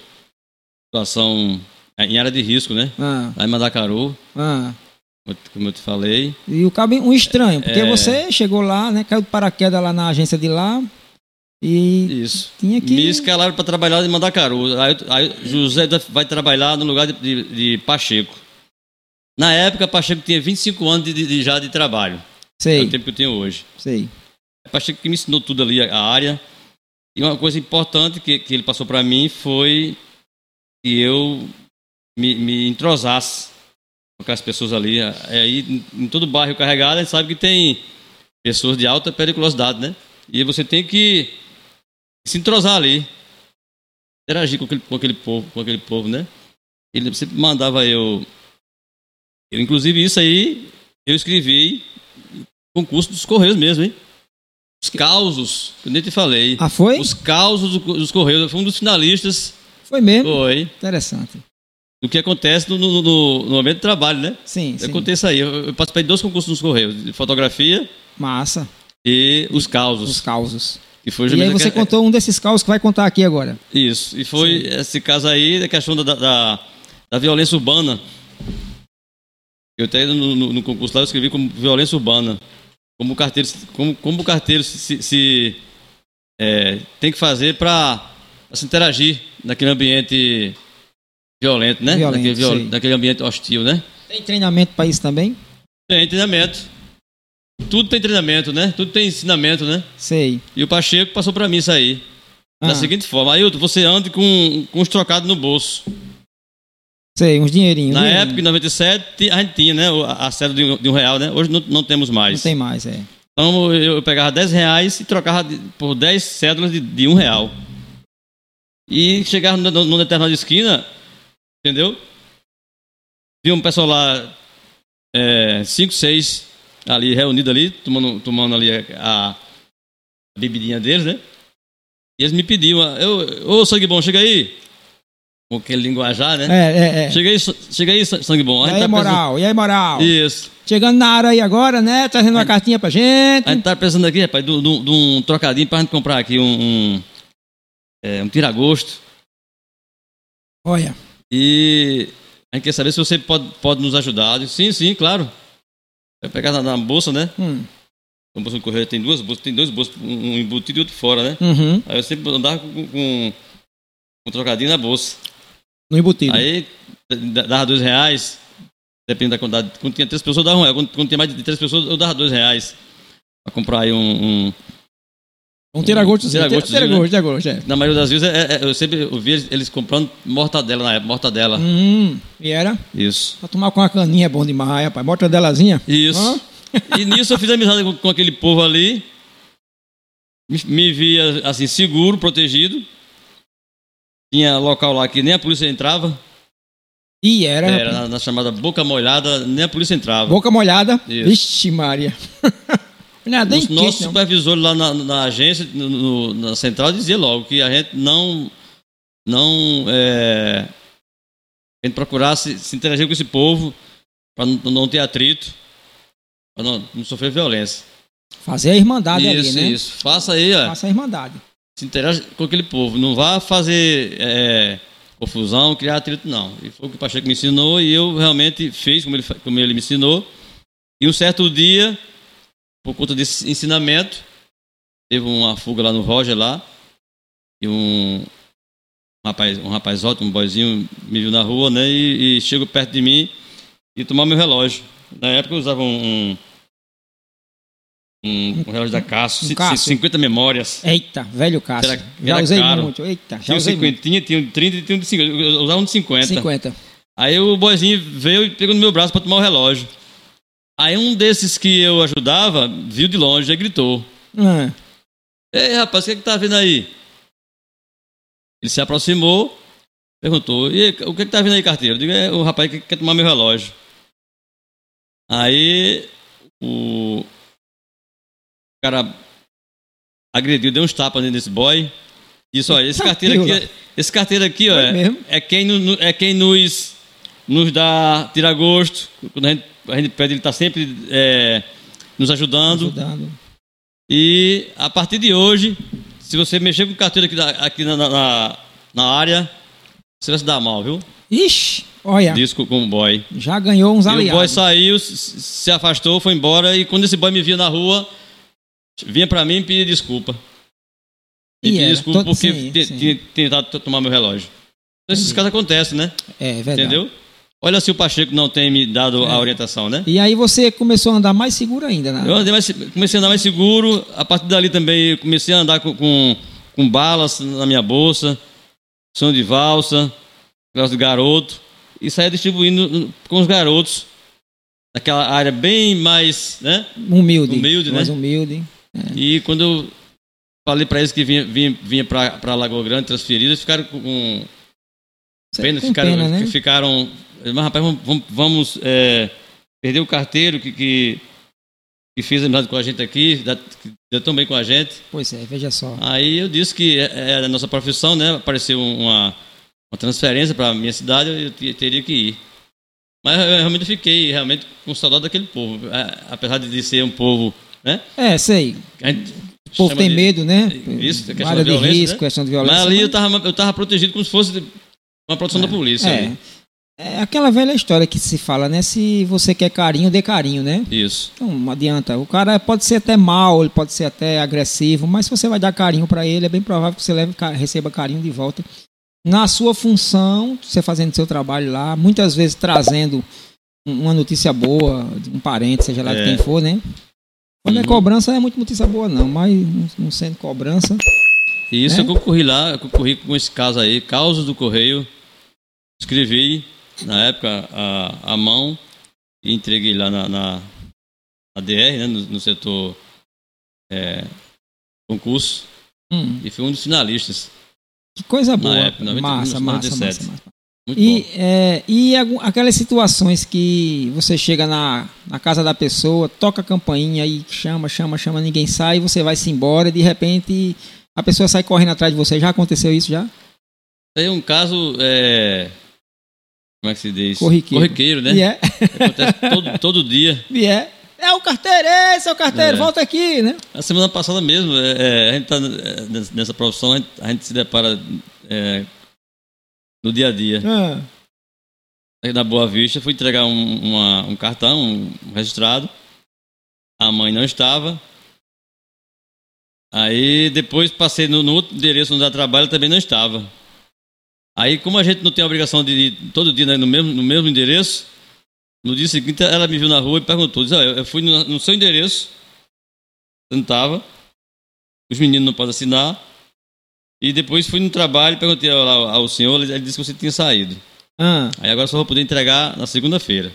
Speaker 2: situação em área de risco, né?
Speaker 3: Ah,
Speaker 2: Lá em Mandacaru,
Speaker 3: ah.
Speaker 2: como eu te falei.
Speaker 3: E o cabo, um estranho, porque
Speaker 2: É.
Speaker 3: você chegou lá, né? Caiu de paraquedas lá na agência de lá e
Speaker 2: Isso.
Speaker 3: tinha que.
Speaker 2: Me escalaram para trabalhar em Mandacaru. Aí, eu- aí o José da- vai trabalhar no lugar de, de- de Pacheco. Na época, Pacheco tinha 25 anos de, de- de- já de trabalho. É o
Speaker 3: Sei,
Speaker 2: tempo que eu tenho hoje. É
Speaker 3: sei.
Speaker 2: Pacheco que me ensinou tudo ali, a, a área. E uma coisa importante que, que ele passou para mim foi que eu me, me entrosasse com aquelas pessoas ali. É, Aí, em- em todo bairro carregado, a gente sabe que tem pessoas de alta periculosidade, né? E você tem que se entrosar ali, interagir com aquele, com aquele povo, com aquele povo, né? Ele sempre mandava eu, eu, inclusive isso aí, eu escrevi concurso dos Correios mesmo, hein? Os causos, que eu nem te falei.
Speaker 3: Ah, foi?
Speaker 2: Os causos do- dos Correios, eu fui um dos finalistas,
Speaker 3: Foi mesmo?
Speaker 2: foi,
Speaker 3: Interessante.
Speaker 2: do que acontece no, no, no- no momento do trabalho, né?
Speaker 3: Sim, sim.
Speaker 2: Aconteça aí, eu, eu participei de dois concursos nos Correios, de fotografia
Speaker 3: Massa,
Speaker 2: e os causos.
Speaker 3: os causos.
Speaker 2: Que foi
Speaker 3: e aí
Speaker 2: justamente
Speaker 3: você
Speaker 2: aquela-
Speaker 3: contou um desses causos que vai contar aqui agora.
Speaker 2: Isso, e foi esse caso aí da questão da, da, da violência urbana. Eu até no, no- no concurso lá eu escrevi como violência urbana. como o carteiro, como, como o carteiro se, se- se, é, tem que fazer para se interagir naquele ambiente violento, né?
Speaker 3: Violento,
Speaker 2: naquele, viol-
Speaker 3: sei.
Speaker 2: naquele ambiente hostil, né?
Speaker 3: Tem treinamento para isso também?
Speaker 2: Tem treinamento. Tudo tem treinamento, né? Tudo tem ensinamento, né?
Speaker 3: Sei.
Speaker 2: E o Pacheco passou para mim isso aí.
Speaker 3: Ah,
Speaker 2: Da seguinte forma, Ailton, você anda com, com os trocados no bolso.
Speaker 3: sei, uns dinheirinhos.
Speaker 2: Na
Speaker 3: dinheirinho.
Speaker 2: época, em 97, ti- a gente tinha, né? o- A a cédula de um, de um real, né? Hoje não, não temos mais.
Speaker 3: Não tem mais, é.
Speaker 2: Então eu eu pegava 10 reais e trocava de- por 10 cédulas de, de 1 real. E chegava num- numa determinada esquina, entendeu? Tinha um pessoal lá, 5, 6, ali reunido ali, tomando, tomando ali a, a bebidinha deles, né? E eles me pediam, eu, ô sangue bom, chega aí. Com aquele linguajar, né?
Speaker 3: É, é, é.
Speaker 2: Chega aí, sa- chega aí, sa- sangue bom.
Speaker 3: E
Speaker 2: A gente
Speaker 3: aí,
Speaker 2: tá
Speaker 3: moral? E aí, moral?
Speaker 2: pensando- Isso.
Speaker 3: Chegando na área aí agora, né? Trazendo uma cartinha pra gente.
Speaker 2: A gente tá pensando aqui, rapaz, de um- de um de um trocadinho pra gente comprar aqui um. Um, é, um tira-gosto.
Speaker 3: Olha.
Speaker 2: E a gente quer saber se você pode, pode nos ajudar. Eu disse, sim, sim, claro. Vai pegar na, na bolsa, né?
Speaker 3: Hum.
Speaker 2: Na bolsa do correio tem duas bolsas, tem dois bolsos, um um embutido e outro fora, né?
Speaker 3: Uhum.
Speaker 2: Aí eu sempre andava com, com, com um trocadinho na bolsa.
Speaker 3: No embutido.
Speaker 2: Aí da- dava dois reais, depende da quantidade. Quando tinha três pessoas, dava um real. Quando, quando tinha mais de três pessoas, eu dava dois reais. Pra comprar aí um- um
Speaker 3: um tira-gosto.
Speaker 2: tiragostozinho,
Speaker 3: Tira-gosto, tira-gosto, é.
Speaker 2: Na maioria das vezes, é- é- eu sempre ouvi eles- eles comprando mortadela na época, mortadela.
Speaker 3: Hum. E era?
Speaker 2: Isso.
Speaker 3: Pra tomar com uma caninha é bom demais, rapaz. Bota delazinha.
Speaker 2: Isso. E nisso eu fiz amizade com, com aquele povo ali. Me, me via, assim, seguro, protegido. Tinha local lá que nem a polícia entrava.
Speaker 3: E era.
Speaker 2: Era
Speaker 3: rapaz.
Speaker 2: na, na chamada boca molhada, nem a polícia entrava.
Speaker 3: Boca molhada.
Speaker 2: Isso.
Speaker 3: Vixe, Maria. Não é nem
Speaker 2: Os
Speaker 3: quente,
Speaker 2: nossos
Speaker 3: não.
Speaker 2: supervisores lá na, na agência, no- no- na central, dizia logo que a gente não. Não. É, a gente procurasse se interagir com esse povo para não, não ter atrito, para não, não sofrer violência.
Speaker 3: Fazer a irmandade ali,
Speaker 2: isso,
Speaker 3: né?
Speaker 2: isso. Faça aí, ó,
Speaker 3: Faça a irmandade.
Speaker 2: se interage com aquele povo. Não vá fazer é, confusão, criar atrito, não. E foi o que o Pacheco me ensinou e eu realmente fiz como ele, fa- como ele me ensinou. E um certo dia, por conta desse ensinamento, teve uma fuga lá no Roger lá. E um rapaz, um rapaz ótimo, um boyzinho, me viu na rua, né? E, e chegou perto de mim e tomou meu relógio. Na época eu usava um. Um, um relógio da Cássio,
Speaker 3: Um
Speaker 2: ci-
Speaker 3: Cássio.
Speaker 2: 50 memórias.
Speaker 3: Eita, velho Cássio.
Speaker 2: Era-
Speaker 3: já
Speaker 2: era
Speaker 3: usei
Speaker 2: caro.
Speaker 3: muito. Eita, já
Speaker 2: Tinha um
Speaker 3: usei muito.
Speaker 2: 50, tinha um 30 e tinha um de 50. Eu usava um de 50.
Speaker 3: 50.
Speaker 2: Aí o boizinho veio e pegou no meu braço pra tomar o relógio. Aí um desses que eu ajudava viu de longe e gritou:
Speaker 3: Ah,
Speaker 2: Ei rapaz, o que é que tá vendo aí? Ele se aproximou, perguntou: E aí, o que é que tá vendo aí, carteiro? Eu digo: É o rapaz que quer tomar meu relógio. Aí o cara agrediu, deu uns tapas nesse boy. Disse: Olha, esse carteiro aqui, é- esse carteiro aqui, ó,
Speaker 3: Foi mesmo?
Speaker 2: é quem, nu- nu- é quem nos, nos dá tira gosto. Quando a gente, a gente pede, ele está sempre é, nos ajudando.
Speaker 3: ajudando.
Speaker 2: E a partir de hoje, se você mexer com carteira aqui, da- aqui na, na- na, na área, você vai se dar mal, viu?
Speaker 3: Ixi, olha,
Speaker 2: Disco com o boy.
Speaker 3: já ganhou uns
Speaker 2: E o boy
Speaker 3: aliados.
Speaker 2: saiu, se se afastou, foi embora. E quando esse boy me via na rua, vinha pra mim e pedia desculpa. E
Speaker 3: E
Speaker 2: pedia
Speaker 3: era,
Speaker 2: desculpa
Speaker 3: todo-
Speaker 2: porque
Speaker 3: sim,
Speaker 2: te-
Speaker 3: sim.
Speaker 2: tinha tentado to- tomar meu relógio. Então, esses casos acontecem, né?
Speaker 3: É, verdade.
Speaker 2: Entendeu? Olha se o Pacheco não tem me dado
Speaker 3: É.
Speaker 2: a orientação, né?
Speaker 3: E aí você começou a andar mais seguro ainda, né?
Speaker 2: Eu andei mais, comecei a andar mais seguro. A partir dali também eu comecei a andar com, com, com balas na minha bolsa, som de valsa, negócio de garoto. E saía distribuindo hum, com os garotos. Naquela área bem mais, né?
Speaker 3: Humilde.
Speaker 2: Humilde,
Speaker 3: mais
Speaker 2: né?
Speaker 3: humilde.
Speaker 2: E quando eu falei pra eles que vinha, vinha, vinha pra, pra Lagoa Grande transferido, eles ficaram com- com pena,
Speaker 3: Com
Speaker 2: ficaram,
Speaker 3: pena, né?
Speaker 2: ficaram. Mas, rapaz, vamos, vamos, vamos, é, perder o carteiro que, que, que fez amizade com a gente aqui, da- que deu tão bem com a gente.
Speaker 3: Pois é, veja só.
Speaker 2: Aí eu disse que é, é a nossa profissão, né? Apareceu uma, uma transferência para minha cidade, eu te- teria que ir. Mas eu realmente fiquei realmente com saudade daquele povo. A- Apesar de ser um povo, né?
Speaker 3: É, sei.
Speaker 2: A gente
Speaker 3: O povo
Speaker 2: chama
Speaker 3: tem
Speaker 2: de-
Speaker 3: medo, né?
Speaker 2: Isso, questão
Speaker 3: Área
Speaker 2: da
Speaker 3: de
Speaker 2: violência,
Speaker 3: risco,
Speaker 2: né?
Speaker 3: questão de
Speaker 2: Mas
Speaker 3: violência.
Speaker 2: ali eu tava, eu tava protegido como se fosse uma produção da polícia.
Speaker 3: É.
Speaker 2: ali.
Speaker 3: É aquela velha história que se fala, né? Se você quer carinho, dê carinho, né?
Speaker 2: Isso.
Speaker 3: Então, não adianta. O cara pode ser até mal, ele pode ser até agressivo, mas se você vai dar carinho para ele, é bem provável que você leve, ca- receba carinho de volta. Na sua função, você fazendo seu trabalho lá, muitas vezes trazendo um- uma notícia boa, de um parente, seja lá de
Speaker 2: É.
Speaker 3: quem for, né? Quando é
Speaker 2: Uhum.
Speaker 3: cobrança, não é muito notícia boa, não, mas não- não sendo cobrança.
Speaker 2: E isso
Speaker 3: Né?
Speaker 2: eu concorri lá, eu concorri com esse caso aí, causa do correio. Escrevi, na época, a, a mão e entreguei lá na, na, na DR, né, no, no setor é, concurso.
Speaker 3: Hum,
Speaker 2: E fui um dos finalistas.
Speaker 3: que coisa boa.
Speaker 2: época, um, 90,
Speaker 3: massa, massa, massa,
Speaker 2: 1997.
Speaker 3: massa.
Speaker 2: Muito
Speaker 3: E,
Speaker 2: bom.
Speaker 3: é, e algum- aquelas situações que você chega na, na casa da pessoa, toca a campainha e chama, chama, chama, ninguém sai, você vai-se embora, de repente a pessoa sai correndo atrás de você. Já aconteceu isso já?
Speaker 2: Tem um caso, é, como é que se diz?
Speaker 3: Corriqueiro.
Speaker 2: Corriqueiro, né?
Speaker 3: E é,
Speaker 2: Acontece todo, todo dia.
Speaker 3: e é. É o carteiro, é, seu carteiro,
Speaker 2: É.
Speaker 3: volta aqui, né?
Speaker 2: A semana passada mesmo, é, é, a gente tá é, nessa- nessa profissão, a gente, a gente se depara é, no dia a dia.
Speaker 3: Ah,
Speaker 2: Aí na Boa Vista, fui entregar um, uma- um cartão, um registrado. A mãe não estava. Aí depois passei no, no outro endereço onde ela trabalha, ela também não estava. Aí, como a gente não tem a obrigação de ir todo dia né, no, mesmo, no mesmo endereço, no dia seguinte ela me viu na rua e perguntou: diz, "Ó, eu, eu fui no, no seu endereço, você não estava, os meninos não podem assinar. E depois fui no trabalho e perguntei ao, ao- ao senhor, ele ele disse que você tinha saído.
Speaker 3: ah.
Speaker 2: Aí agora só vou poder entregar na segunda-feira.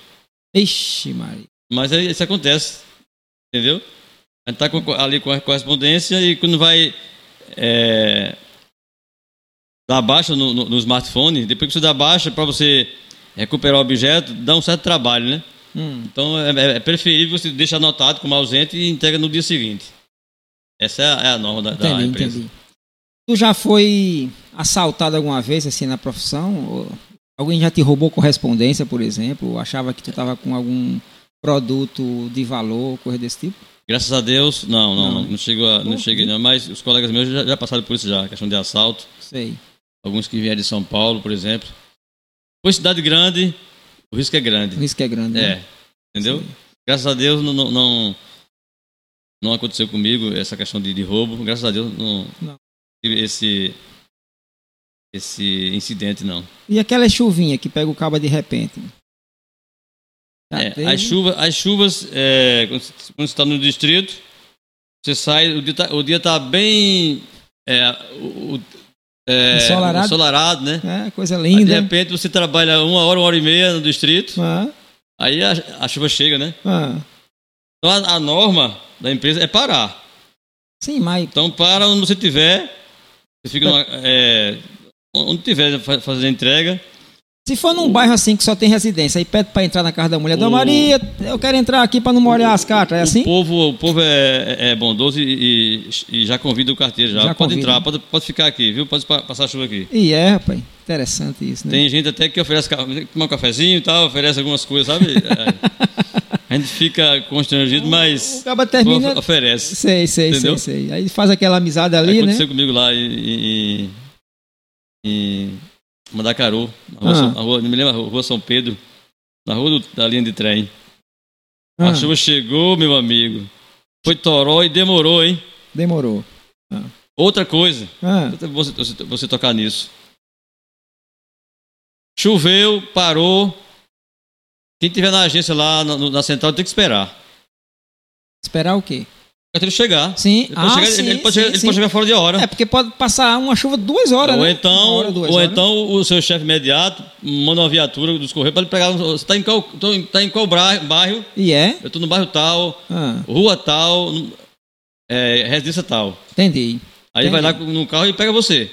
Speaker 3: Ixi, Maria.
Speaker 2: Mas aí isso acontece. Entendeu? A gente tá com- ali com a correspondência e quando vai é, dar baixa no, no- no smartphone, depois que você dá baixa para você recuperar o objeto, dá um certo trabalho, né?
Speaker 3: Hum.
Speaker 2: Então é, é- é preferível você deixar anotado como ausente e entrega no dia seguinte. Essa é a, é a norma da, da
Speaker 3: Entendi,
Speaker 2: empresa.
Speaker 3: entendi. Tu já foi assaltado alguma vez assim na profissão? Ou alguém já te roubou correspondência, por exemplo? Ou achava que tu estava com algum produto de valor, coisa desse tipo?
Speaker 2: Graças a Deus, não, não,
Speaker 3: Não,
Speaker 2: não,
Speaker 3: né?
Speaker 2: chegou a- não
Speaker 3: Pô,
Speaker 2: cheguei, não. Mas os colegas meus já- já passaram por isso já, questão de assalto.
Speaker 3: Sei.
Speaker 2: alguns que vieram de São Paulo, por exemplo. Por cidade grande, o risco é
Speaker 3: O
Speaker 2: grande.
Speaker 3: risco é grande. né?
Speaker 2: É, entendeu?
Speaker 3: Sim.
Speaker 2: Graças a Deus não, não, não, não aconteceu comigo essa questão de, de roubo. Graças a Deus não,
Speaker 3: Não.
Speaker 2: tive esse, esse incidente, não.
Speaker 3: E aquela chuvinha que pega o cabo de repente? Já
Speaker 2: É,
Speaker 3: teve?
Speaker 2: as, chuva, as chuvas, é, quando você está no distrito, você sai, o dia está tá bem é, o, o- é,
Speaker 3: Ensolarado.
Speaker 2: ensolarado, né?
Speaker 3: É, coisa
Speaker 2: Aí, de
Speaker 3: linda.
Speaker 2: repente você trabalha uma hora, uma hora e meia no distrito.
Speaker 3: Ah,
Speaker 2: Aí a, a chuva chega, né?
Speaker 3: ah.
Speaker 2: Então a, a norma da empresa é parar.
Speaker 3: Sim, mas
Speaker 2: Então para onde você tiver, você fica numa, é, onde tiver fa- fazendo entrega.
Speaker 3: se for num bairro assim que só tem residência e pede pra entrar na casa da mulher, Dona
Speaker 2: O-
Speaker 3: Maria, eu quero entrar aqui pra não molhar as cartas, é assim?
Speaker 2: O povo, o povo é, é bondoso e, e- e já convida o carteiro já.
Speaker 3: Já
Speaker 2: pode
Speaker 3: convida.
Speaker 2: entrar, pode, pode ficar aqui, viu? Pode pa- passar a chuva aqui.
Speaker 3: E é, rapaz, interessante isso, né?
Speaker 2: Tem gente até que oferece ca- tomar um cafezinho e tal, oferece algumas coisas, sabe? É, a gente fica constrangido,
Speaker 3: O
Speaker 2: mas
Speaker 3: caba termina.
Speaker 2: of- oferece.
Speaker 3: Sei, sei, sei,
Speaker 2: Entendeu?
Speaker 3: sei. Aí faz aquela amizade ali, né?
Speaker 2: Aconteceu comigo lá em, em, em Mandacaru, na rua,
Speaker 3: Ah.
Speaker 2: São- na rua- não me lembro, a rua- rua São Pedro, na rua do- da linha de trem.
Speaker 3: Ah,
Speaker 2: A chuva chegou, meu amigo. Foi toró e demorou, hein?
Speaker 3: demorou.
Speaker 2: Outra coisa,
Speaker 3: Ah,
Speaker 2: você, você- você tocar nisso. Choveu, parou. Quem tiver na agência lá no- no- na central tem que esperar.
Speaker 3: esperar o quê?
Speaker 2: O carteiro chegar.
Speaker 3: Sim,
Speaker 2: Ele pode,
Speaker 3: ah,
Speaker 2: chegar,
Speaker 3: sim,
Speaker 2: ele- ele pode
Speaker 3: sim,
Speaker 2: chegar- ele
Speaker 3: sim.
Speaker 2: pode chegar fora de hora.
Speaker 3: É, porque pode passar uma chuva duas horas,
Speaker 2: ou
Speaker 3: né?
Speaker 2: então,
Speaker 3: Uma hora, duas
Speaker 2: ou
Speaker 3: horas.
Speaker 2: então o seu chefe imediato manda uma viatura dos correios para ele pegar. Você está em qual, tô em- tá em qual bra- bairro?
Speaker 3: E é?
Speaker 2: Eu estou no bairro tal,
Speaker 3: Ah,
Speaker 2: rua tal, no- é, residência tal.
Speaker 3: entendi.
Speaker 2: Aí
Speaker 3: Entendi.
Speaker 2: vai lá com- no carro e pega você.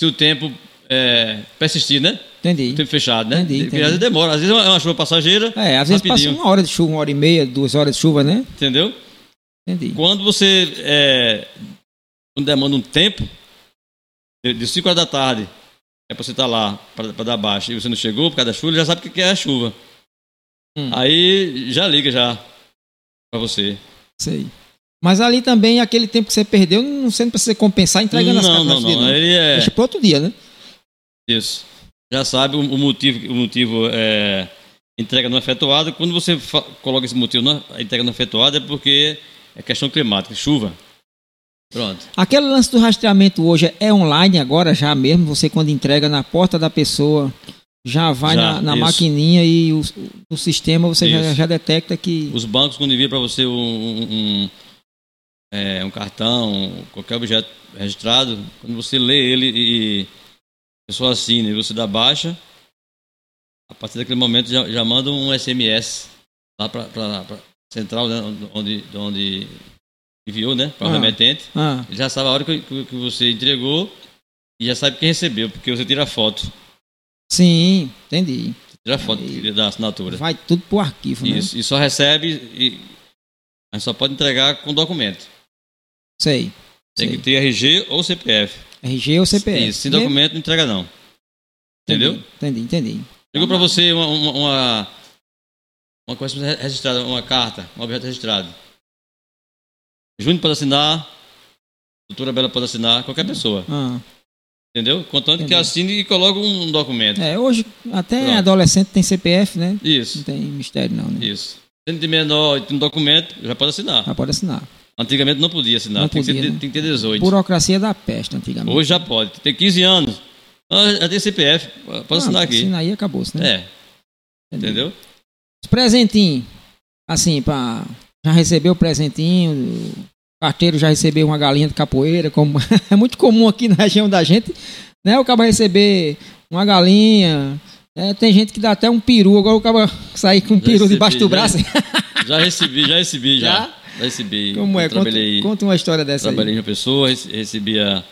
Speaker 2: Se o tempo é, persistir, né?
Speaker 3: Entendi.
Speaker 2: O tempo fechado, né?
Speaker 3: Entendi,
Speaker 2: Porque
Speaker 3: entendi.
Speaker 2: Às vezes demora, às vezes é uma- é uma chuva passageira,
Speaker 3: É, às vezes passa
Speaker 2: Rapidinho.
Speaker 3: uma hora de chuva, uma hora e meia, duas horas de chuva, né?
Speaker 2: entendeu?
Speaker 3: Entendi.
Speaker 2: Quando você é, quando demanda um tempo, de- de 5 horas da tarde, é pra você estar lá pra pra dar baixa e você não chegou por causa da chuva, ele já sabe o que que é a chuva.
Speaker 3: Hum.
Speaker 2: Aí já liga já pra você.
Speaker 3: Sei. Mas ali também, aquele tempo que você perdeu, não- você não precisa compensar entregando as
Speaker 2: não,
Speaker 3: cartas
Speaker 2: não,
Speaker 3: dele,
Speaker 2: não. Ele é.
Speaker 3: Deixa pro outro dia, né?
Speaker 2: Isso. já sabe o, o motivo, o motivo é entrega não efetuada. Quando você fa- coloca esse motivo, não, a entrega não efetuada é porque é questão climática, chuva. Pronto.
Speaker 3: Aquele lance do rastreamento hoje é online agora já mesmo. Você quando entrega na porta da pessoa, já vai
Speaker 2: Já,
Speaker 3: na, na
Speaker 2: isso.
Speaker 3: maquininha e o, o sistema você já,
Speaker 2: Isso.
Speaker 3: já detecta que
Speaker 2: Os bancos, quando enviam para você um, um- um, é, um cartão, qualquer objeto registrado, quando você lê ele e a pessoa assina e você dá baixa, a partir daquele momento já, já manda um SMS lá para a central, né, onde, onde enviou, né? Para o
Speaker 3: Ah.
Speaker 2: remetente.
Speaker 3: ah,
Speaker 2: Ele já sabe a hora que, que- que você entregou e já sabe quem recebeu, porque você tira a foto.
Speaker 3: sim, entendi.
Speaker 2: Tira a foto
Speaker 3: E-
Speaker 2: da assinatura.
Speaker 3: Vai tudo pro arquivo, né?
Speaker 2: Isso, e só recebe e mas só pode entregar com documento.
Speaker 3: Sei.
Speaker 2: Tem
Speaker 3: sei.
Speaker 2: que ter RG ou CPF.
Speaker 3: RG ou CPF.
Speaker 2: Isso, sem documento não entrega não. Entendeu?
Speaker 3: Entendi, entendi.
Speaker 2: Chegou para você uma uma, uma uma coisa registrada, uma carta, um objeto registrado. Júnior pode assinar, doutora Bela pode assinar, qualquer pessoa.
Speaker 3: Ah,
Speaker 2: Entendeu? Contanto que
Speaker 3: Entendi.
Speaker 2: assine e coloque um documento.
Speaker 3: é, hoje até
Speaker 2: Pronto.
Speaker 3: adolescente tem CPF, né?
Speaker 2: Isso.
Speaker 3: Não tem mistério não, né?
Speaker 2: Isso. Sendo de menor e tem um documento, já pode assinar.
Speaker 3: Já pode assinar.
Speaker 2: Antigamente não podia assinar,
Speaker 3: Não
Speaker 2: tem, que
Speaker 3: podia,
Speaker 2: ter,
Speaker 3: né?
Speaker 2: tem que ter 18.
Speaker 3: Burocracia da peste antigamente.
Speaker 2: Hoje já pode, tem 15 anos. Ah, Já tem CPF, pode
Speaker 3: Ah,
Speaker 2: assinar aqui.
Speaker 3: Assina aí e acabou-se, né?
Speaker 2: É, entendeu?
Speaker 3: Os presentinhos, assim, pra, já recebeu o presentinho, o carteiro já recebeu uma galinha de capoeira, como é muito comum aqui na região da gente, né? O cara receber uma galinha, né? tem gente que dá até um peru, agora o cara sair com um
Speaker 2: Já
Speaker 3: peru
Speaker 2: recebi, né?
Speaker 3: debaixo do
Speaker 2: já
Speaker 3: braço.
Speaker 2: Já recebi, já recebi, já.
Speaker 3: Já?
Speaker 2: Já, recebi.
Speaker 3: como é?
Speaker 2: Eu
Speaker 3: Conta,
Speaker 2: Trabalhei,
Speaker 3: conta uma história dessa
Speaker 2: trabalhei
Speaker 3: aí.
Speaker 2: em uma pessoa, rece- recebia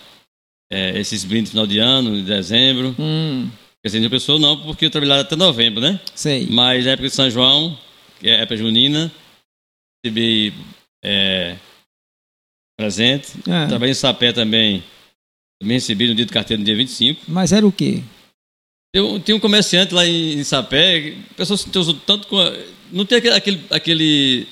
Speaker 2: é, esses brindes no final de ano, em dezembro.
Speaker 3: Hum,
Speaker 2: Quer dizer, em uma pessoa não, porque eu trabalhava até novembro, né?
Speaker 3: sei.
Speaker 2: Mas na época de São João, que é a época junina, recebi é, presente.
Speaker 3: Ah,
Speaker 2: Trabalhei em Sapé também. Também recebi no dia do carteiro, no dia 25.
Speaker 3: mas era o quê?
Speaker 2: Tem um, tem um comerciante lá em, em Sapé, que a pessoa se entusou tanto com. a- não tem aquele, aquele, aquele.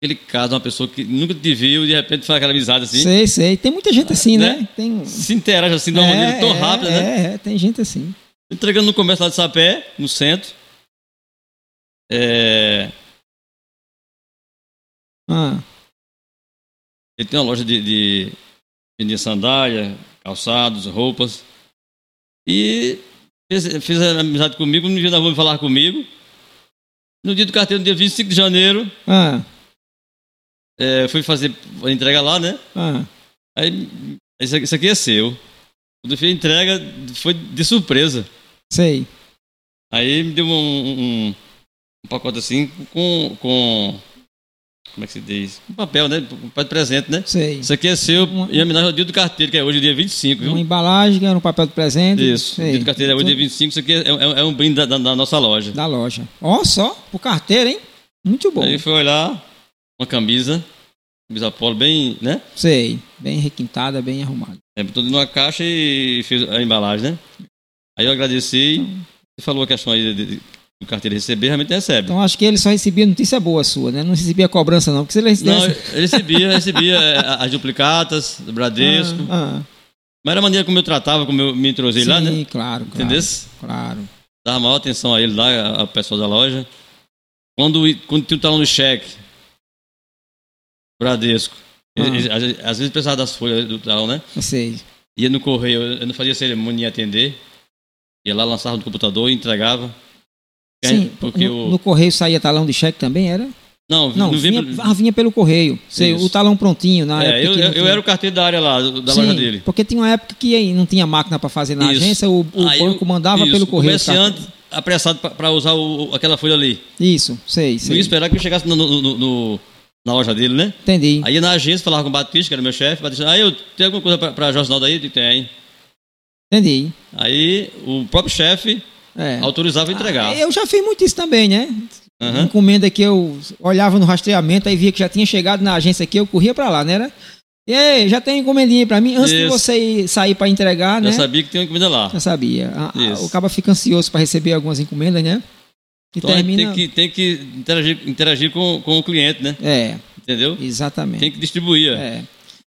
Speaker 2: aquele caso de uma pessoa que nunca te viu e de repente faz aquela amizade assim.
Speaker 3: Sei, sei. Tem muita gente assim,
Speaker 2: né?
Speaker 3: né? Tem...
Speaker 2: Se interage assim de uma maneira tão rápida, né?
Speaker 3: É, é, tem gente assim.
Speaker 2: Entregando no comércio lá de Sapé, no centro. É,
Speaker 3: Ah,
Speaker 2: ele tem uma loja de, de, vendia sandália, calçados, roupas. E fez, fez amizade comigo, um dia na rua falar comigo. No dia do carteiro, no dia 25 de janeiro,
Speaker 3: ah,
Speaker 2: É, fui fazer a entrega lá, né?
Speaker 3: ah.
Speaker 2: Aí, isso aqui, isso aqui é seu. Quando eu fiz a entrega, foi de surpresa.
Speaker 3: Sei.
Speaker 2: Aí me deu um, um- um pacote assim com, com. Como é que se diz? Um papel, né? Um papel de presente, né?
Speaker 3: Sei.
Speaker 2: Isso aqui é seu
Speaker 3: Uma-
Speaker 2: em homenagem ao dia do carteiro, que é hoje, dia 25, viu?
Speaker 3: Uma embalagem, ganhando um papel de presente.
Speaker 2: Isso.
Speaker 3: Sei.
Speaker 2: Dia do carteiro é hoje, dia 25. Isso aqui é, é- é um brinde da, da- da nossa loja.
Speaker 3: Da loja. Ó, só, pro carteiro, hein? Muito Tá bom.
Speaker 2: Aí foi olhar uma camisa, camisa polo bem, né?
Speaker 3: Sei. Bem requintada, bem arrumada.
Speaker 2: É, botou dentro de uma caixa e fez a embalagem, né? Aí eu agradeci. Você falou a questão aí de, de, do carteiro receber, realmente recebe.
Speaker 3: Então acho que ele só recebia notícia boa sua, né? Não recebia cobrança, não. Porque se ele
Speaker 2: não,
Speaker 3: recebesse.
Speaker 2: eu recebia, recebia é, a- as duplicatas do Bradesco.
Speaker 3: Ah, ah.
Speaker 2: Mas era a maneira como eu tratava, como eu me entrosei
Speaker 3: Sim,
Speaker 2: lá, né?
Speaker 3: claro, claro.
Speaker 2: Entendesse?
Speaker 3: Claro.
Speaker 2: Dava maior atenção a ele lá, ao pessoal da loja. Quando, quando tinha o talão de cheque, Bradesco.
Speaker 3: Ah.
Speaker 2: Eles- eles- às, vezes- às vezes precisava das folhas do talão, né?
Speaker 3: Eu sei.
Speaker 2: Ia no correio, eu não fazia cerimônia em atender. Ia lá, lançava no computador e entregava.
Speaker 3: Sim,
Speaker 2: É, porque
Speaker 3: no,
Speaker 2: o.
Speaker 3: no correio saía talão de cheque também, era?
Speaker 2: Não, não
Speaker 3: Não, vinha,
Speaker 2: vinha. pro-
Speaker 3: ah, vinha pelo correio. Sei,
Speaker 2: Isso.
Speaker 3: o talão prontinho na
Speaker 2: É,
Speaker 3: época.
Speaker 2: eu,
Speaker 3: que não
Speaker 2: eu, eu
Speaker 3: tinha-
Speaker 2: era o carteiro da área lá, do- da
Speaker 3: né? Sim,
Speaker 2: loja dele.
Speaker 3: Porque tinha uma época que aí não tinha máquina pra fazer na
Speaker 2: Isso.
Speaker 3: agência, o, o
Speaker 2: Aí
Speaker 3: banco
Speaker 2: eu-
Speaker 3: mandava
Speaker 2: isso,
Speaker 3: pelo
Speaker 2: O
Speaker 3: correio. tá? os
Speaker 2: comerciante apressado para usar o- o- aquela folha ali.
Speaker 3: cartões. Isso, sei,
Speaker 2: Não
Speaker 3: sei.
Speaker 2: ia esperar que eu chegasse no, no- no- no- na loja dele, né?
Speaker 3: Entendi.
Speaker 2: Aí ia na agência, falava com o Batista, que era meu chefe. Batista, aí eu tenho alguma coisa pra, pra Jornal daí? Digo, Tem.
Speaker 3: Entendi.
Speaker 2: Aí o próprio chefe
Speaker 3: É.
Speaker 2: autorizava a entregar.
Speaker 3: Ah, Eu já fiz muito isso também, né?
Speaker 2: Aham.
Speaker 3: Encomenda que eu olhava no rastreamento, aí via que já tinha chegado na agência aqui, eu corria pra lá, né? Era? E aí, já tem encomendinha pra mim? Antes de
Speaker 2: Isso.
Speaker 3: você ir- sair pra entregar,
Speaker 2: Eu
Speaker 3: né?
Speaker 2: sabia que tinha uma comida lá.
Speaker 3: Já sabia. A- a-
Speaker 2: Isso.
Speaker 3: o cara fica ansioso pra receber algumas encomendas, né? E
Speaker 2: Então a gente
Speaker 3: termina.
Speaker 2: tem que, tem que interagir, interagir com, com o cliente, né?
Speaker 3: É,
Speaker 2: Entendeu?
Speaker 3: exatamente.
Speaker 2: Tem que distribuir.
Speaker 3: É.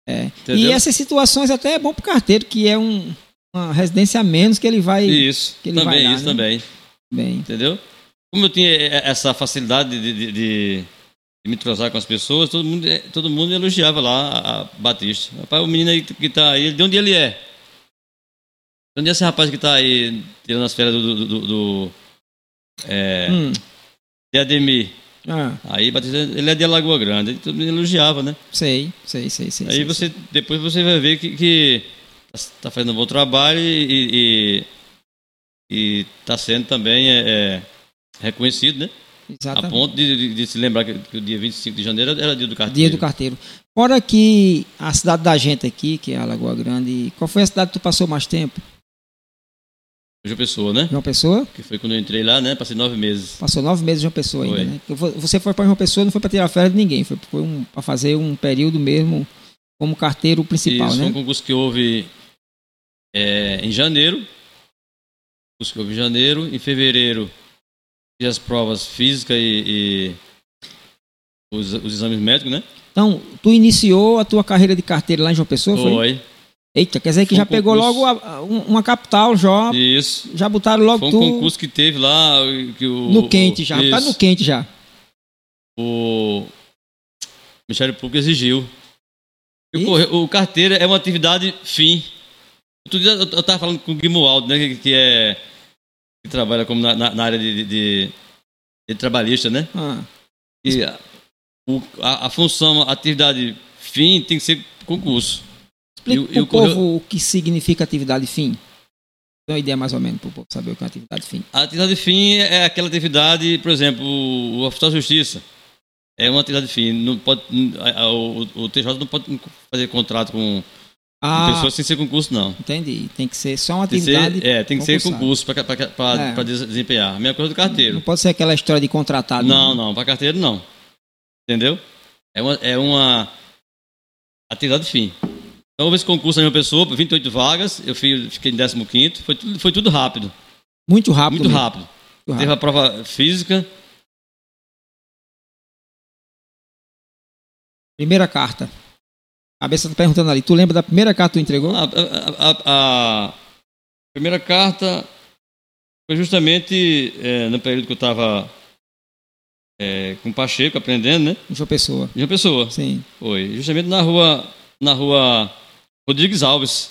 Speaker 3: É.
Speaker 2: Entendeu?
Speaker 3: E essas situações até é bom pro carteiro, que é um, uma residência a menos que ele vai.
Speaker 2: Isso,
Speaker 3: que ele vai
Speaker 2: também,
Speaker 3: lá,
Speaker 2: isso
Speaker 3: né?
Speaker 2: também.
Speaker 3: Bem,
Speaker 2: Entendeu? Como eu tinha eh, essa facilidade de, de- de- de me entrosar com as pessoas, todo mundo, eh, todo mundo elogiava lá a, a Batista. Rapaz, o menino aí que tá aí, de onde ele é? De onde é esse rapaz que tá aí tirando as férias do. do, do, do eh,
Speaker 3: hum,
Speaker 2: de Ademir?
Speaker 3: ah,
Speaker 2: Aí Batista, ele é de Lagoa Grande, aí todo mundo elogiava, né?
Speaker 3: sei, sei, sei, sei.
Speaker 2: Aí
Speaker 3: sei,
Speaker 2: você, depois você vai ver que, que tá fazendo um bom trabalho e, e, e tá sendo também eh, eh, reconhecido, né?
Speaker 3: sei.
Speaker 2: A
Speaker 3: Exatamente.
Speaker 2: ponto de, de- de se lembrar que, que o dia 25 de janeiro era dia do carteiro. né?
Speaker 3: Dia do carteiro. Fora que a cidade da gente aqui, que é a Lagoa Grande, qual foi a cidade que tu passou mais tempo?
Speaker 2: João Pessoa, né?
Speaker 3: João Pessoa?
Speaker 2: Que foi quando eu entrei lá, né? Passei nove meses.
Speaker 3: Passou nove meses em João Pessoa ainda,
Speaker 2: Foi.
Speaker 3: né? Porque vo- Você foi para João Pessoa, não foi para tirar férias de ninguém, foi para fazer um período mesmo como carteiro
Speaker 2: E
Speaker 3: principal,
Speaker 2: isso foi um
Speaker 3: né?
Speaker 2: concurso que houve eh, em janeiro. Concurso que houve em janeiro. Em fevereiro, fiz as provas físicas e, e os, os exames médicos, né?
Speaker 3: Então, tu iniciou a tua carreira de carteiro lá em João Pessoa, foi?
Speaker 2: Foi.
Speaker 3: Eita, quer dizer que
Speaker 2: Foi um
Speaker 3: já pegou
Speaker 2: concurso.
Speaker 3: logo a- a- um- uma capital, já,
Speaker 2: Isso.
Speaker 3: já botaram logo
Speaker 2: Foi um
Speaker 3: tu
Speaker 2: concurso que teve lá. Que o,
Speaker 3: no quente já, tá
Speaker 2: Isso.
Speaker 3: no quente já.
Speaker 2: o Ministério Público exigiu. E o
Speaker 3: Ih.
Speaker 2: corre- O, carteira é uma atividade fim. Outro dia eu estava falando com o Guimualdo, né, que, que é que trabalha como na, na- na área de, de- de- de trabalhista, né?
Speaker 3: Ah,
Speaker 2: E a, o- a- a função, a atividade fim tem que ser concurso.
Speaker 3: explica
Speaker 2: E o-
Speaker 3: pro
Speaker 2: e o corre-
Speaker 3: povo o que significa atividade fim. Tem uma ideia mais ou menos pro povo saber o que é atividade fim.
Speaker 2: A atividade fim é aquela atividade, por exemplo, o, o oficial de justiça é uma atividade fim. Não pode, a- a- o, o TJ não pode fazer contrato com
Speaker 3: Ah,
Speaker 2: pessoas sem ser concurso, não.
Speaker 3: entendi. Tem que ser só uma
Speaker 2: Tem que ser-
Speaker 3: atividade.
Speaker 2: é, tem que ser
Speaker 3: concursada.
Speaker 2: concurso para
Speaker 3: É.
Speaker 2: desempenhar. A mesma coisa do
Speaker 3: Não
Speaker 2: carteiro.
Speaker 3: pode ser aquela história de contratado.
Speaker 2: Não, não, para carteiro não. Entendeu? É uma, é uma atividade fim. Então houve esse concurso na minha pessoa, 28 vagas, eu fui, fiquei em 15 foi tudo, foi tudo rápido.
Speaker 3: Muito rápido.
Speaker 2: muito
Speaker 3: mesmo.
Speaker 2: rápido.
Speaker 3: Muito
Speaker 2: Teve a prova física,
Speaker 3: Primeira carta. A cabeça tá perguntando ali. Tu lembra da primeira carta que tu entregou?
Speaker 2: A, a- a- a primeira carta foi justamente eh, no período que eu estava com o Pacheco aprendendo, né?
Speaker 3: João Pessoa.
Speaker 2: De uma pessoa.
Speaker 3: Sim.
Speaker 2: Foi. Justamente na rua. Na rua Rodrigues Alves.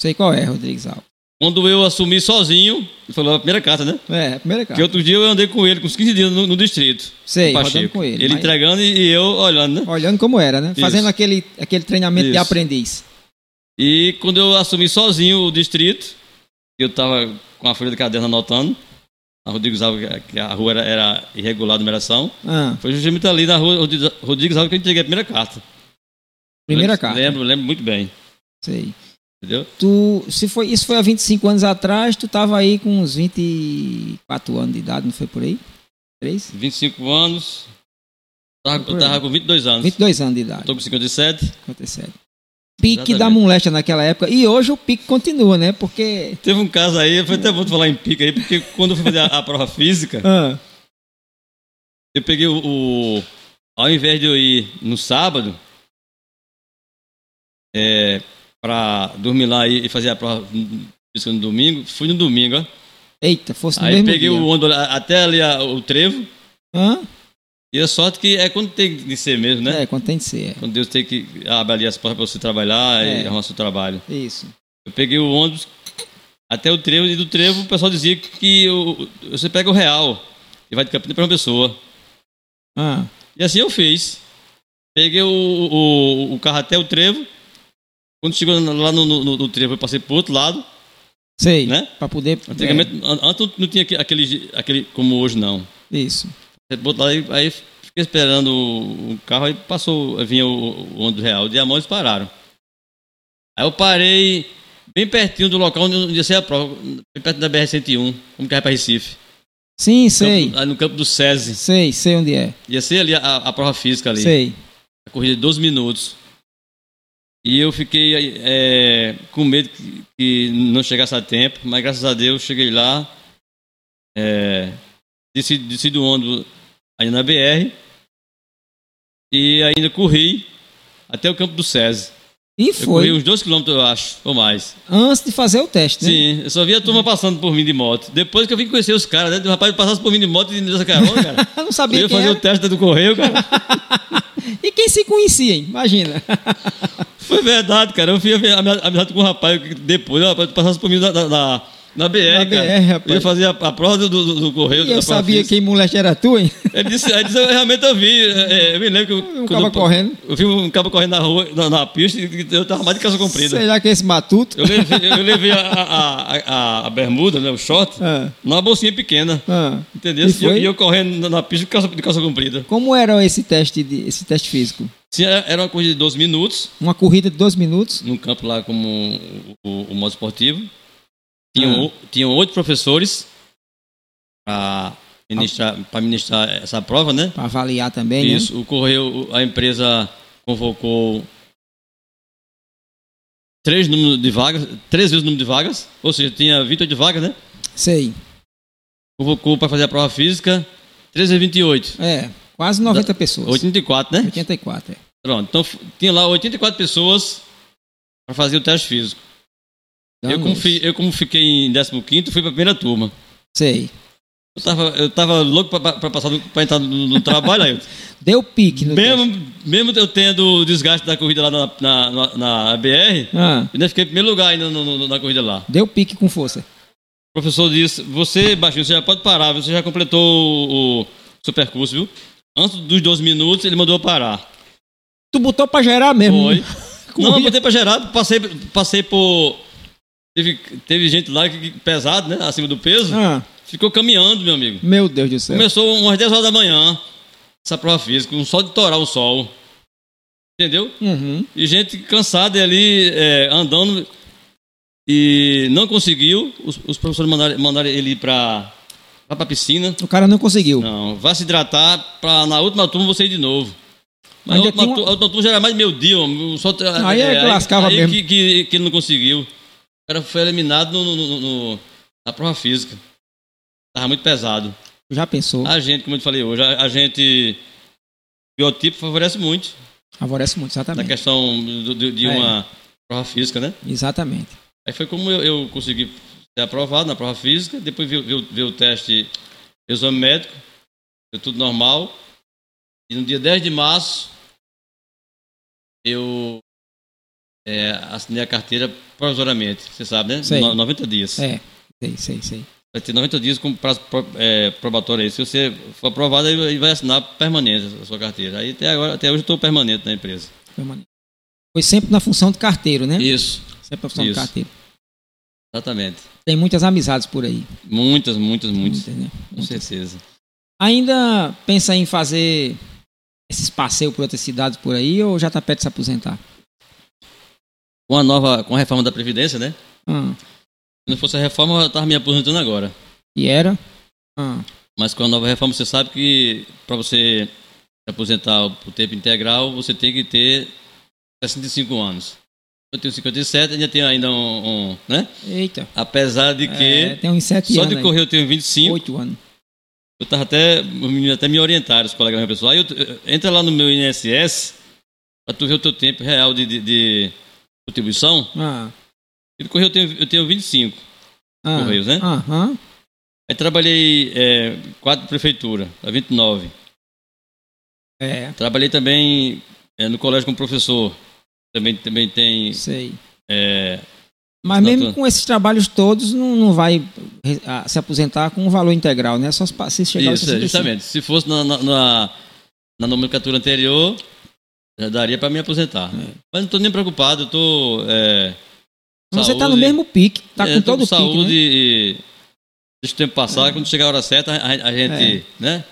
Speaker 3: Sei qual é, Rodrigues Alves.
Speaker 2: Quando eu assumi sozinho, ele falou a primeira carta, né?
Speaker 3: É, a primeira
Speaker 2: Que
Speaker 3: carta.
Speaker 2: outro dia eu andei com ele, com uns 15 dias no, no distrito.
Speaker 3: Sei,
Speaker 2: com o
Speaker 3: rodando com ele.
Speaker 2: Ele
Speaker 3: mas
Speaker 2: entregando e e eu olhando, né?
Speaker 3: Olhando como era, né?
Speaker 2: Isso.
Speaker 3: Fazendo aquele, aquele treinamento de
Speaker 2: Isso.
Speaker 3: aprendiz.
Speaker 2: E quando eu assumi sozinho o distrito, eu estava com a folha de caderno anotando, a Rodrigues Alves, que a rua era, era irregular a numeração,
Speaker 3: Ah,
Speaker 2: foi justamente ali na rua Rodrigues- Rodrigues Alves que eu entreguei a primeira carta.
Speaker 3: primeira
Speaker 2: Eu
Speaker 3: carta.
Speaker 2: Lembro, lembro muito bem,
Speaker 3: Sei.
Speaker 2: entendeu?
Speaker 3: Tu, se foi, isso foi há 25 anos atrás, tu tava aí com uns 24 anos de idade, não foi por aí? Três?
Speaker 2: 25 anos, tava, eu tava com 22 anos,
Speaker 3: 22 anos de idade.
Speaker 2: estou com 57.
Speaker 3: 57. Pique
Speaker 2: Exatamente.
Speaker 3: da moléstia naquela época. E hoje o pique continua, né? Porque.
Speaker 2: Teve um caso aí, foi até bom tu falar em pica aí, porque quando eu fui fazer a, a prova física,
Speaker 3: Ah,
Speaker 2: eu peguei o, o- Ao invés de eu ir no sábado, é, pra dormir lá e, e fazer a prova física no domingo, fui no domingo, ó.
Speaker 3: eita, fosse no
Speaker 2: Aí
Speaker 3: mesmo
Speaker 2: peguei
Speaker 3: dia.
Speaker 2: o ônibus lá- até ali a- o trevo,
Speaker 3: Hã?
Speaker 2: e a sorte que é quando tem de ser mesmo, né?
Speaker 3: É, quando tem de ser.
Speaker 2: Quando Deus tem que abrir ali as portas pra você trabalhar
Speaker 3: É.
Speaker 2: e arrumar seu trabalho.
Speaker 3: é. Isso.
Speaker 2: Eu peguei o ônibus até o trevo, e do trevo o pessoal dizia que o- você pega o real e vai de Campinas pra uma pessoa.
Speaker 3: Ah,
Speaker 2: E assim eu fiz. Peguei o, o, o carro até o trevo. Quando chegou lá no, no, no trevo, eu passei pro outro lado,
Speaker 3: sei.
Speaker 2: né?
Speaker 3: Pra poder.
Speaker 2: Antigamente, an- antes não tinha aque- aquele, aquele como hoje, não.
Speaker 3: É, isso.
Speaker 2: Passei pro outro lado, aí, aí fiquei esperando o, o carro, aí passou, aí vinha o, o ônibus real. De amor, eles pararam. Aí eu parei bem pertinho do local onde onde ia ser a prova, bem perto da BR-101, como que é pra Recife.
Speaker 3: Sim, sei.
Speaker 2: Campo- Aí no campo do SESI.
Speaker 3: Sei, sei onde é.
Speaker 2: Ia ser ali a, a prova física ali.
Speaker 3: Sei.
Speaker 2: a corrida de 12 minutos. E eu fiquei eh, com medo que, que não chegasse a tempo, mas graças a Deus cheguei lá, eh, desci, desci do ônibus ainda na BR e ainda corri até o campo do SESI.
Speaker 3: E
Speaker 2: Eu corri
Speaker 3: foi.
Speaker 2: uns dois quilômetros, eu acho, ou mais.
Speaker 3: Antes de fazer o teste, né?
Speaker 2: Sim, eu só vi a turma passando por mim de moto. Depois que eu vim conhecer os caras, né? O rapaz passasse por mim de moto e me deu essa carona, cara.
Speaker 3: Eu não
Speaker 2: Eu
Speaker 3: sabia
Speaker 2: ia
Speaker 3: quem
Speaker 2: fazer
Speaker 3: era.
Speaker 2: o teste do correio, cara.
Speaker 3: E quem se conhecia, hein? Imagina.
Speaker 2: Foi verdade, cara. Eu fiz ami- ami- amizade com um rapaz que depois, o rapaz passasse por mim na, na, na, na BR,
Speaker 3: Na
Speaker 2: cara.
Speaker 3: BR, rapaz.
Speaker 2: Eu ia fazer a, a prova do, do, do correio.
Speaker 3: E
Speaker 2: da
Speaker 3: eu sabia
Speaker 2: Pafis.
Speaker 3: quem moleque era tu, hein?
Speaker 2: Ele disse, ele disse, eu realmente eu vi. é, é, eu me lembro que. eu-
Speaker 3: Um
Speaker 2: quando
Speaker 3: caba
Speaker 2: eu-
Speaker 3: correndo.
Speaker 2: Eu vi um cabo correndo na rua, na, na pista, e eu tava mais de calça comprida.
Speaker 3: Sei lá que é esse matuto.
Speaker 2: Eu levei, eu levei a, a, a, a bermuda, né, o short,
Speaker 3: Ah.
Speaker 2: numa bolsinha pequena.
Speaker 3: Ah.
Speaker 2: Entendeu?
Speaker 3: E
Speaker 2: E eu,
Speaker 3: foi?
Speaker 2: e eu correndo na, na pista de calça, de calça comprida.
Speaker 3: Como era esse teste, de, esse teste físico?
Speaker 2: Sim, era era uma coisa de 12 minutos.
Speaker 3: Uma corrida de 12 minutos?
Speaker 2: num campo lá como o, o, o modo esportivo. Tinham, o- tinham oito professores para ministrar, pra ministrar essa prova, né?
Speaker 3: Pra avaliar também, né?
Speaker 2: Isso, o Correio, o- a empresa convocou três números de vagas, três vezes o número de vagas, ou seja, tinha 28 vagas, né?
Speaker 3: Sei.
Speaker 2: Convocou para fazer a prova física, 13 vezes 28.
Speaker 3: É, quase 90
Speaker 2: Da-
Speaker 3: pessoas.
Speaker 2: 84, né?
Speaker 3: 84, é.
Speaker 2: Pronto, então f- tinha lá 84 pessoas para fazer o teste físico. Eu como,
Speaker 3: Danos.
Speaker 2: fi- eu, como fiquei em 15, fui pra primeira turma.
Speaker 3: Sei.
Speaker 2: Eu tava, eu tava louco pra- pra, pra, passar do- pra entrar no, no trabalho aí.
Speaker 3: Deu pique no teste.
Speaker 2: mesmo, mesmo eu tendo o desgaste da corrida lá na, na, na, na BR,
Speaker 3: Ah,
Speaker 2: eu ainda fiquei em primeiro lugar ainda no- no- na corrida lá.
Speaker 3: deu pique com força.
Speaker 2: O professor disse: Você, baixinho, você já pode parar, você já completou o, o seu percurso, viu? Antes dos 12 minutos, ele mandou eu parar.
Speaker 3: Tu botou pra gerar mesmo.
Speaker 2: Foi. Não, eu
Speaker 3: É Corria.
Speaker 2: botei pra gerar, passei, passei por. Teve, teve gente lá que, que- pesado, né? Acima do peso.
Speaker 3: Ah,
Speaker 2: Ficou caminhando, meu amigo.
Speaker 3: meu Deus do céu.
Speaker 2: Começou umas 10 horas da manhã, essa prova física, um sol de torar o sol. Entendeu?
Speaker 3: Uhum.
Speaker 2: E gente cansada e ali é, andando e não conseguiu. Os, os professores mandaram, mandaram ele ir pra, lá pra piscina.
Speaker 3: O cara não conseguiu.
Speaker 2: Não, vai se hidratar pra na última turma você ir de novo. Mas a
Speaker 3: Ainda
Speaker 2: última,
Speaker 3: tem uma-
Speaker 2: tu- a última turma já era mais meio-dia. homem, o sol tra-
Speaker 3: Aí é que lascava
Speaker 2: aí
Speaker 3: mesmo.
Speaker 2: Que, que, que ele não conseguiu. O cara foi eliminado no- no- no- no- na prova física. Tava muito pesado.
Speaker 3: Já pensou.
Speaker 2: A gente, como eu te falei hoje, a, a gente. Biotipo favorece muito
Speaker 3: Favorece muito,
Speaker 2: na
Speaker 3: exatamente.
Speaker 2: questão do- de, de
Speaker 3: É.
Speaker 2: uma prova física, né?
Speaker 3: Exatamente.
Speaker 2: Aí foi como eu, eu consegui ser aprovado na prova física, depois vi, vi o- vi o teste, o exame médico, deu tudo normal. E no dia 10 de março, eu é, assinei a carteira provisoriamente, você sabe, né?
Speaker 3: Sei.
Speaker 2: No- 90 dias.
Speaker 3: É, sei, sei, sei.
Speaker 2: Vai ter 90 dias como prazo pro- é, probatório aí. Se você for aprovado, aí aí vai assinar permanente a sua carteira. Aí até agora, até hoje eu estou permanente na empresa.
Speaker 3: Permanente. Foi sempre na função de carteiro, né?
Speaker 2: Isso,
Speaker 3: Sempre na função de
Speaker 2: Isso.
Speaker 3: carteiro.
Speaker 2: exatamente.
Speaker 3: Tem muitas amizades por aí.
Speaker 2: Muitas, muitas, muitas.
Speaker 3: Muitas, né?
Speaker 2: Com
Speaker 3: Muitas.
Speaker 2: certeza.
Speaker 3: Ainda pensa em fazer esses passeios por outras cidades por aí ou já tá perto de se aposentar?
Speaker 2: Com a nova, com a reforma da Previdência, né?
Speaker 3: Ah,
Speaker 2: Se não fosse a reforma, eu estava me aposentando agora.
Speaker 3: e era? Ah,
Speaker 2: Mas com a nova reforma, você sabe que para você se aposentar o tempo integral, você tem que ter 65 anos. Eu tenho 57, ainda tenho ainda um, um, né?
Speaker 3: eita.
Speaker 2: Apesar de
Speaker 3: É,
Speaker 2: que
Speaker 3: tem uns sete
Speaker 2: só
Speaker 3: anos.
Speaker 2: de
Speaker 3: aí.
Speaker 2: correr eu tenho 25.
Speaker 3: Oito anos.
Speaker 2: Eu tava até, os meninos até me orientaram, os colegas meus pessoal. Aí eu, entra lá no meu INSS pra tu ver o teu tempo real de, de, de contribuição.
Speaker 3: Ah,
Speaker 2: Ele correu, eu tenho, eu tenho 25.
Speaker 3: ah,
Speaker 2: Correios, né?
Speaker 3: Aham.
Speaker 2: Aí trabalhei é, quatro prefeituras, a 29.
Speaker 3: É,
Speaker 2: Trabalhei também é, no colégio como professor. Também, também tem.
Speaker 3: sei.
Speaker 2: é,
Speaker 3: Mas
Speaker 2: Não,
Speaker 3: mesmo
Speaker 2: tô-
Speaker 3: com esses trabalhos todos, não, não vai re- ah, se aposentar com um valor integral, né? Só se pa- se chegar aos
Speaker 2: isso, é,
Speaker 3: 65.
Speaker 2: justamente. Se fosse na, na, na, na nomenclatura anterior, já daria pra me aposentar.
Speaker 3: É.
Speaker 2: Mas não tô nem preocupado, eu tô. é,
Speaker 3: Mas Você tá no
Speaker 2: saúde-
Speaker 3: mesmo pique, tá
Speaker 2: É,
Speaker 3: com
Speaker 2: tô
Speaker 3: todo o
Speaker 2: saúde e
Speaker 3: pique, né?
Speaker 2: deixa o tempo passar, quando chegar a hora certa, a, a gente, né?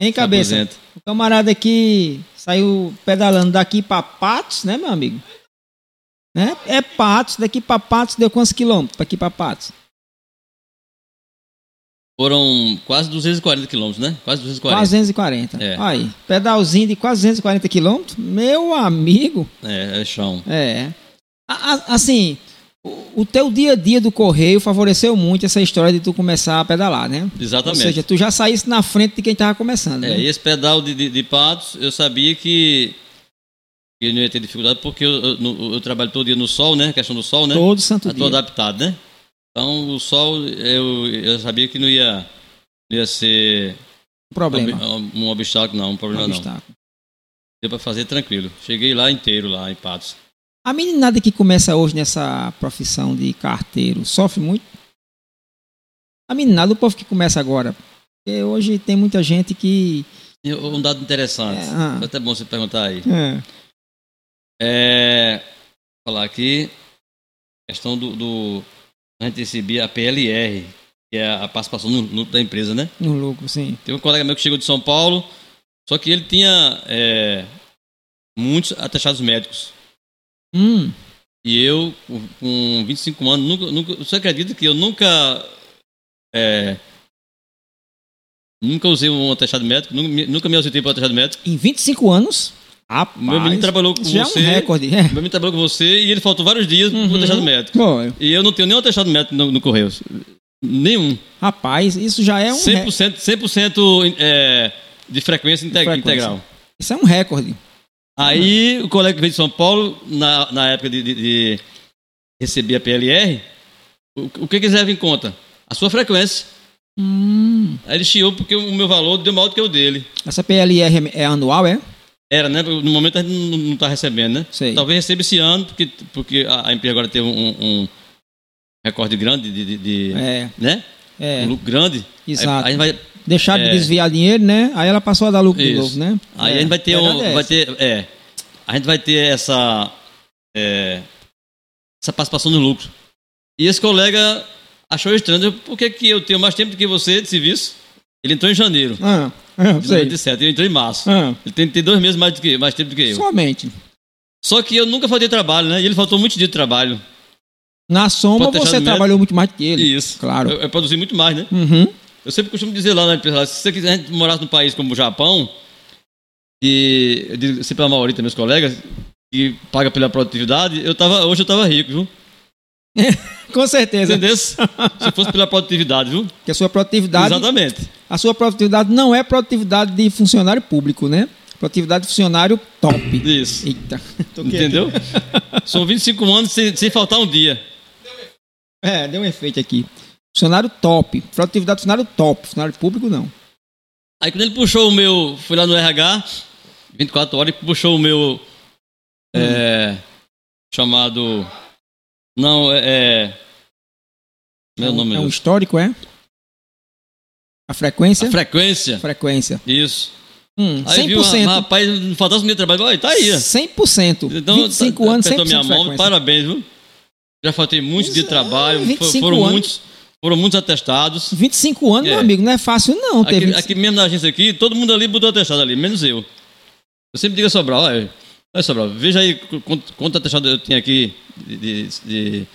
Speaker 3: Em
Speaker 2: se
Speaker 3: É. cabeça.
Speaker 2: aposenta.
Speaker 3: O camarada aqui saiu pedalando daqui pra Patos, né, meu amigo? Né? É Patos, daqui pra Patos deu quantos quilômetros? Daqui pra Patos?
Speaker 2: Foram quase 240 quilômetros, né? Quase 240.
Speaker 3: Quase 240.
Speaker 2: É.
Speaker 3: Aí, pedalzinho de quase 240 quilômetros? Meu amigo,
Speaker 2: É, é chão.
Speaker 3: é. A- a- assim, o, o teu dia a dia do correio favoreceu muito essa história de tu começar a pedalar, né? Ou
Speaker 2: Exatamente.
Speaker 3: seja, tu já saísse na frente de quem tava começando.
Speaker 2: É,
Speaker 3: né?
Speaker 2: e esse pedal de, de, de patos, eu sabia que que não ia ter dificuldade, porque eu, eu, no- eu trabalho todo dia no sol, né? Questão do sol, né?
Speaker 3: Todo santo
Speaker 2: Eu tô
Speaker 3: dia.
Speaker 2: adaptado, né? Então o sol, eu, eu sabia que não ia, não ia ser
Speaker 3: Problema.
Speaker 2: Um, um obstáculo, não, um problema não.
Speaker 3: Obstáculo.
Speaker 2: Deu pra fazer tranquilo. Cheguei lá inteiro, lá em Patos.
Speaker 3: A meninada que começa hoje nessa profissão de carteiro sofre muito? A meninada, o povo que começa agora. Porque hoje tem muita gente que.
Speaker 2: E um dado interessante,
Speaker 3: É, ah.
Speaker 2: foi até bom você perguntar aí.
Speaker 3: É,
Speaker 2: É, falar aqui, questão do, do- A gente recebia a PLR, que é a participação no lucro da empresa, né?
Speaker 3: no lucro, sim.
Speaker 2: Teve um colega meu que chegou de São Paulo, só que ele tinha é, muitos atachados médicos.
Speaker 3: Hum,
Speaker 2: E eu, com- com 25 anos, nunca, nunca, você acredita que eu nunca. é, nunca usei um atestado médico, nunca, me- nunca me ausentei para um atestado médico.
Speaker 3: em 25 anos. Rapaz,
Speaker 2: Meu menino trabalhou com
Speaker 3: isso já
Speaker 2: você.
Speaker 3: é um recorde. É.
Speaker 2: Meu amigo trabalhou com você e ele faltou vários dias para
Speaker 3: Uhum.
Speaker 2: pro atestado médico.
Speaker 3: Pô,
Speaker 2: E eu não tenho nenhum atestado médico no, no Correios. Nenhum.
Speaker 3: rapaz, isso já é um. re-
Speaker 2: 100%, 100% é, de frequência, inte-
Speaker 3: De frequência.
Speaker 2: integral.
Speaker 3: Isso é um recorde.
Speaker 2: Aí o colega que veio de São Paulo, na, na época de, de- de receber a PLR, o, o que que eles levam em conta? A sua frequência.
Speaker 3: Hum,
Speaker 2: Aí ele chiou porque o meu valor deu maior do que o dele.
Speaker 3: essa PLR é anual, é?
Speaker 2: Era, né? No momento a gente não- não está recebendo, né?
Speaker 3: Sei.
Speaker 2: Talvez receba esse ano, porque, porque a, a empresa agora teve um, um recorde grande de. de- de-
Speaker 3: É,
Speaker 2: Né?
Speaker 3: é.
Speaker 2: Um lucro grande. Aí-
Speaker 3: Exato.
Speaker 2: Aí, a gente vai,
Speaker 3: Deixar de
Speaker 2: é.
Speaker 3: desviar dinheiro, né? Aí ela passou a dar lucro de
Speaker 2: Isso.
Speaker 3: novo, né?
Speaker 2: aí
Speaker 3: É,
Speaker 2: a gente vai ter um.
Speaker 3: verdade é
Speaker 2: Vai
Speaker 3: essa.
Speaker 2: ter, é. A gente vai ter essa. é, essa participação no lucro. E esse colega achou estranho. Por que, que eu tenho mais tempo do que você de serviço? Ele entrou em janeiro
Speaker 3: Ah, ah,
Speaker 2: de
Speaker 3: sei.
Speaker 2: 97, eu entrei em março.
Speaker 3: Ah,
Speaker 2: Ele tem, tem dois meses mais, do que, mais tempo do que eu.
Speaker 3: somente.
Speaker 2: Só que eu nunca faltei trabalho, né? E ele faltou muito dia de trabalho.
Speaker 3: Na soma,
Speaker 2: Pode deixar
Speaker 3: você
Speaker 2: no
Speaker 3: trabalhou muito mais que ele.
Speaker 2: Isso.
Speaker 3: Claro.
Speaker 2: Eu, eu produzi muito mais, né?
Speaker 3: Uhum.
Speaker 2: Eu sempre costumo dizer lá na empresa, lá, se você quiser, a gente morasse num país como o Japão, e eu digo sempre a maioria dos meus colegas, que paga pela produtividade, eu tava, hoje eu tava rico, viu?
Speaker 3: Com certeza.
Speaker 2: Entendeu? se fosse pela produtividade, viu?
Speaker 3: Porque a sua produtividade,
Speaker 2: Exatamente.
Speaker 3: a sua produtividade não é produtividade de funcionário público, né? Produtividade de funcionário top.
Speaker 2: Isso.
Speaker 3: Eita. Tô quieto.
Speaker 2: Entendeu? São 25 anos sem, sem faltar um dia.
Speaker 3: É, deu um efeito aqui. Funcionário top. Produtividade de funcionário top. Funcionário público, não.
Speaker 2: Aí quando ele puxou o meu, fui lá no RH, 24 horas, e puxou o meu é, chamado não é, é meu
Speaker 3: é um,
Speaker 2: nome
Speaker 3: é
Speaker 2: meu
Speaker 3: um
Speaker 2: Deus.
Speaker 3: histórico, é? A frequência?
Speaker 2: a frequência,
Speaker 3: frequência.
Speaker 2: isso.
Speaker 3: Hum,
Speaker 2: Aí viu,
Speaker 3: 100%.
Speaker 2: ah, rapaz, não faltasse um dia de trabalho, olha, tá aí. ó.
Speaker 3: 100%.
Speaker 2: Então,
Speaker 3: 25
Speaker 2: tá-
Speaker 3: anos, 100%
Speaker 2: apertou minha
Speaker 3: de
Speaker 2: mão,
Speaker 3: frequência.
Speaker 2: parabéns, viu? Já faltei muitos
Speaker 3: Isso,
Speaker 2: dias de trabalho,
Speaker 3: é,
Speaker 2: fo-
Speaker 3: 25
Speaker 2: foram
Speaker 3: anos.
Speaker 2: muitos, foram muitos atestados.
Speaker 3: 25 anos,
Speaker 2: É.
Speaker 3: meu amigo, não é fácil não ter
Speaker 2: Aqui,
Speaker 3: 25
Speaker 2: aqui mesmo na agência aqui, todo mundo ali botou atestado ali, menos eu. Eu sempre digo a Sobral, olha, olha Sobral, veja aí qu- quanto, quanto atestado eu tinha aqui de... de, de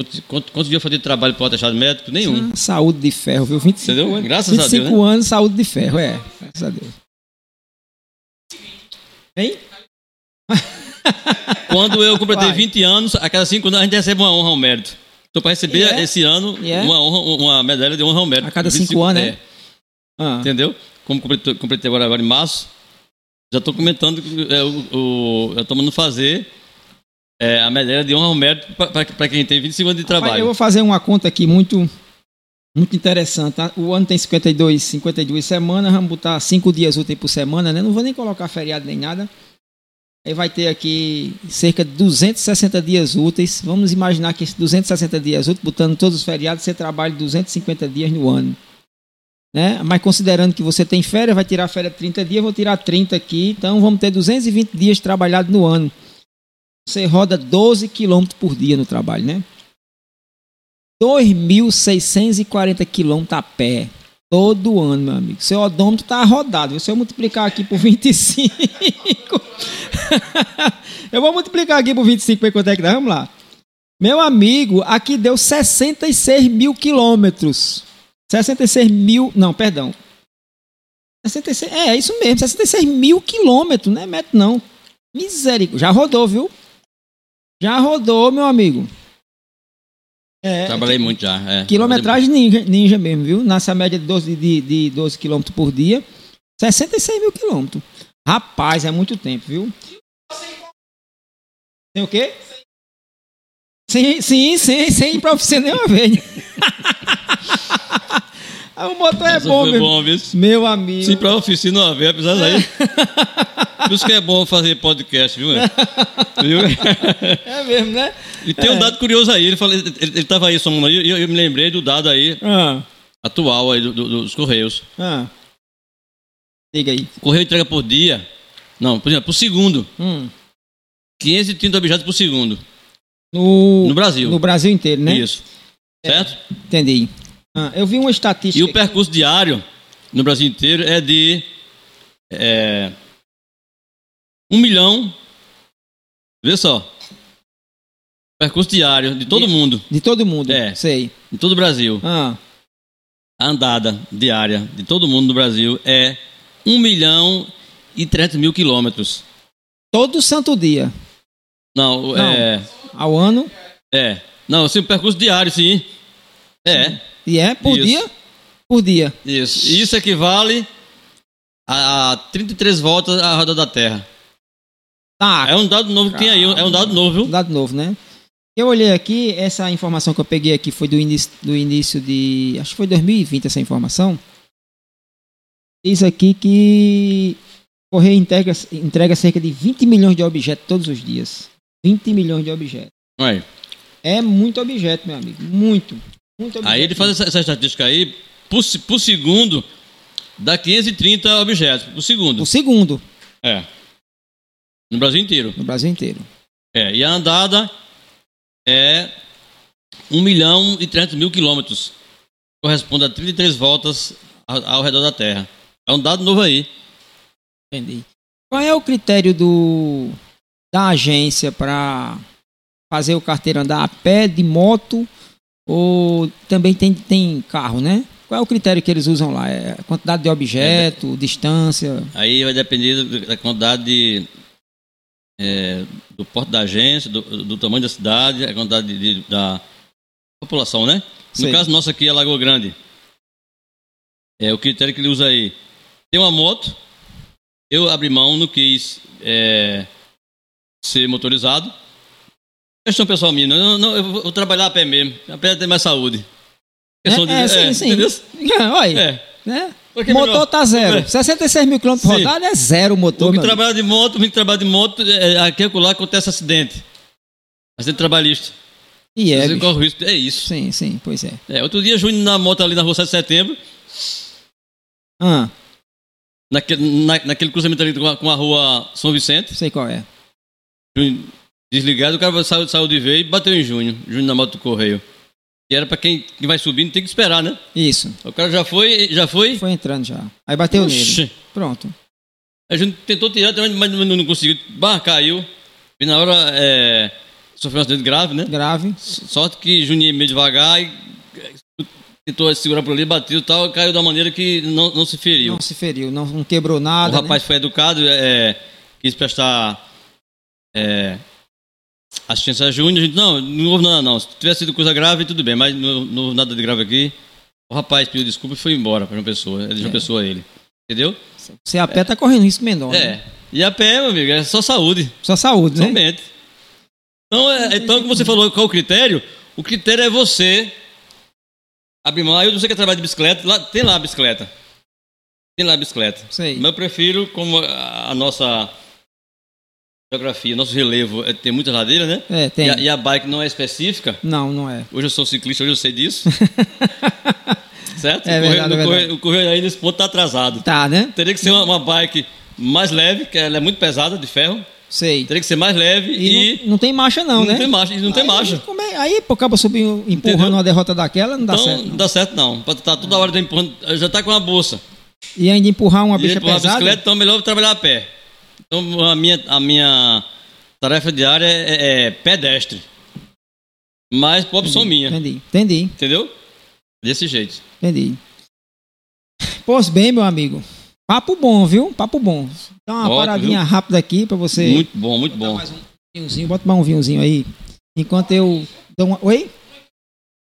Speaker 2: quanto, quanto, quantos dias eu fazia de trabalho para o atestado médico? Nenhum.
Speaker 3: Ah, Saúde de ferro, viu? 25
Speaker 2: Entendeu?
Speaker 3: anos.
Speaker 2: Graças a Deus, né?
Speaker 3: 25 anos, saúde de ferro, é. Graças a Deus. Hein?
Speaker 2: Quando eu completei
Speaker 3: Vai.
Speaker 2: 20 anos, a cada 5 anos a gente recebe uma honra ao mérito. Estou para receber
Speaker 3: E é?
Speaker 2: esse ano
Speaker 3: E é?
Speaker 2: uma, honra, uma medalha de honra ao mérito.
Speaker 3: A cada
Speaker 2: 25
Speaker 3: cinco anos,
Speaker 2: é.
Speaker 3: né? Ah,
Speaker 2: Entendeu? Como completou- completei agora, agora em março, já estou comentando que é, o, o, já estou mandando fazer é, a medalha de honra ao mérito para quem tem 25 anos de
Speaker 3: rapaz, eu
Speaker 2: trabalho.
Speaker 3: vou fazer uma conta aqui muito, muito interessante. tá? O ano tem 52, 52 semanas, vamos botar 5 dias úteis por semana, né? Não vou nem colocar feriado nem nada. Aí vai ter aqui cerca de 260 dias úteis. Vamos imaginar que esses 260 dias úteis, botando todos os feriados, você trabalha 250 dias no ano. né? Mas considerando que você tem férias, vai tirar férias 30 dias, vou tirar 30 aqui, então vamos ter 220 dias trabalhados no ano. Você roda 12 quilômetros por dia no trabalho, né? 2.640 quilômetros a pé. Todo ano, meu amigo. Seu odômetro tá rodado. viu? Se eu multiplicar aqui por 25. eu vou multiplicar aqui por 25 para quanto é que dá. Vamos lá. Meu amigo, aqui deu 66 mil quilômetros. 66 mil. Não, perdão. 66, é, é isso mesmo, 66 mil quilômetros, não é metro não. Misericórdia. Já rodou, viu? Já rodou, meu amigo. É,
Speaker 2: Trabalhei muito já. É.
Speaker 3: Quilometragem ninja, ninja mesmo, viu? Nessa média de 12, de, de 12 km por dia. 66 mil quilômetros. Rapaz, é muito tempo, viu? Tem o quê? Sim, sim, sim, sem improvisar nenhuma vez. Ah, o motor é
Speaker 2: Essa
Speaker 3: bom,
Speaker 2: foi
Speaker 3: meu.
Speaker 2: bom, viu?
Speaker 3: Meu amigo.
Speaker 2: Sim, pra oficina uma vez, apesar daí. Por isso que é bom fazer podcast, viu? né? viu?
Speaker 3: É mesmo, né?
Speaker 2: E tem um dado curioso aí, ele, falou, ele, ele tava aí somando aí, e eu, eu me lembrei do dado aí,
Speaker 3: Ah,
Speaker 2: atual aí do- do- dos Correios.
Speaker 3: ah. Diga aí.
Speaker 2: O Correio entrega por dia, não, por exemplo, por segundo,
Speaker 3: Hum.
Speaker 2: 530 objetos por segundo,
Speaker 3: No,
Speaker 2: no Brasil.
Speaker 3: no Brasil inteiro, né?
Speaker 2: Isso. Certo?
Speaker 3: Entendi. Ah, eu vi uma estatística.
Speaker 2: E o percurso diário no Brasil inteiro é de é, 1 milhão. Vê só. Percurso diário de todo
Speaker 3: De-
Speaker 2: mundo,
Speaker 3: De todo mundo.
Speaker 2: É.
Speaker 3: Sei.
Speaker 2: de todo o Brasil.
Speaker 3: Ah,
Speaker 2: A andada diária de todo mundo no Brasil é 1 milhão e 300 mil quilômetros.
Speaker 3: todo santo dia.
Speaker 2: Não,
Speaker 3: Não.
Speaker 2: é.
Speaker 3: Ao ano.
Speaker 2: É. Não, assim, o percurso diário, sim. É.
Speaker 3: E é por
Speaker 2: Isso.
Speaker 3: dia? Por dia.
Speaker 2: Isso. Isso equivale a a 33 voltas à roda da Terra.
Speaker 3: Tá.
Speaker 2: É um dado novo que tem aí, é um dado novo,
Speaker 3: Um
Speaker 2: viu?
Speaker 3: dado novo, né? Eu olhei aqui, essa informação que eu peguei aqui foi do início, do início de. Acho que foi 2020 essa informação. Diz aqui que o Correio entrega, entrega cerca de 20 milhões de objetos todos os dias. 20 milhões de objetos.
Speaker 2: Aí,
Speaker 3: É muito objeto, meu amigo. Muito. Muito objeto.
Speaker 2: aí ele faz essa, essa estatística aí, por, se- por segundo, dá 530 objetos por segundo.
Speaker 3: O segundo
Speaker 2: É. No Brasil inteiro.
Speaker 3: no Brasil inteiro.
Speaker 2: É. E a andada é 1 milhão e 300 mil quilômetros. Corresponde a 33 voltas ao, ao redor da Terra. É um dado novo aí.
Speaker 3: Entendi. Qual é o critério do da agência para fazer o carteiro andar a pé, de moto ou também tem, tem carro, né? Qual é o critério que eles usam lá? É a quantidade de objeto,
Speaker 2: É,
Speaker 3: distância? né?
Speaker 2: Aí vai depender do- da quantidade de, é, do porte da agência, do, do tamanho da cidade, a quantidade de- de- da população, né?
Speaker 3: Sei.
Speaker 2: No caso nosso aqui é Lagoa Grande. É o critério que ele usa aí. Tem uma moto, eu abri mão, não quis é, ser motorizado. Questão pessoal minha, não, não, eu vou vou trabalhar a pé mesmo. A pé tem mais saúde. Questão
Speaker 3: é, é, sim,
Speaker 2: Entendeu?
Speaker 3: sim. É, olha, aí,
Speaker 2: É.
Speaker 3: né?
Speaker 2: Porque é
Speaker 3: motor
Speaker 2: melhor.
Speaker 3: tá zero.
Speaker 2: É.
Speaker 3: 66 mil quilômetros
Speaker 2: Sim.
Speaker 3: rodados é zero o motor.
Speaker 2: O que
Speaker 3: meu amigo.
Speaker 2: trabalha de moto, o que trabalha de moto, é, aqui e acolá acontece acidente. Acidente trabalhista.
Speaker 3: E é,
Speaker 2: Você
Speaker 3: bicho.
Speaker 2: corre o risco. É isso.
Speaker 3: Sim, sim, pois é.
Speaker 2: É, outro dia, Júnior na moto ali na rua 7 de setembro,
Speaker 3: Ah,
Speaker 2: naquele, na- naquele cruzamento ali com a, com a rua São Vicente,
Speaker 3: sei qual é.
Speaker 2: Júnior desligado, o cara saiu, saiu de vez e bateu em Júnior. Júnior na moto do correio. E era pra quem, quem vai subindo, tem que esperar, né?
Speaker 3: Isso.
Speaker 2: O cara já foi, já foi.
Speaker 3: Foi entrando já. Aí bateu nele.
Speaker 2: Oxi.
Speaker 3: Pronto.
Speaker 2: A gente tentou tirar, mas não, não conseguiu. Bah, caiu. E na hora é, sofreu um acidente grave, né?
Speaker 3: Grave.
Speaker 2: Sorte que Juninho é meio devagar e eh, tentou segurar por ali, bateu e tal, caiu da maneira que não, não se feriu.
Speaker 3: Não se feriu, não, não quebrou
Speaker 2: o
Speaker 3: nada. né?
Speaker 2: rapaz foi educado, é, quis prestar é, assistência a Júnior. A gente, não, não houve nada não. Se tivesse sido coisa grave, tudo bem, mas não, não houve nada de grave aqui. O rapaz pediu desculpa e foi embora para uma pessoa. Ele é.
Speaker 3: É.
Speaker 2: uma pessoa ele. Entendeu?
Speaker 3: Você a pé tá correndo risco menor. né?
Speaker 2: É. E a pé, meu amigo, é só saúde.
Speaker 3: Só saúde, né?
Speaker 2: Somente. Então, é, então, como você falou, qual o critério? O critério é você abrir mão. Aí você quer trabalhar é de bicicleta, lá, tem lá a bicicleta. Tem lá a bicicleta.
Speaker 3: Sei.
Speaker 2: Mas eu prefiro, como a, a nossa geografia, nosso relevo é, tem muita ladeira, né?
Speaker 3: É, tem.
Speaker 2: E a, e a bike não é específica.
Speaker 3: Não, não é.
Speaker 2: Hoje eu sou ciclista, hoje eu sei disso. certo?
Speaker 3: É
Speaker 2: o, correio,
Speaker 3: verdade, é
Speaker 2: o, correio,
Speaker 3: verdade.
Speaker 2: o correio aí nesse ponto está atrasado.
Speaker 3: Tá, né?
Speaker 2: Teria que ser uma, uma bike mais leve, que ela é muito pesada, de ferro.
Speaker 3: Sei.
Speaker 2: Teria que ser mais leve Então, e
Speaker 3: E, não, não tem marcha, não,
Speaker 2: não,
Speaker 3: né?
Speaker 2: tem marcha, e não tem
Speaker 3: Aí,
Speaker 2: marcha.
Speaker 3: como é- Aí, pô, acaba subindo, empurrando
Speaker 2: Entendeu?
Speaker 3: uma derrota daquela, não dá
Speaker 2: então,
Speaker 3: certo.
Speaker 2: não
Speaker 3: não.
Speaker 2: dá certo não. Pra tá toda hora empurrando, já tá com uma bolsa.
Speaker 3: E ainda empurrar uma
Speaker 2: E
Speaker 3: bicha
Speaker 2: empurrar a
Speaker 3: pesada.
Speaker 2: bicicleta, então é melhor trabalhar a pé. Então a minha, a minha tarefa diária é, é pedestre. Mas por opção minha,
Speaker 3: Entendi, entendi,
Speaker 2: entendeu? Desse jeito.
Speaker 3: entendi. Pois bem, meu amigo. Papo bom, viu? Papo bom. Dá uma
Speaker 2: Ótimo,
Speaker 3: paradinha rápida aqui pra você.
Speaker 2: Muito bom, muito bom.
Speaker 1: Mais um
Speaker 3: vinhozinho, bota mais um vinhozinho aí. Enquanto eu dou uma. Oi?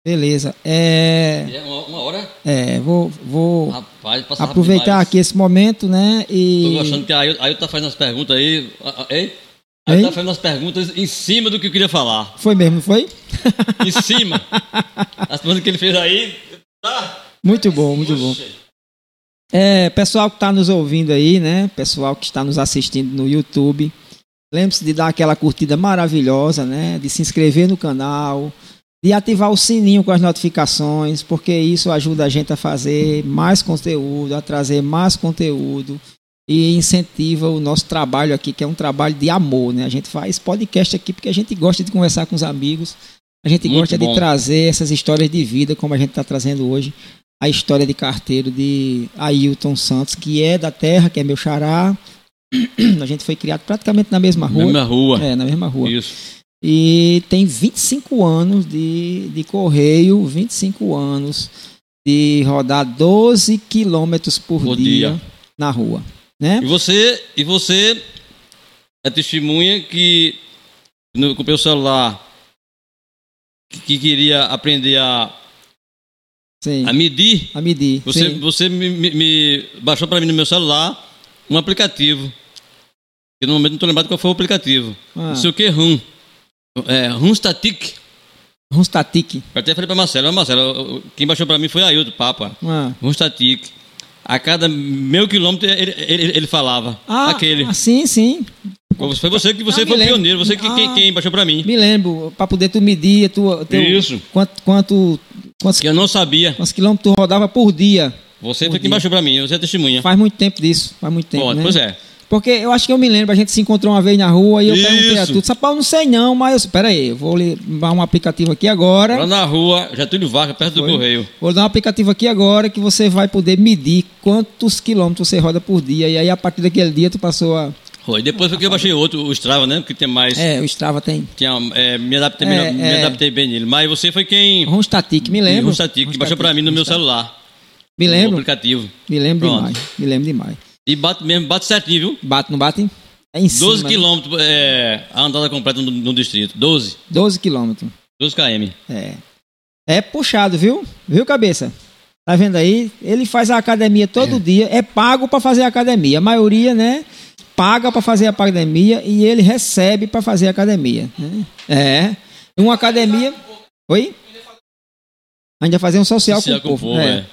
Speaker 3: Beleza. É.
Speaker 2: É uma, uma hora,
Speaker 3: É, vou, vou
Speaker 2: rapaz, passa rápido
Speaker 3: aproveitar
Speaker 2: demais.
Speaker 3: aqui esse momento, né?
Speaker 2: Tô
Speaker 3: E.
Speaker 2: gostando que a Ailton tá fazendo as perguntas aí. Ah, ah, Ei, Aí
Speaker 3: Hein?
Speaker 2: tá fazendo as perguntas em cima do que eu queria falar.
Speaker 3: Foi mesmo, não foi?
Speaker 2: Em cima. as perguntas que ele fez aí. Tá?
Speaker 3: Muito bom, muito bom.
Speaker 2: Oxe.
Speaker 3: É, pessoal que está nos ouvindo aí, né? Pessoal que está nos assistindo no YouTube, lembre-se de dar aquela curtida maravilhosa, né? De se inscrever no canal, de ativar o sininho com as notificações, porque isso ajuda a gente a fazer mais conteúdo, a trazer mais conteúdo e incentiva o nosso trabalho aqui, que é um trabalho de amor, né? A gente faz podcast aqui porque a gente gosta de conversar com os amigos, a gente
Speaker 2: Muito
Speaker 3: gosta
Speaker 2: bom.
Speaker 3: de trazer essas histórias de vida, como a gente está trazendo hoje a história de carteiro de Ailton Santos, que é da terra, que é meu xará. A gente foi criado praticamente na mesma rua.
Speaker 2: Mesma rua.
Speaker 3: É, na mesma rua.
Speaker 2: Isso.
Speaker 3: E tem 25 anos de, de correio, 25 anos de rodar 12 quilômetros por
Speaker 2: Por
Speaker 3: dia,
Speaker 2: dia.
Speaker 3: na rua. Né?
Speaker 2: E você, e você é testemunha que quando eu comprei o celular que, que queria aprender a,
Speaker 3: Sim.
Speaker 2: a medir.
Speaker 3: A medir.
Speaker 2: Você,
Speaker 3: sim.
Speaker 2: você me, me- me baixou para mim no meu celular um aplicativo. Eu no momento não estou lembrado qual foi o aplicativo.
Speaker 3: Ah,
Speaker 2: Não sei o que, RUM. É, RUM Static.
Speaker 3: Rustatic.
Speaker 2: Eu até falei para Marcelo, "Ó, Marcelo, eu- eu- quem baixou para mim foi Ailton, Papa.
Speaker 3: Ah.
Speaker 2: RUM Static. A cada meio quilômetro ele, ele, ele falava.
Speaker 3: Ah,
Speaker 2: aquele.
Speaker 3: ah, sim, sim.
Speaker 2: Foi você que você
Speaker 3: Ah, me
Speaker 2: foi o
Speaker 3: lembro.
Speaker 2: pioneiro, você que
Speaker 3: Ah. Então,
Speaker 2: quem, quem baixou para mim.
Speaker 3: Me lembro, para poder tu medir a tua, teu,
Speaker 2: Isso.
Speaker 3: quanto, quanto, quantos,
Speaker 2: Que eu não sabia.
Speaker 3: quantos quilômetros tu rodava por dia.
Speaker 2: Você
Speaker 3: Bom
Speaker 2: foi quem
Speaker 3: dia.
Speaker 2: baixou para mim, você é testemunha.
Speaker 3: Faz muito tempo disso, faz muito tempo.
Speaker 2: Bom,
Speaker 3: né?
Speaker 2: Pois é.
Speaker 3: Porque eu acho que eu me lembro, a gente se encontrou uma vez na rua e eu perguntei a
Speaker 2: Isso.
Speaker 3: tu, Sapau, não sei não, mas eu, pera aí, eu vou lhe dar um aplicativo aqui agora.
Speaker 2: Lá na rua, Getúlio Vargas, perto do
Speaker 3: É. Foi.
Speaker 2: Correio.
Speaker 3: Vou dar um aplicativo aqui agora que você vai poder medir quantos quilômetros você roda por dia. E aí, a partir daquele dia, tu passou a.
Speaker 2: Foi. Depois foi que eu baixei outro, o Strava, né? Porque tem mais.
Speaker 3: É, o Strava tem.
Speaker 2: Tinha, é, me, adaptei,
Speaker 3: É,
Speaker 2: me,
Speaker 3: é.
Speaker 2: adaptei bem nele. Mas você foi quem.
Speaker 3: Ronstatic, me lembro.
Speaker 2: Rustatic, que baixou pra mim no meu
Speaker 3: Ronstatic.
Speaker 2: celular.
Speaker 3: Me
Speaker 2: O
Speaker 3: lembro,
Speaker 2: aplicativo.
Speaker 3: me lembro
Speaker 2: Pronto.
Speaker 3: demais. Me lembro demais.
Speaker 2: E bate mesmo, bate certinho, viu?
Speaker 3: Bate, não bate? É em
Speaker 2: 12
Speaker 3: cima, né?
Speaker 2: quilômetros é, a andada completa no, no distrito. 12.
Speaker 3: 12 quilômetros.
Speaker 2: 12 km.
Speaker 3: É. É puxado, viu? Viu, cabeça? Tá vendo aí? Ele faz a academia todo dia, é pago pra fazer a academia. A maioria, né? Paga pra fazer a academia e ele recebe pra fazer a academia. né? É. Uma academia. Oi? Ainda fazer um social,
Speaker 2: Social
Speaker 3: com o povo. é.
Speaker 2: é.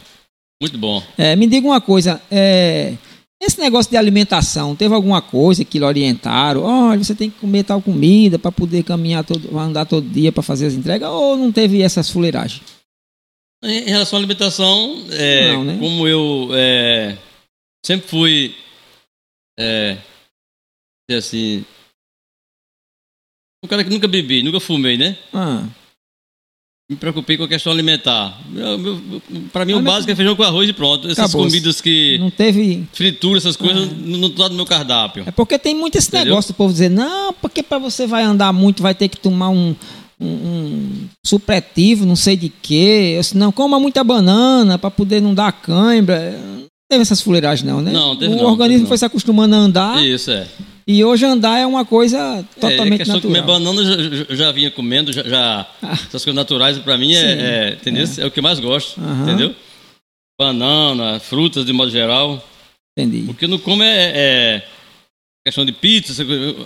Speaker 2: Muito bom.
Speaker 3: É, me diga uma coisa, é, esse negócio de alimentação, teve alguma coisa que lhe orientaram? Olha, você tem que comer tal comida para poder caminhar todo, andar todo dia para fazer as entregas? Ou não teve essas fuleiragens?
Speaker 2: Em em relação à alimentação, é,
Speaker 3: Não, né?
Speaker 2: como eu é, sempre fui. É, dizer assim. Um cara que nunca bebi, nunca fumei, né?
Speaker 3: Ah,
Speaker 2: me preocupei com a questão alimentar. Meu- meu- Pra mim,
Speaker 3: Ah,
Speaker 2: o
Speaker 3: mas-
Speaker 2: básico é feijão com arroz e pronto. Essas
Speaker 3: Acabou.
Speaker 2: comidas que.
Speaker 3: não teve.
Speaker 2: fritura, essas coisas,
Speaker 3: Ah.
Speaker 2: não não tá no meu cardápio.
Speaker 3: É porque tem muito esse
Speaker 2: Entendeu?
Speaker 3: negócio do povo dizer, não, porque para você vai andar muito, vai ter que tomar um, um, um supletivo, não sei de quê. Eu disse, não, coma muita banana para poder não dar cãibra. Não teve essas fuleiragens, não, né?
Speaker 2: Não, teve
Speaker 3: o
Speaker 2: não,
Speaker 3: organismo
Speaker 2: teve não.
Speaker 3: foi se acostumando a andar.
Speaker 2: Isso, é.
Speaker 3: E hoje andar é uma coisa
Speaker 2: é, a
Speaker 3: totalmente
Speaker 2: questão de comer
Speaker 3: natural.
Speaker 2: banana, eu já- eu já, vinha comendo, já, já-
Speaker 3: Ah.
Speaker 2: essas coisas naturais, pra mim,
Speaker 3: Sim.
Speaker 2: é, é, entendeu? é o que eu mais gosto,
Speaker 3: Aham.
Speaker 2: entendeu? Banana, frutas, de modo geral.
Speaker 3: Entendi.
Speaker 2: O que eu não como é, é questão de pizza, essa coisa. Eu-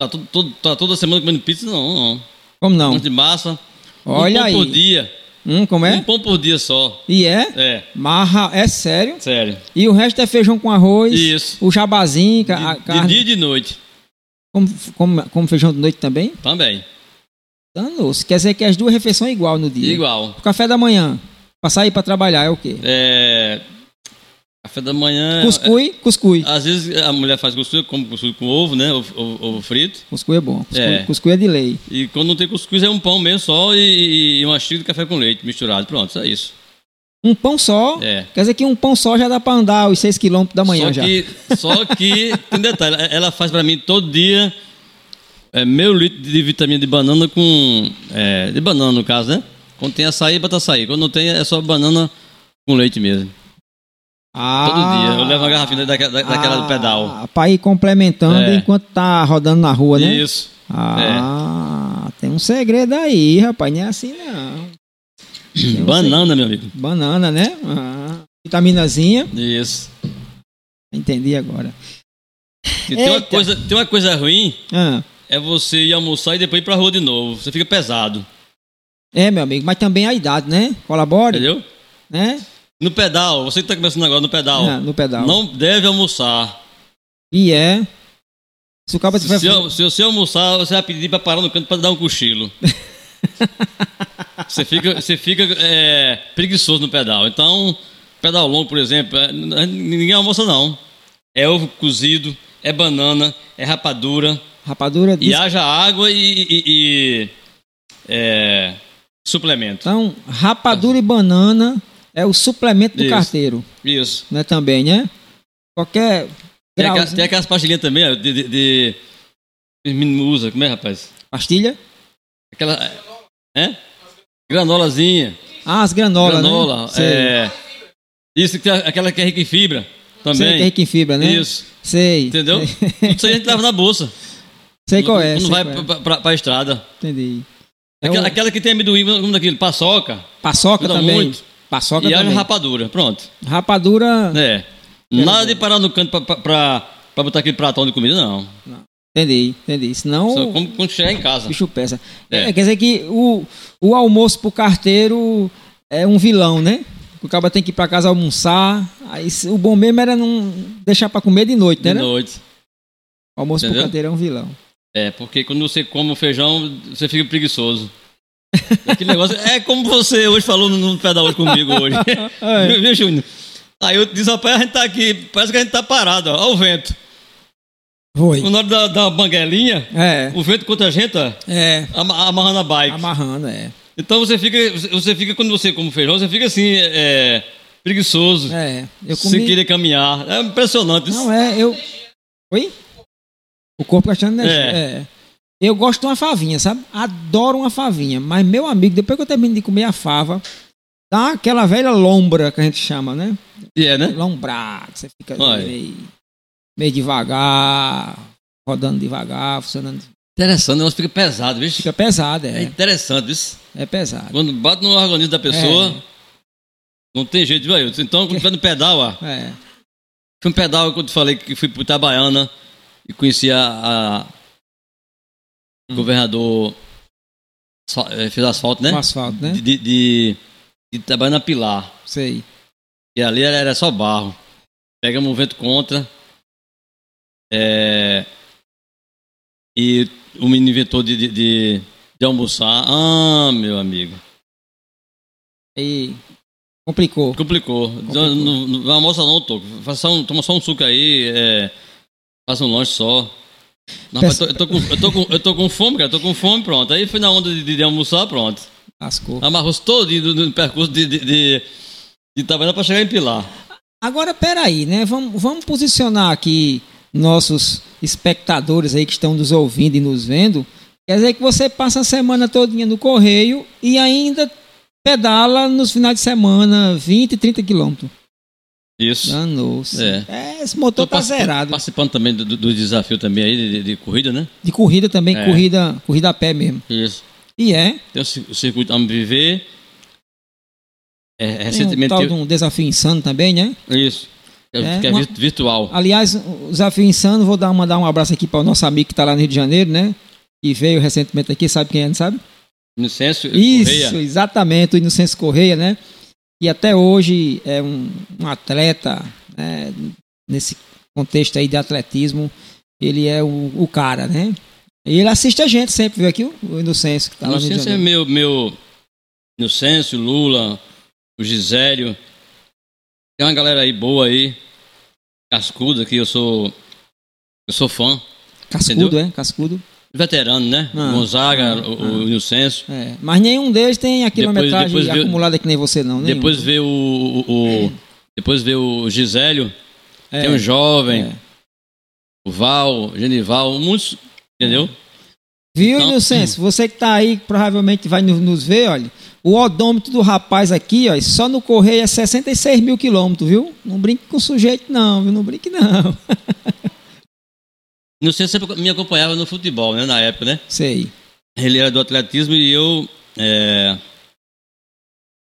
Speaker 2: Tá, todo- todo- tá toda semana comendo pizza, não, não.
Speaker 3: Como não?
Speaker 2: Tanto de massa. um
Speaker 3: Olha
Speaker 2: pão por
Speaker 3: aí.
Speaker 2: dia.
Speaker 3: Hum, como
Speaker 2: Um
Speaker 3: é?
Speaker 2: pão por dia só.
Speaker 3: E é?
Speaker 2: É,
Speaker 3: Marra, é sério.
Speaker 2: sério.
Speaker 3: E o resto é feijão com arroz.
Speaker 2: Isso.
Speaker 3: O jabazinho, ca- a
Speaker 2: De, de
Speaker 3: carne.
Speaker 2: dia e de noite.
Speaker 3: Como, como, como feijão de noite também?
Speaker 2: Também.
Speaker 3: Danos. Então, Quer dizer que as duas refeições igual no dia.
Speaker 2: Igual.
Speaker 3: O café da manhã, pra sair pra trabalhar, é o quê?
Speaker 2: É, café da manhã.
Speaker 3: Cuscui,
Speaker 2: é.
Speaker 3: cuscui.
Speaker 2: Às vezes a mulher faz cuscuz, come cuscuz com ovo, né? Ovo, ovo- ovo frito.
Speaker 3: Cuscui é bom. Cuscui
Speaker 2: É.
Speaker 3: é, cuscui é de lei.
Speaker 2: E quando não tem cuscuz é um pão mesmo só e, e uma xícara de café com leite misturado. Pronto, é isso.
Speaker 3: Um pão só.
Speaker 2: É.
Speaker 3: Quer dizer que um pão só já dá pra andar os 6 km da manhã
Speaker 2: só
Speaker 3: já.
Speaker 2: que, só que tem um detalhe, ela- ela faz pra mim todo dia é, meio litro de vitamina de banana com. é, de banana no caso, né? Quando tem açaí, bota açaí. Quando não tem, é só banana com leite mesmo.
Speaker 3: Ah,
Speaker 2: Todo dia. Eu levo uma garrafinha daquela, da- daquela do pedal.
Speaker 3: Ah, Pra ir complementando
Speaker 2: É.
Speaker 3: enquanto tá rodando na rua, né?
Speaker 2: Isso. é.
Speaker 3: Ah, tem um segredo aí, rapaz. Não é assim, não. Tem um
Speaker 2: Banana, meu amigo.
Speaker 3: segredo. Banana, né? Ah, vitaminazinha.
Speaker 2: Isso.
Speaker 3: Entendi agora.
Speaker 2: E tem uma,
Speaker 3: Eita.
Speaker 2: coisa, tem uma coisa ruim
Speaker 3: Ah,
Speaker 2: é você ir almoçar e depois ir pra rua de novo. Você fica pesado,
Speaker 3: É, meu amigo, mas também a idade, né? Colabore,
Speaker 2: entendeu? é
Speaker 3: né?
Speaker 2: No pedal, você que tá começando agora no pedal,
Speaker 3: Ah, no pedal.
Speaker 2: não deve almoçar.
Speaker 3: E é. Se o cabo tiver.
Speaker 2: Se, eu- se você almoçar, você vai pedir pra parar no canto pra dar um cochilo. você fica, você fica é, preguiçoso no pedal. Então, pedal longo, por exemplo, é, n- n- ninguém almoça não. É ovo cozido, é banana, é rapadura,
Speaker 3: Rapadura
Speaker 2: e
Speaker 3: diz.
Speaker 2: haja água e, e- e- é, suplemento.
Speaker 3: Então, rapadura e banana é o suplemento do
Speaker 2: Isso.
Speaker 3: carteiro,
Speaker 2: Isso.
Speaker 3: né? Também, né? Qualquer.
Speaker 2: Tem, aqua-
Speaker 3: grauzinho.
Speaker 2: tem aquelas pastilhinhas também, ó, de, de, de, de menino usa, como é, rapaz?
Speaker 3: Pastilha?
Speaker 2: Aquela. É? Granolazinha.
Speaker 3: Ah, as granolas,
Speaker 2: granola.
Speaker 3: né? Sei.
Speaker 2: é, isso, que tem aquela que é rica em fibra.
Speaker 3: Sei que é
Speaker 2: Também.
Speaker 3: rica em fibra, né?
Speaker 2: Isso.
Speaker 3: Sei.
Speaker 2: Entendeu?
Speaker 3: Sei,
Speaker 2: Tudo isso aí a gente leva na bolsa.
Speaker 3: sei qual é.
Speaker 2: Não,
Speaker 3: sei
Speaker 2: vai
Speaker 3: qual é.
Speaker 2: pra, pra- pra estrada.
Speaker 3: Entendi. É
Speaker 2: Aquela,
Speaker 3: um-
Speaker 2: aquela que tem amendoim, como é daquilo, paçoca.
Speaker 3: Paçoca
Speaker 2: Ajuda
Speaker 3: também.
Speaker 2: muito.
Speaker 3: Paçoca
Speaker 2: e haja
Speaker 3: também.
Speaker 2: rapadura. Pronto.
Speaker 3: Rapadura.
Speaker 2: É. Nada de parar no canto pra, pra, pra, pra botar aquele pratão de comida, não.
Speaker 3: Entendi, entendi. Senão.
Speaker 2: Só como quando chegar em casa.
Speaker 3: Bicho peça.
Speaker 2: É.
Speaker 3: É, quer dizer que o, o almoço pro carteiro é um vilão, né? O cara tem que ir pra casa almoçar. Aí se- o bom mesmo era não deixar pra comer de noite, né?
Speaker 2: De
Speaker 3: né?
Speaker 2: noite.
Speaker 3: O almoço
Speaker 2: Entendeu?
Speaker 3: pro carteiro é um vilão.
Speaker 2: É, porque quando você come o feijão, você fica preguiçoso. Aquele negócio. É como você hoje falou no- no pedal hoje comigo hoje.
Speaker 3: É.
Speaker 2: Viu, viu, Júnior? Aí eu disse, rapaz, a gente tá aqui, parece que a gente tá parado, ó, ó o vento.
Speaker 3: Foi.
Speaker 2: No hora da, da banguelinha,
Speaker 3: É,
Speaker 2: o vento contra a gente, ó,
Speaker 3: é.
Speaker 2: ama- amarrando a bike.
Speaker 3: Amarrando, é.
Speaker 2: Então você fica, você fica, quando você come feijão, você fica assim, é, preguiçoso,
Speaker 3: É. Eu comi.
Speaker 2: sem querer caminhar. É impressionante isso.
Speaker 3: Não, é, eu. Oi? O corpo gastando energia. É. Eu gosto de uma favinha, sabe? Adoro uma favinha. Mas, meu amigo, depois que eu termino de comer a fava, dá aquela velha lombra que a gente chama, né?
Speaker 2: E é, né?
Speaker 3: Lombrado, um você fica ali
Speaker 2: Olha.
Speaker 3: meio, meio devagar, rodando devagar, funcionando.
Speaker 2: Interessante, o negócio fica pesado, viu?
Speaker 3: Fica pesado,
Speaker 2: É
Speaker 3: é.
Speaker 2: interessante isso.
Speaker 3: É pesado.
Speaker 2: Quando bate no organismo da pessoa, não tem jeito, viu, Ailton? Então, quando vai no pedal, ó,
Speaker 3: É.
Speaker 2: Fui um pedal que eu te falei que fui pro Itabaiana e conheci a, a- o governador asfa- eh, fez asfalto, né?
Speaker 3: Com asfalto, né?
Speaker 2: De, de, de, de Itabaiana a Pilar.
Speaker 3: Sei.
Speaker 2: E ali era, era só barro. Pegamos um vento contra. É, e o menino inventou de, de, de, de almoçar. Ah, meu amigo.
Speaker 3: E complicou.
Speaker 2: Complicou. Não, não, não almoça não, Toco. Faça só um, toma só um suco aí, é, faça um lanche só. Não, rapaz, eu, tô, eu, tô com, eu, tô com, eu tô com fome, cara, eu tô com fome, pronto. Aí fui na onda de, de almoçar, pronto.
Speaker 3: Lascou.
Speaker 2: Amarrou-se todo no, no percurso de, de, de, de Itabaiana pra chegar em Pilar.
Speaker 3: Agora, peraí, né? Vamos, vamos posicionar aqui nossos espectadores aí que estão nos ouvindo e nos vendo. Quer dizer que você passa a semana todinha no correio e ainda pedala nos finais de semana 20, 30 quilômetros.
Speaker 2: Isso.
Speaker 3: Danou-se.
Speaker 2: É.
Speaker 3: É, esse motor tá
Speaker 2: participando-
Speaker 3: zerado.
Speaker 2: Participando também do, do- do desafio também aí de, de- de corrida, né?
Speaker 3: De corrida também,
Speaker 2: É.
Speaker 3: corrida, corrida a pé mesmo.
Speaker 2: Isso.
Speaker 3: E é,
Speaker 2: Tem o cir- o circuito Amviver. É,
Speaker 3: tem um
Speaker 2: recentemente.
Speaker 3: tal de um desafio insano também, né?
Speaker 2: Isso. Que é,
Speaker 3: É,
Speaker 2: que é
Speaker 3: uma-
Speaker 2: vir- virtual.
Speaker 3: Aliás, o desafio insano, vou dar, mandar um abraço aqui para o nosso amigo que tá lá no Rio de Janeiro, né? E veio recentemente aqui, sabe quem é, não sabe?
Speaker 2: Licença,
Speaker 3: Isso,
Speaker 2: Correia.
Speaker 3: exatamente, o Inocêncio Correia, né? E até hoje é um, um atleta, né? nesse contexto aí de atletismo, ele é o, o cara, né? E ele assiste a gente sempre, viu aqui o, o Inocêncio que tá lá no Rio de
Speaker 2: Inocêncio é
Speaker 3: Janeiro.
Speaker 2: meu, meu Inocêncio, Lula, o Gisélio. Tem uma galera aí boa aí, cascuda, que eu sou eu sou fã.
Speaker 3: Cascudo,
Speaker 2: entendeu?
Speaker 3: é, cascudo.
Speaker 2: Veterano, né?
Speaker 3: Ah,
Speaker 2: Gonzaga,
Speaker 3: ah,
Speaker 2: o, o Inocêncio.
Speaker 3: É, mas nenhum deles tem a quilometragem
Speaker 2: depois veio-
Speaker 3: acumulada que nem você, não. Nenhum.
Speaker 2: Depois vê o, o- o- depois vê o Gisélio,
Speaker 3: é,
Speaker 2: tem um jovem,
Speaker 3: é.
Speaker 2: o Val, o Genival, muitos, entendeu?
Speaker 3: É. Viu,
Speaker 2: Então-
Speaker 3: Inocêncio? Você que tá aí, que provavelmente vai nos, nos ver, olha. O odômetro do rapaz aqui, ó, só no correio é 66 mil quilômetros, viu? Não brinque com o sujeito, não, viu? Não brinque, não.
Speaker 2: Inocêncio sempre me acompanhava no futebol, né? Na época, né?
Speaker 3: Sei.
Speaker 2: Ele era do atletismo e eu, é,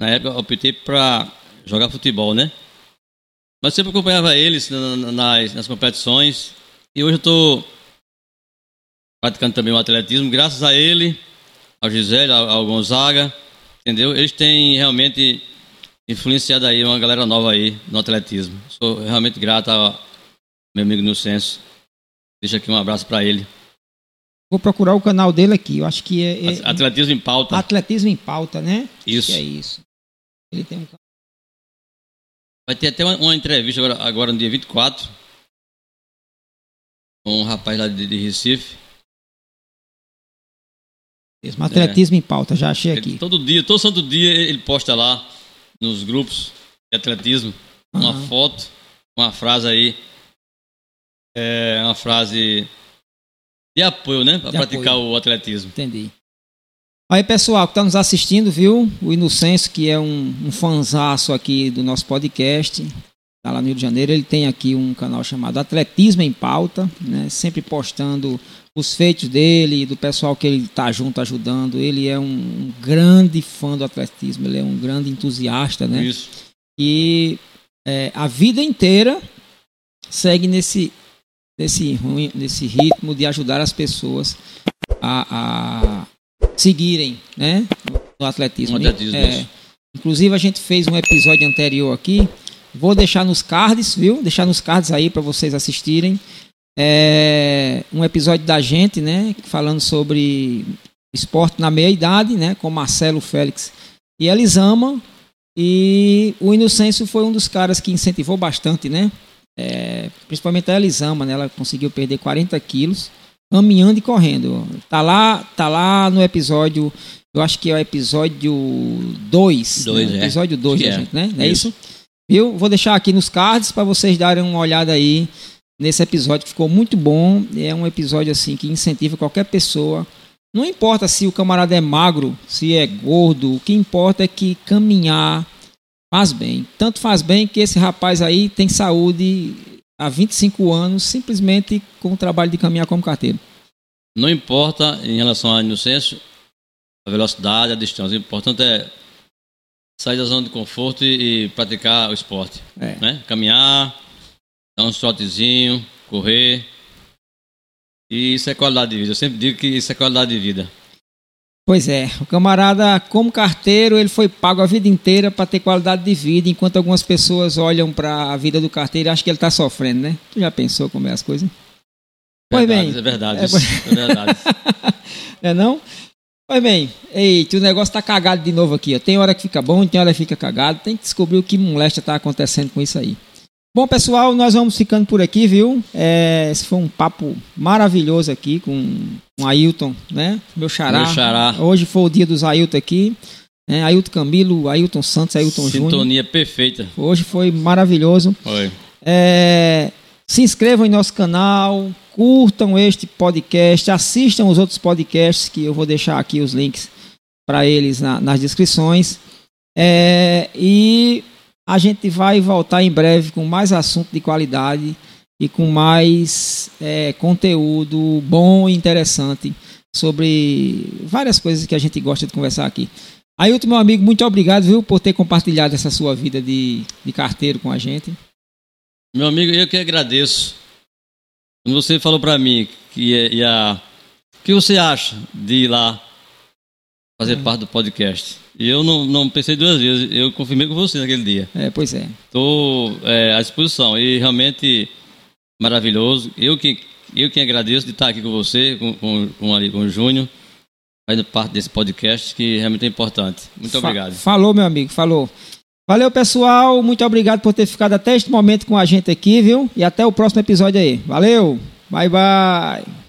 Speaker 2: na época, optei para jogar futebol, né? Mas sempre acompanhava eles na- na- nas, nas competições. E hoje eu tô praticando também o atletismo, graças a ele, ao Gisele, ao, ao Gonzaga, entendeu? Eles têm realmente influenciado aí uma galera nova aí no atletismo. Sou realmente grato ao meu amigo Nucenso. Deixa aqui um abraço para ele.
Speaker 3: Vou procurar o canal dele aqui. Eu acho que é, é
Speaker 2: Atletismo em pauta.
Speaker 3: Atletismo em Pauta, né?
Speaker 2: Isso.
Speaker 3: Acho que é isso. Ele tem um canal.
Speaker 2: Vai ter até uma, uma entrevista agora, agora no dia 24 com um rapaz lá de, de Recife.
Speaker 3: mesmo. Atletismo em Pauta, já achei
Speaker 2: É. Ele
Speaker 3: aqui.
Speaker 2: todo dia, todo santo dia, ele posta lá nos grupos de atletismo uma
Speaker 3: Aham.
Speaker 2: foto, uma frase aí. É uma frase de apoio, né? Para
Speaker 3: De
Speaker 2: praticar o atletismo.
Speaker 3: Entendi. Aí, pessoal que está nos assistindo, viu? O Inocêncio, que é um, um fanzaço aqui do nosso podcast, está lá no Rio de Janeiro, ele tem aqui um canal chamado Atletismo em Pauta, né? Sempre postando os feitos dele, do pessoal que ele está junto ajudando. Ele é um, um grande fã do atletismo, ele é um grande entusiasta, né?
Speaker 2: Isso.
Speaker 3: E é, a vida inteira segue nesse, nesse, ruim- nesse ritmo de ajudar as pessoas a, a seguirem né, no atletismo.
Speaker 2: No um atletismo,
Speaker 3: É,
Speaker 2: isso.
Speaker 3: inclusive, a gente fez um episódio anterior aqui. Vou deixar nos cards, viu? Deixar nos cards aí para vocês assistirem. É, um episódio da gente, né? Falando sobre esporte na meia-idade, né? Com Marcelo Félix e Elisama. E o Inocêncio foi um dos caras que incentivou bastante, né? É, principalmente a Elisama, né? Ela conseguiu perder 40 quilos caminhando e correndo. Tá lá, tá lá no episódio, eu acho que é o episódio 2.
Speaker 2: Dois,
Speaker 3: né?
Speaker 2: é.
Speaker 3: Episódio 2
Speaker 2: Acho
Speaker 3: da
Speaker 2: que é.
Speaker 3: gente, né? Não É
Speaker 2: Isso.
Speaker 3: isso? Eu vou deixar aqui nos cards para vocês darem uma olhada aí nesse episódio que ficou muito bom. É um episódio assim que incentiva qualquer pessoa não importa se o camarada é magro, se é gordo, o que importa é que caminhar faz bem. Tanto faz bem que esse rapaz aí tem saúde há 25 anos, simplesmente com o trabalho de caminhar como carteiro.
Speaker 2: Não importa em relação ao inocêncio, a velocidade, a distância. O importante é sair da zona de conforto e, e praticar o esporte.
Speaker 3: É.
Speaker 2: Né? Caminhar, dar uns trotezinhos, correr. E isso é qualidade de vida. Eu sempre digo que isso é qualidade de vida.
Speaker 3: Pois é, o camarada, como carteiro, ele foi pago a vida inteira para ter qualidade de vida, enquanto algumas pessoas olham para a vida do carteiro e acham que ele está sofrendo, né? Tu já pensou como é as coisas? Pois
Speaker 2: Verdade,
Speaker 3: bem.
Speaker 2: É verdade,
Speaker 3: É,
Speaker 2: isso. É verdade.
Speaker 3: Não é não? Pois bem, eita, o negócio tá cagado de novo aqui. Ó. Tem hora que fica bom, tem hora que fica cagado. Tem que descobrir o que molesta tá acontecendo com isso aí. Bom, pessoal, nós vamos ficando por aqui, viu? É, esse foi um papo maravilhoso aqui com o Ailton, né? Meu xará.
Speaker 2: Meu xará.
Speaker 3: Hoje foi o dia dos Ailton aqui. né? Ailton Camilo, Ailton Santos, Ailton Júnior.
Speaker 2: Sintonia perfeita.
Speaker 3: Hoje foi maravilhoso.
Speaker 2: Oi.
Speaker 3: É, se inscrevam em nosso canal, curtam este podcast, assistam os outros podcasts que eu vou deixar aqui os links para eles na- nas descrições. É, e a gente vai voltar em breve com mais assunto de qualidade e com mais é, conteúdo bom e interessante sobre várias coisas que a gente gosta de conversar aqui. Ailton, meu amigo, muito obrigado viu, por ter compartilhado essa sua vida de- de carteiro com a gente.
Speaker 2: Meu amigo, eu que agradeço. Quando você falou para mim que ia, ia- o que você acha de ir lá fazer parte do podcast? E eu não, não pensei duas vezes, eu confirmei com você naquele dia.
Speaker 3: É, pois é.
Speaker 2: Estou à disposição e realmente maravilhoso. Eu que, eu que agradeço de estar aqui com você, com, com, com, ali- com o Júnior, fazendo parte desse podcast que realmente é importante. Muito
Speaker 3: Fa-
Speaker 2: obrigado.
Speaker 3: Falou, meu amigo, falou. Valeu, pessoal. Muito obrigado por ter ficado até este momento com a gente aqui, viu? E até o próximo episódio aí. Valeu. Bye, bye.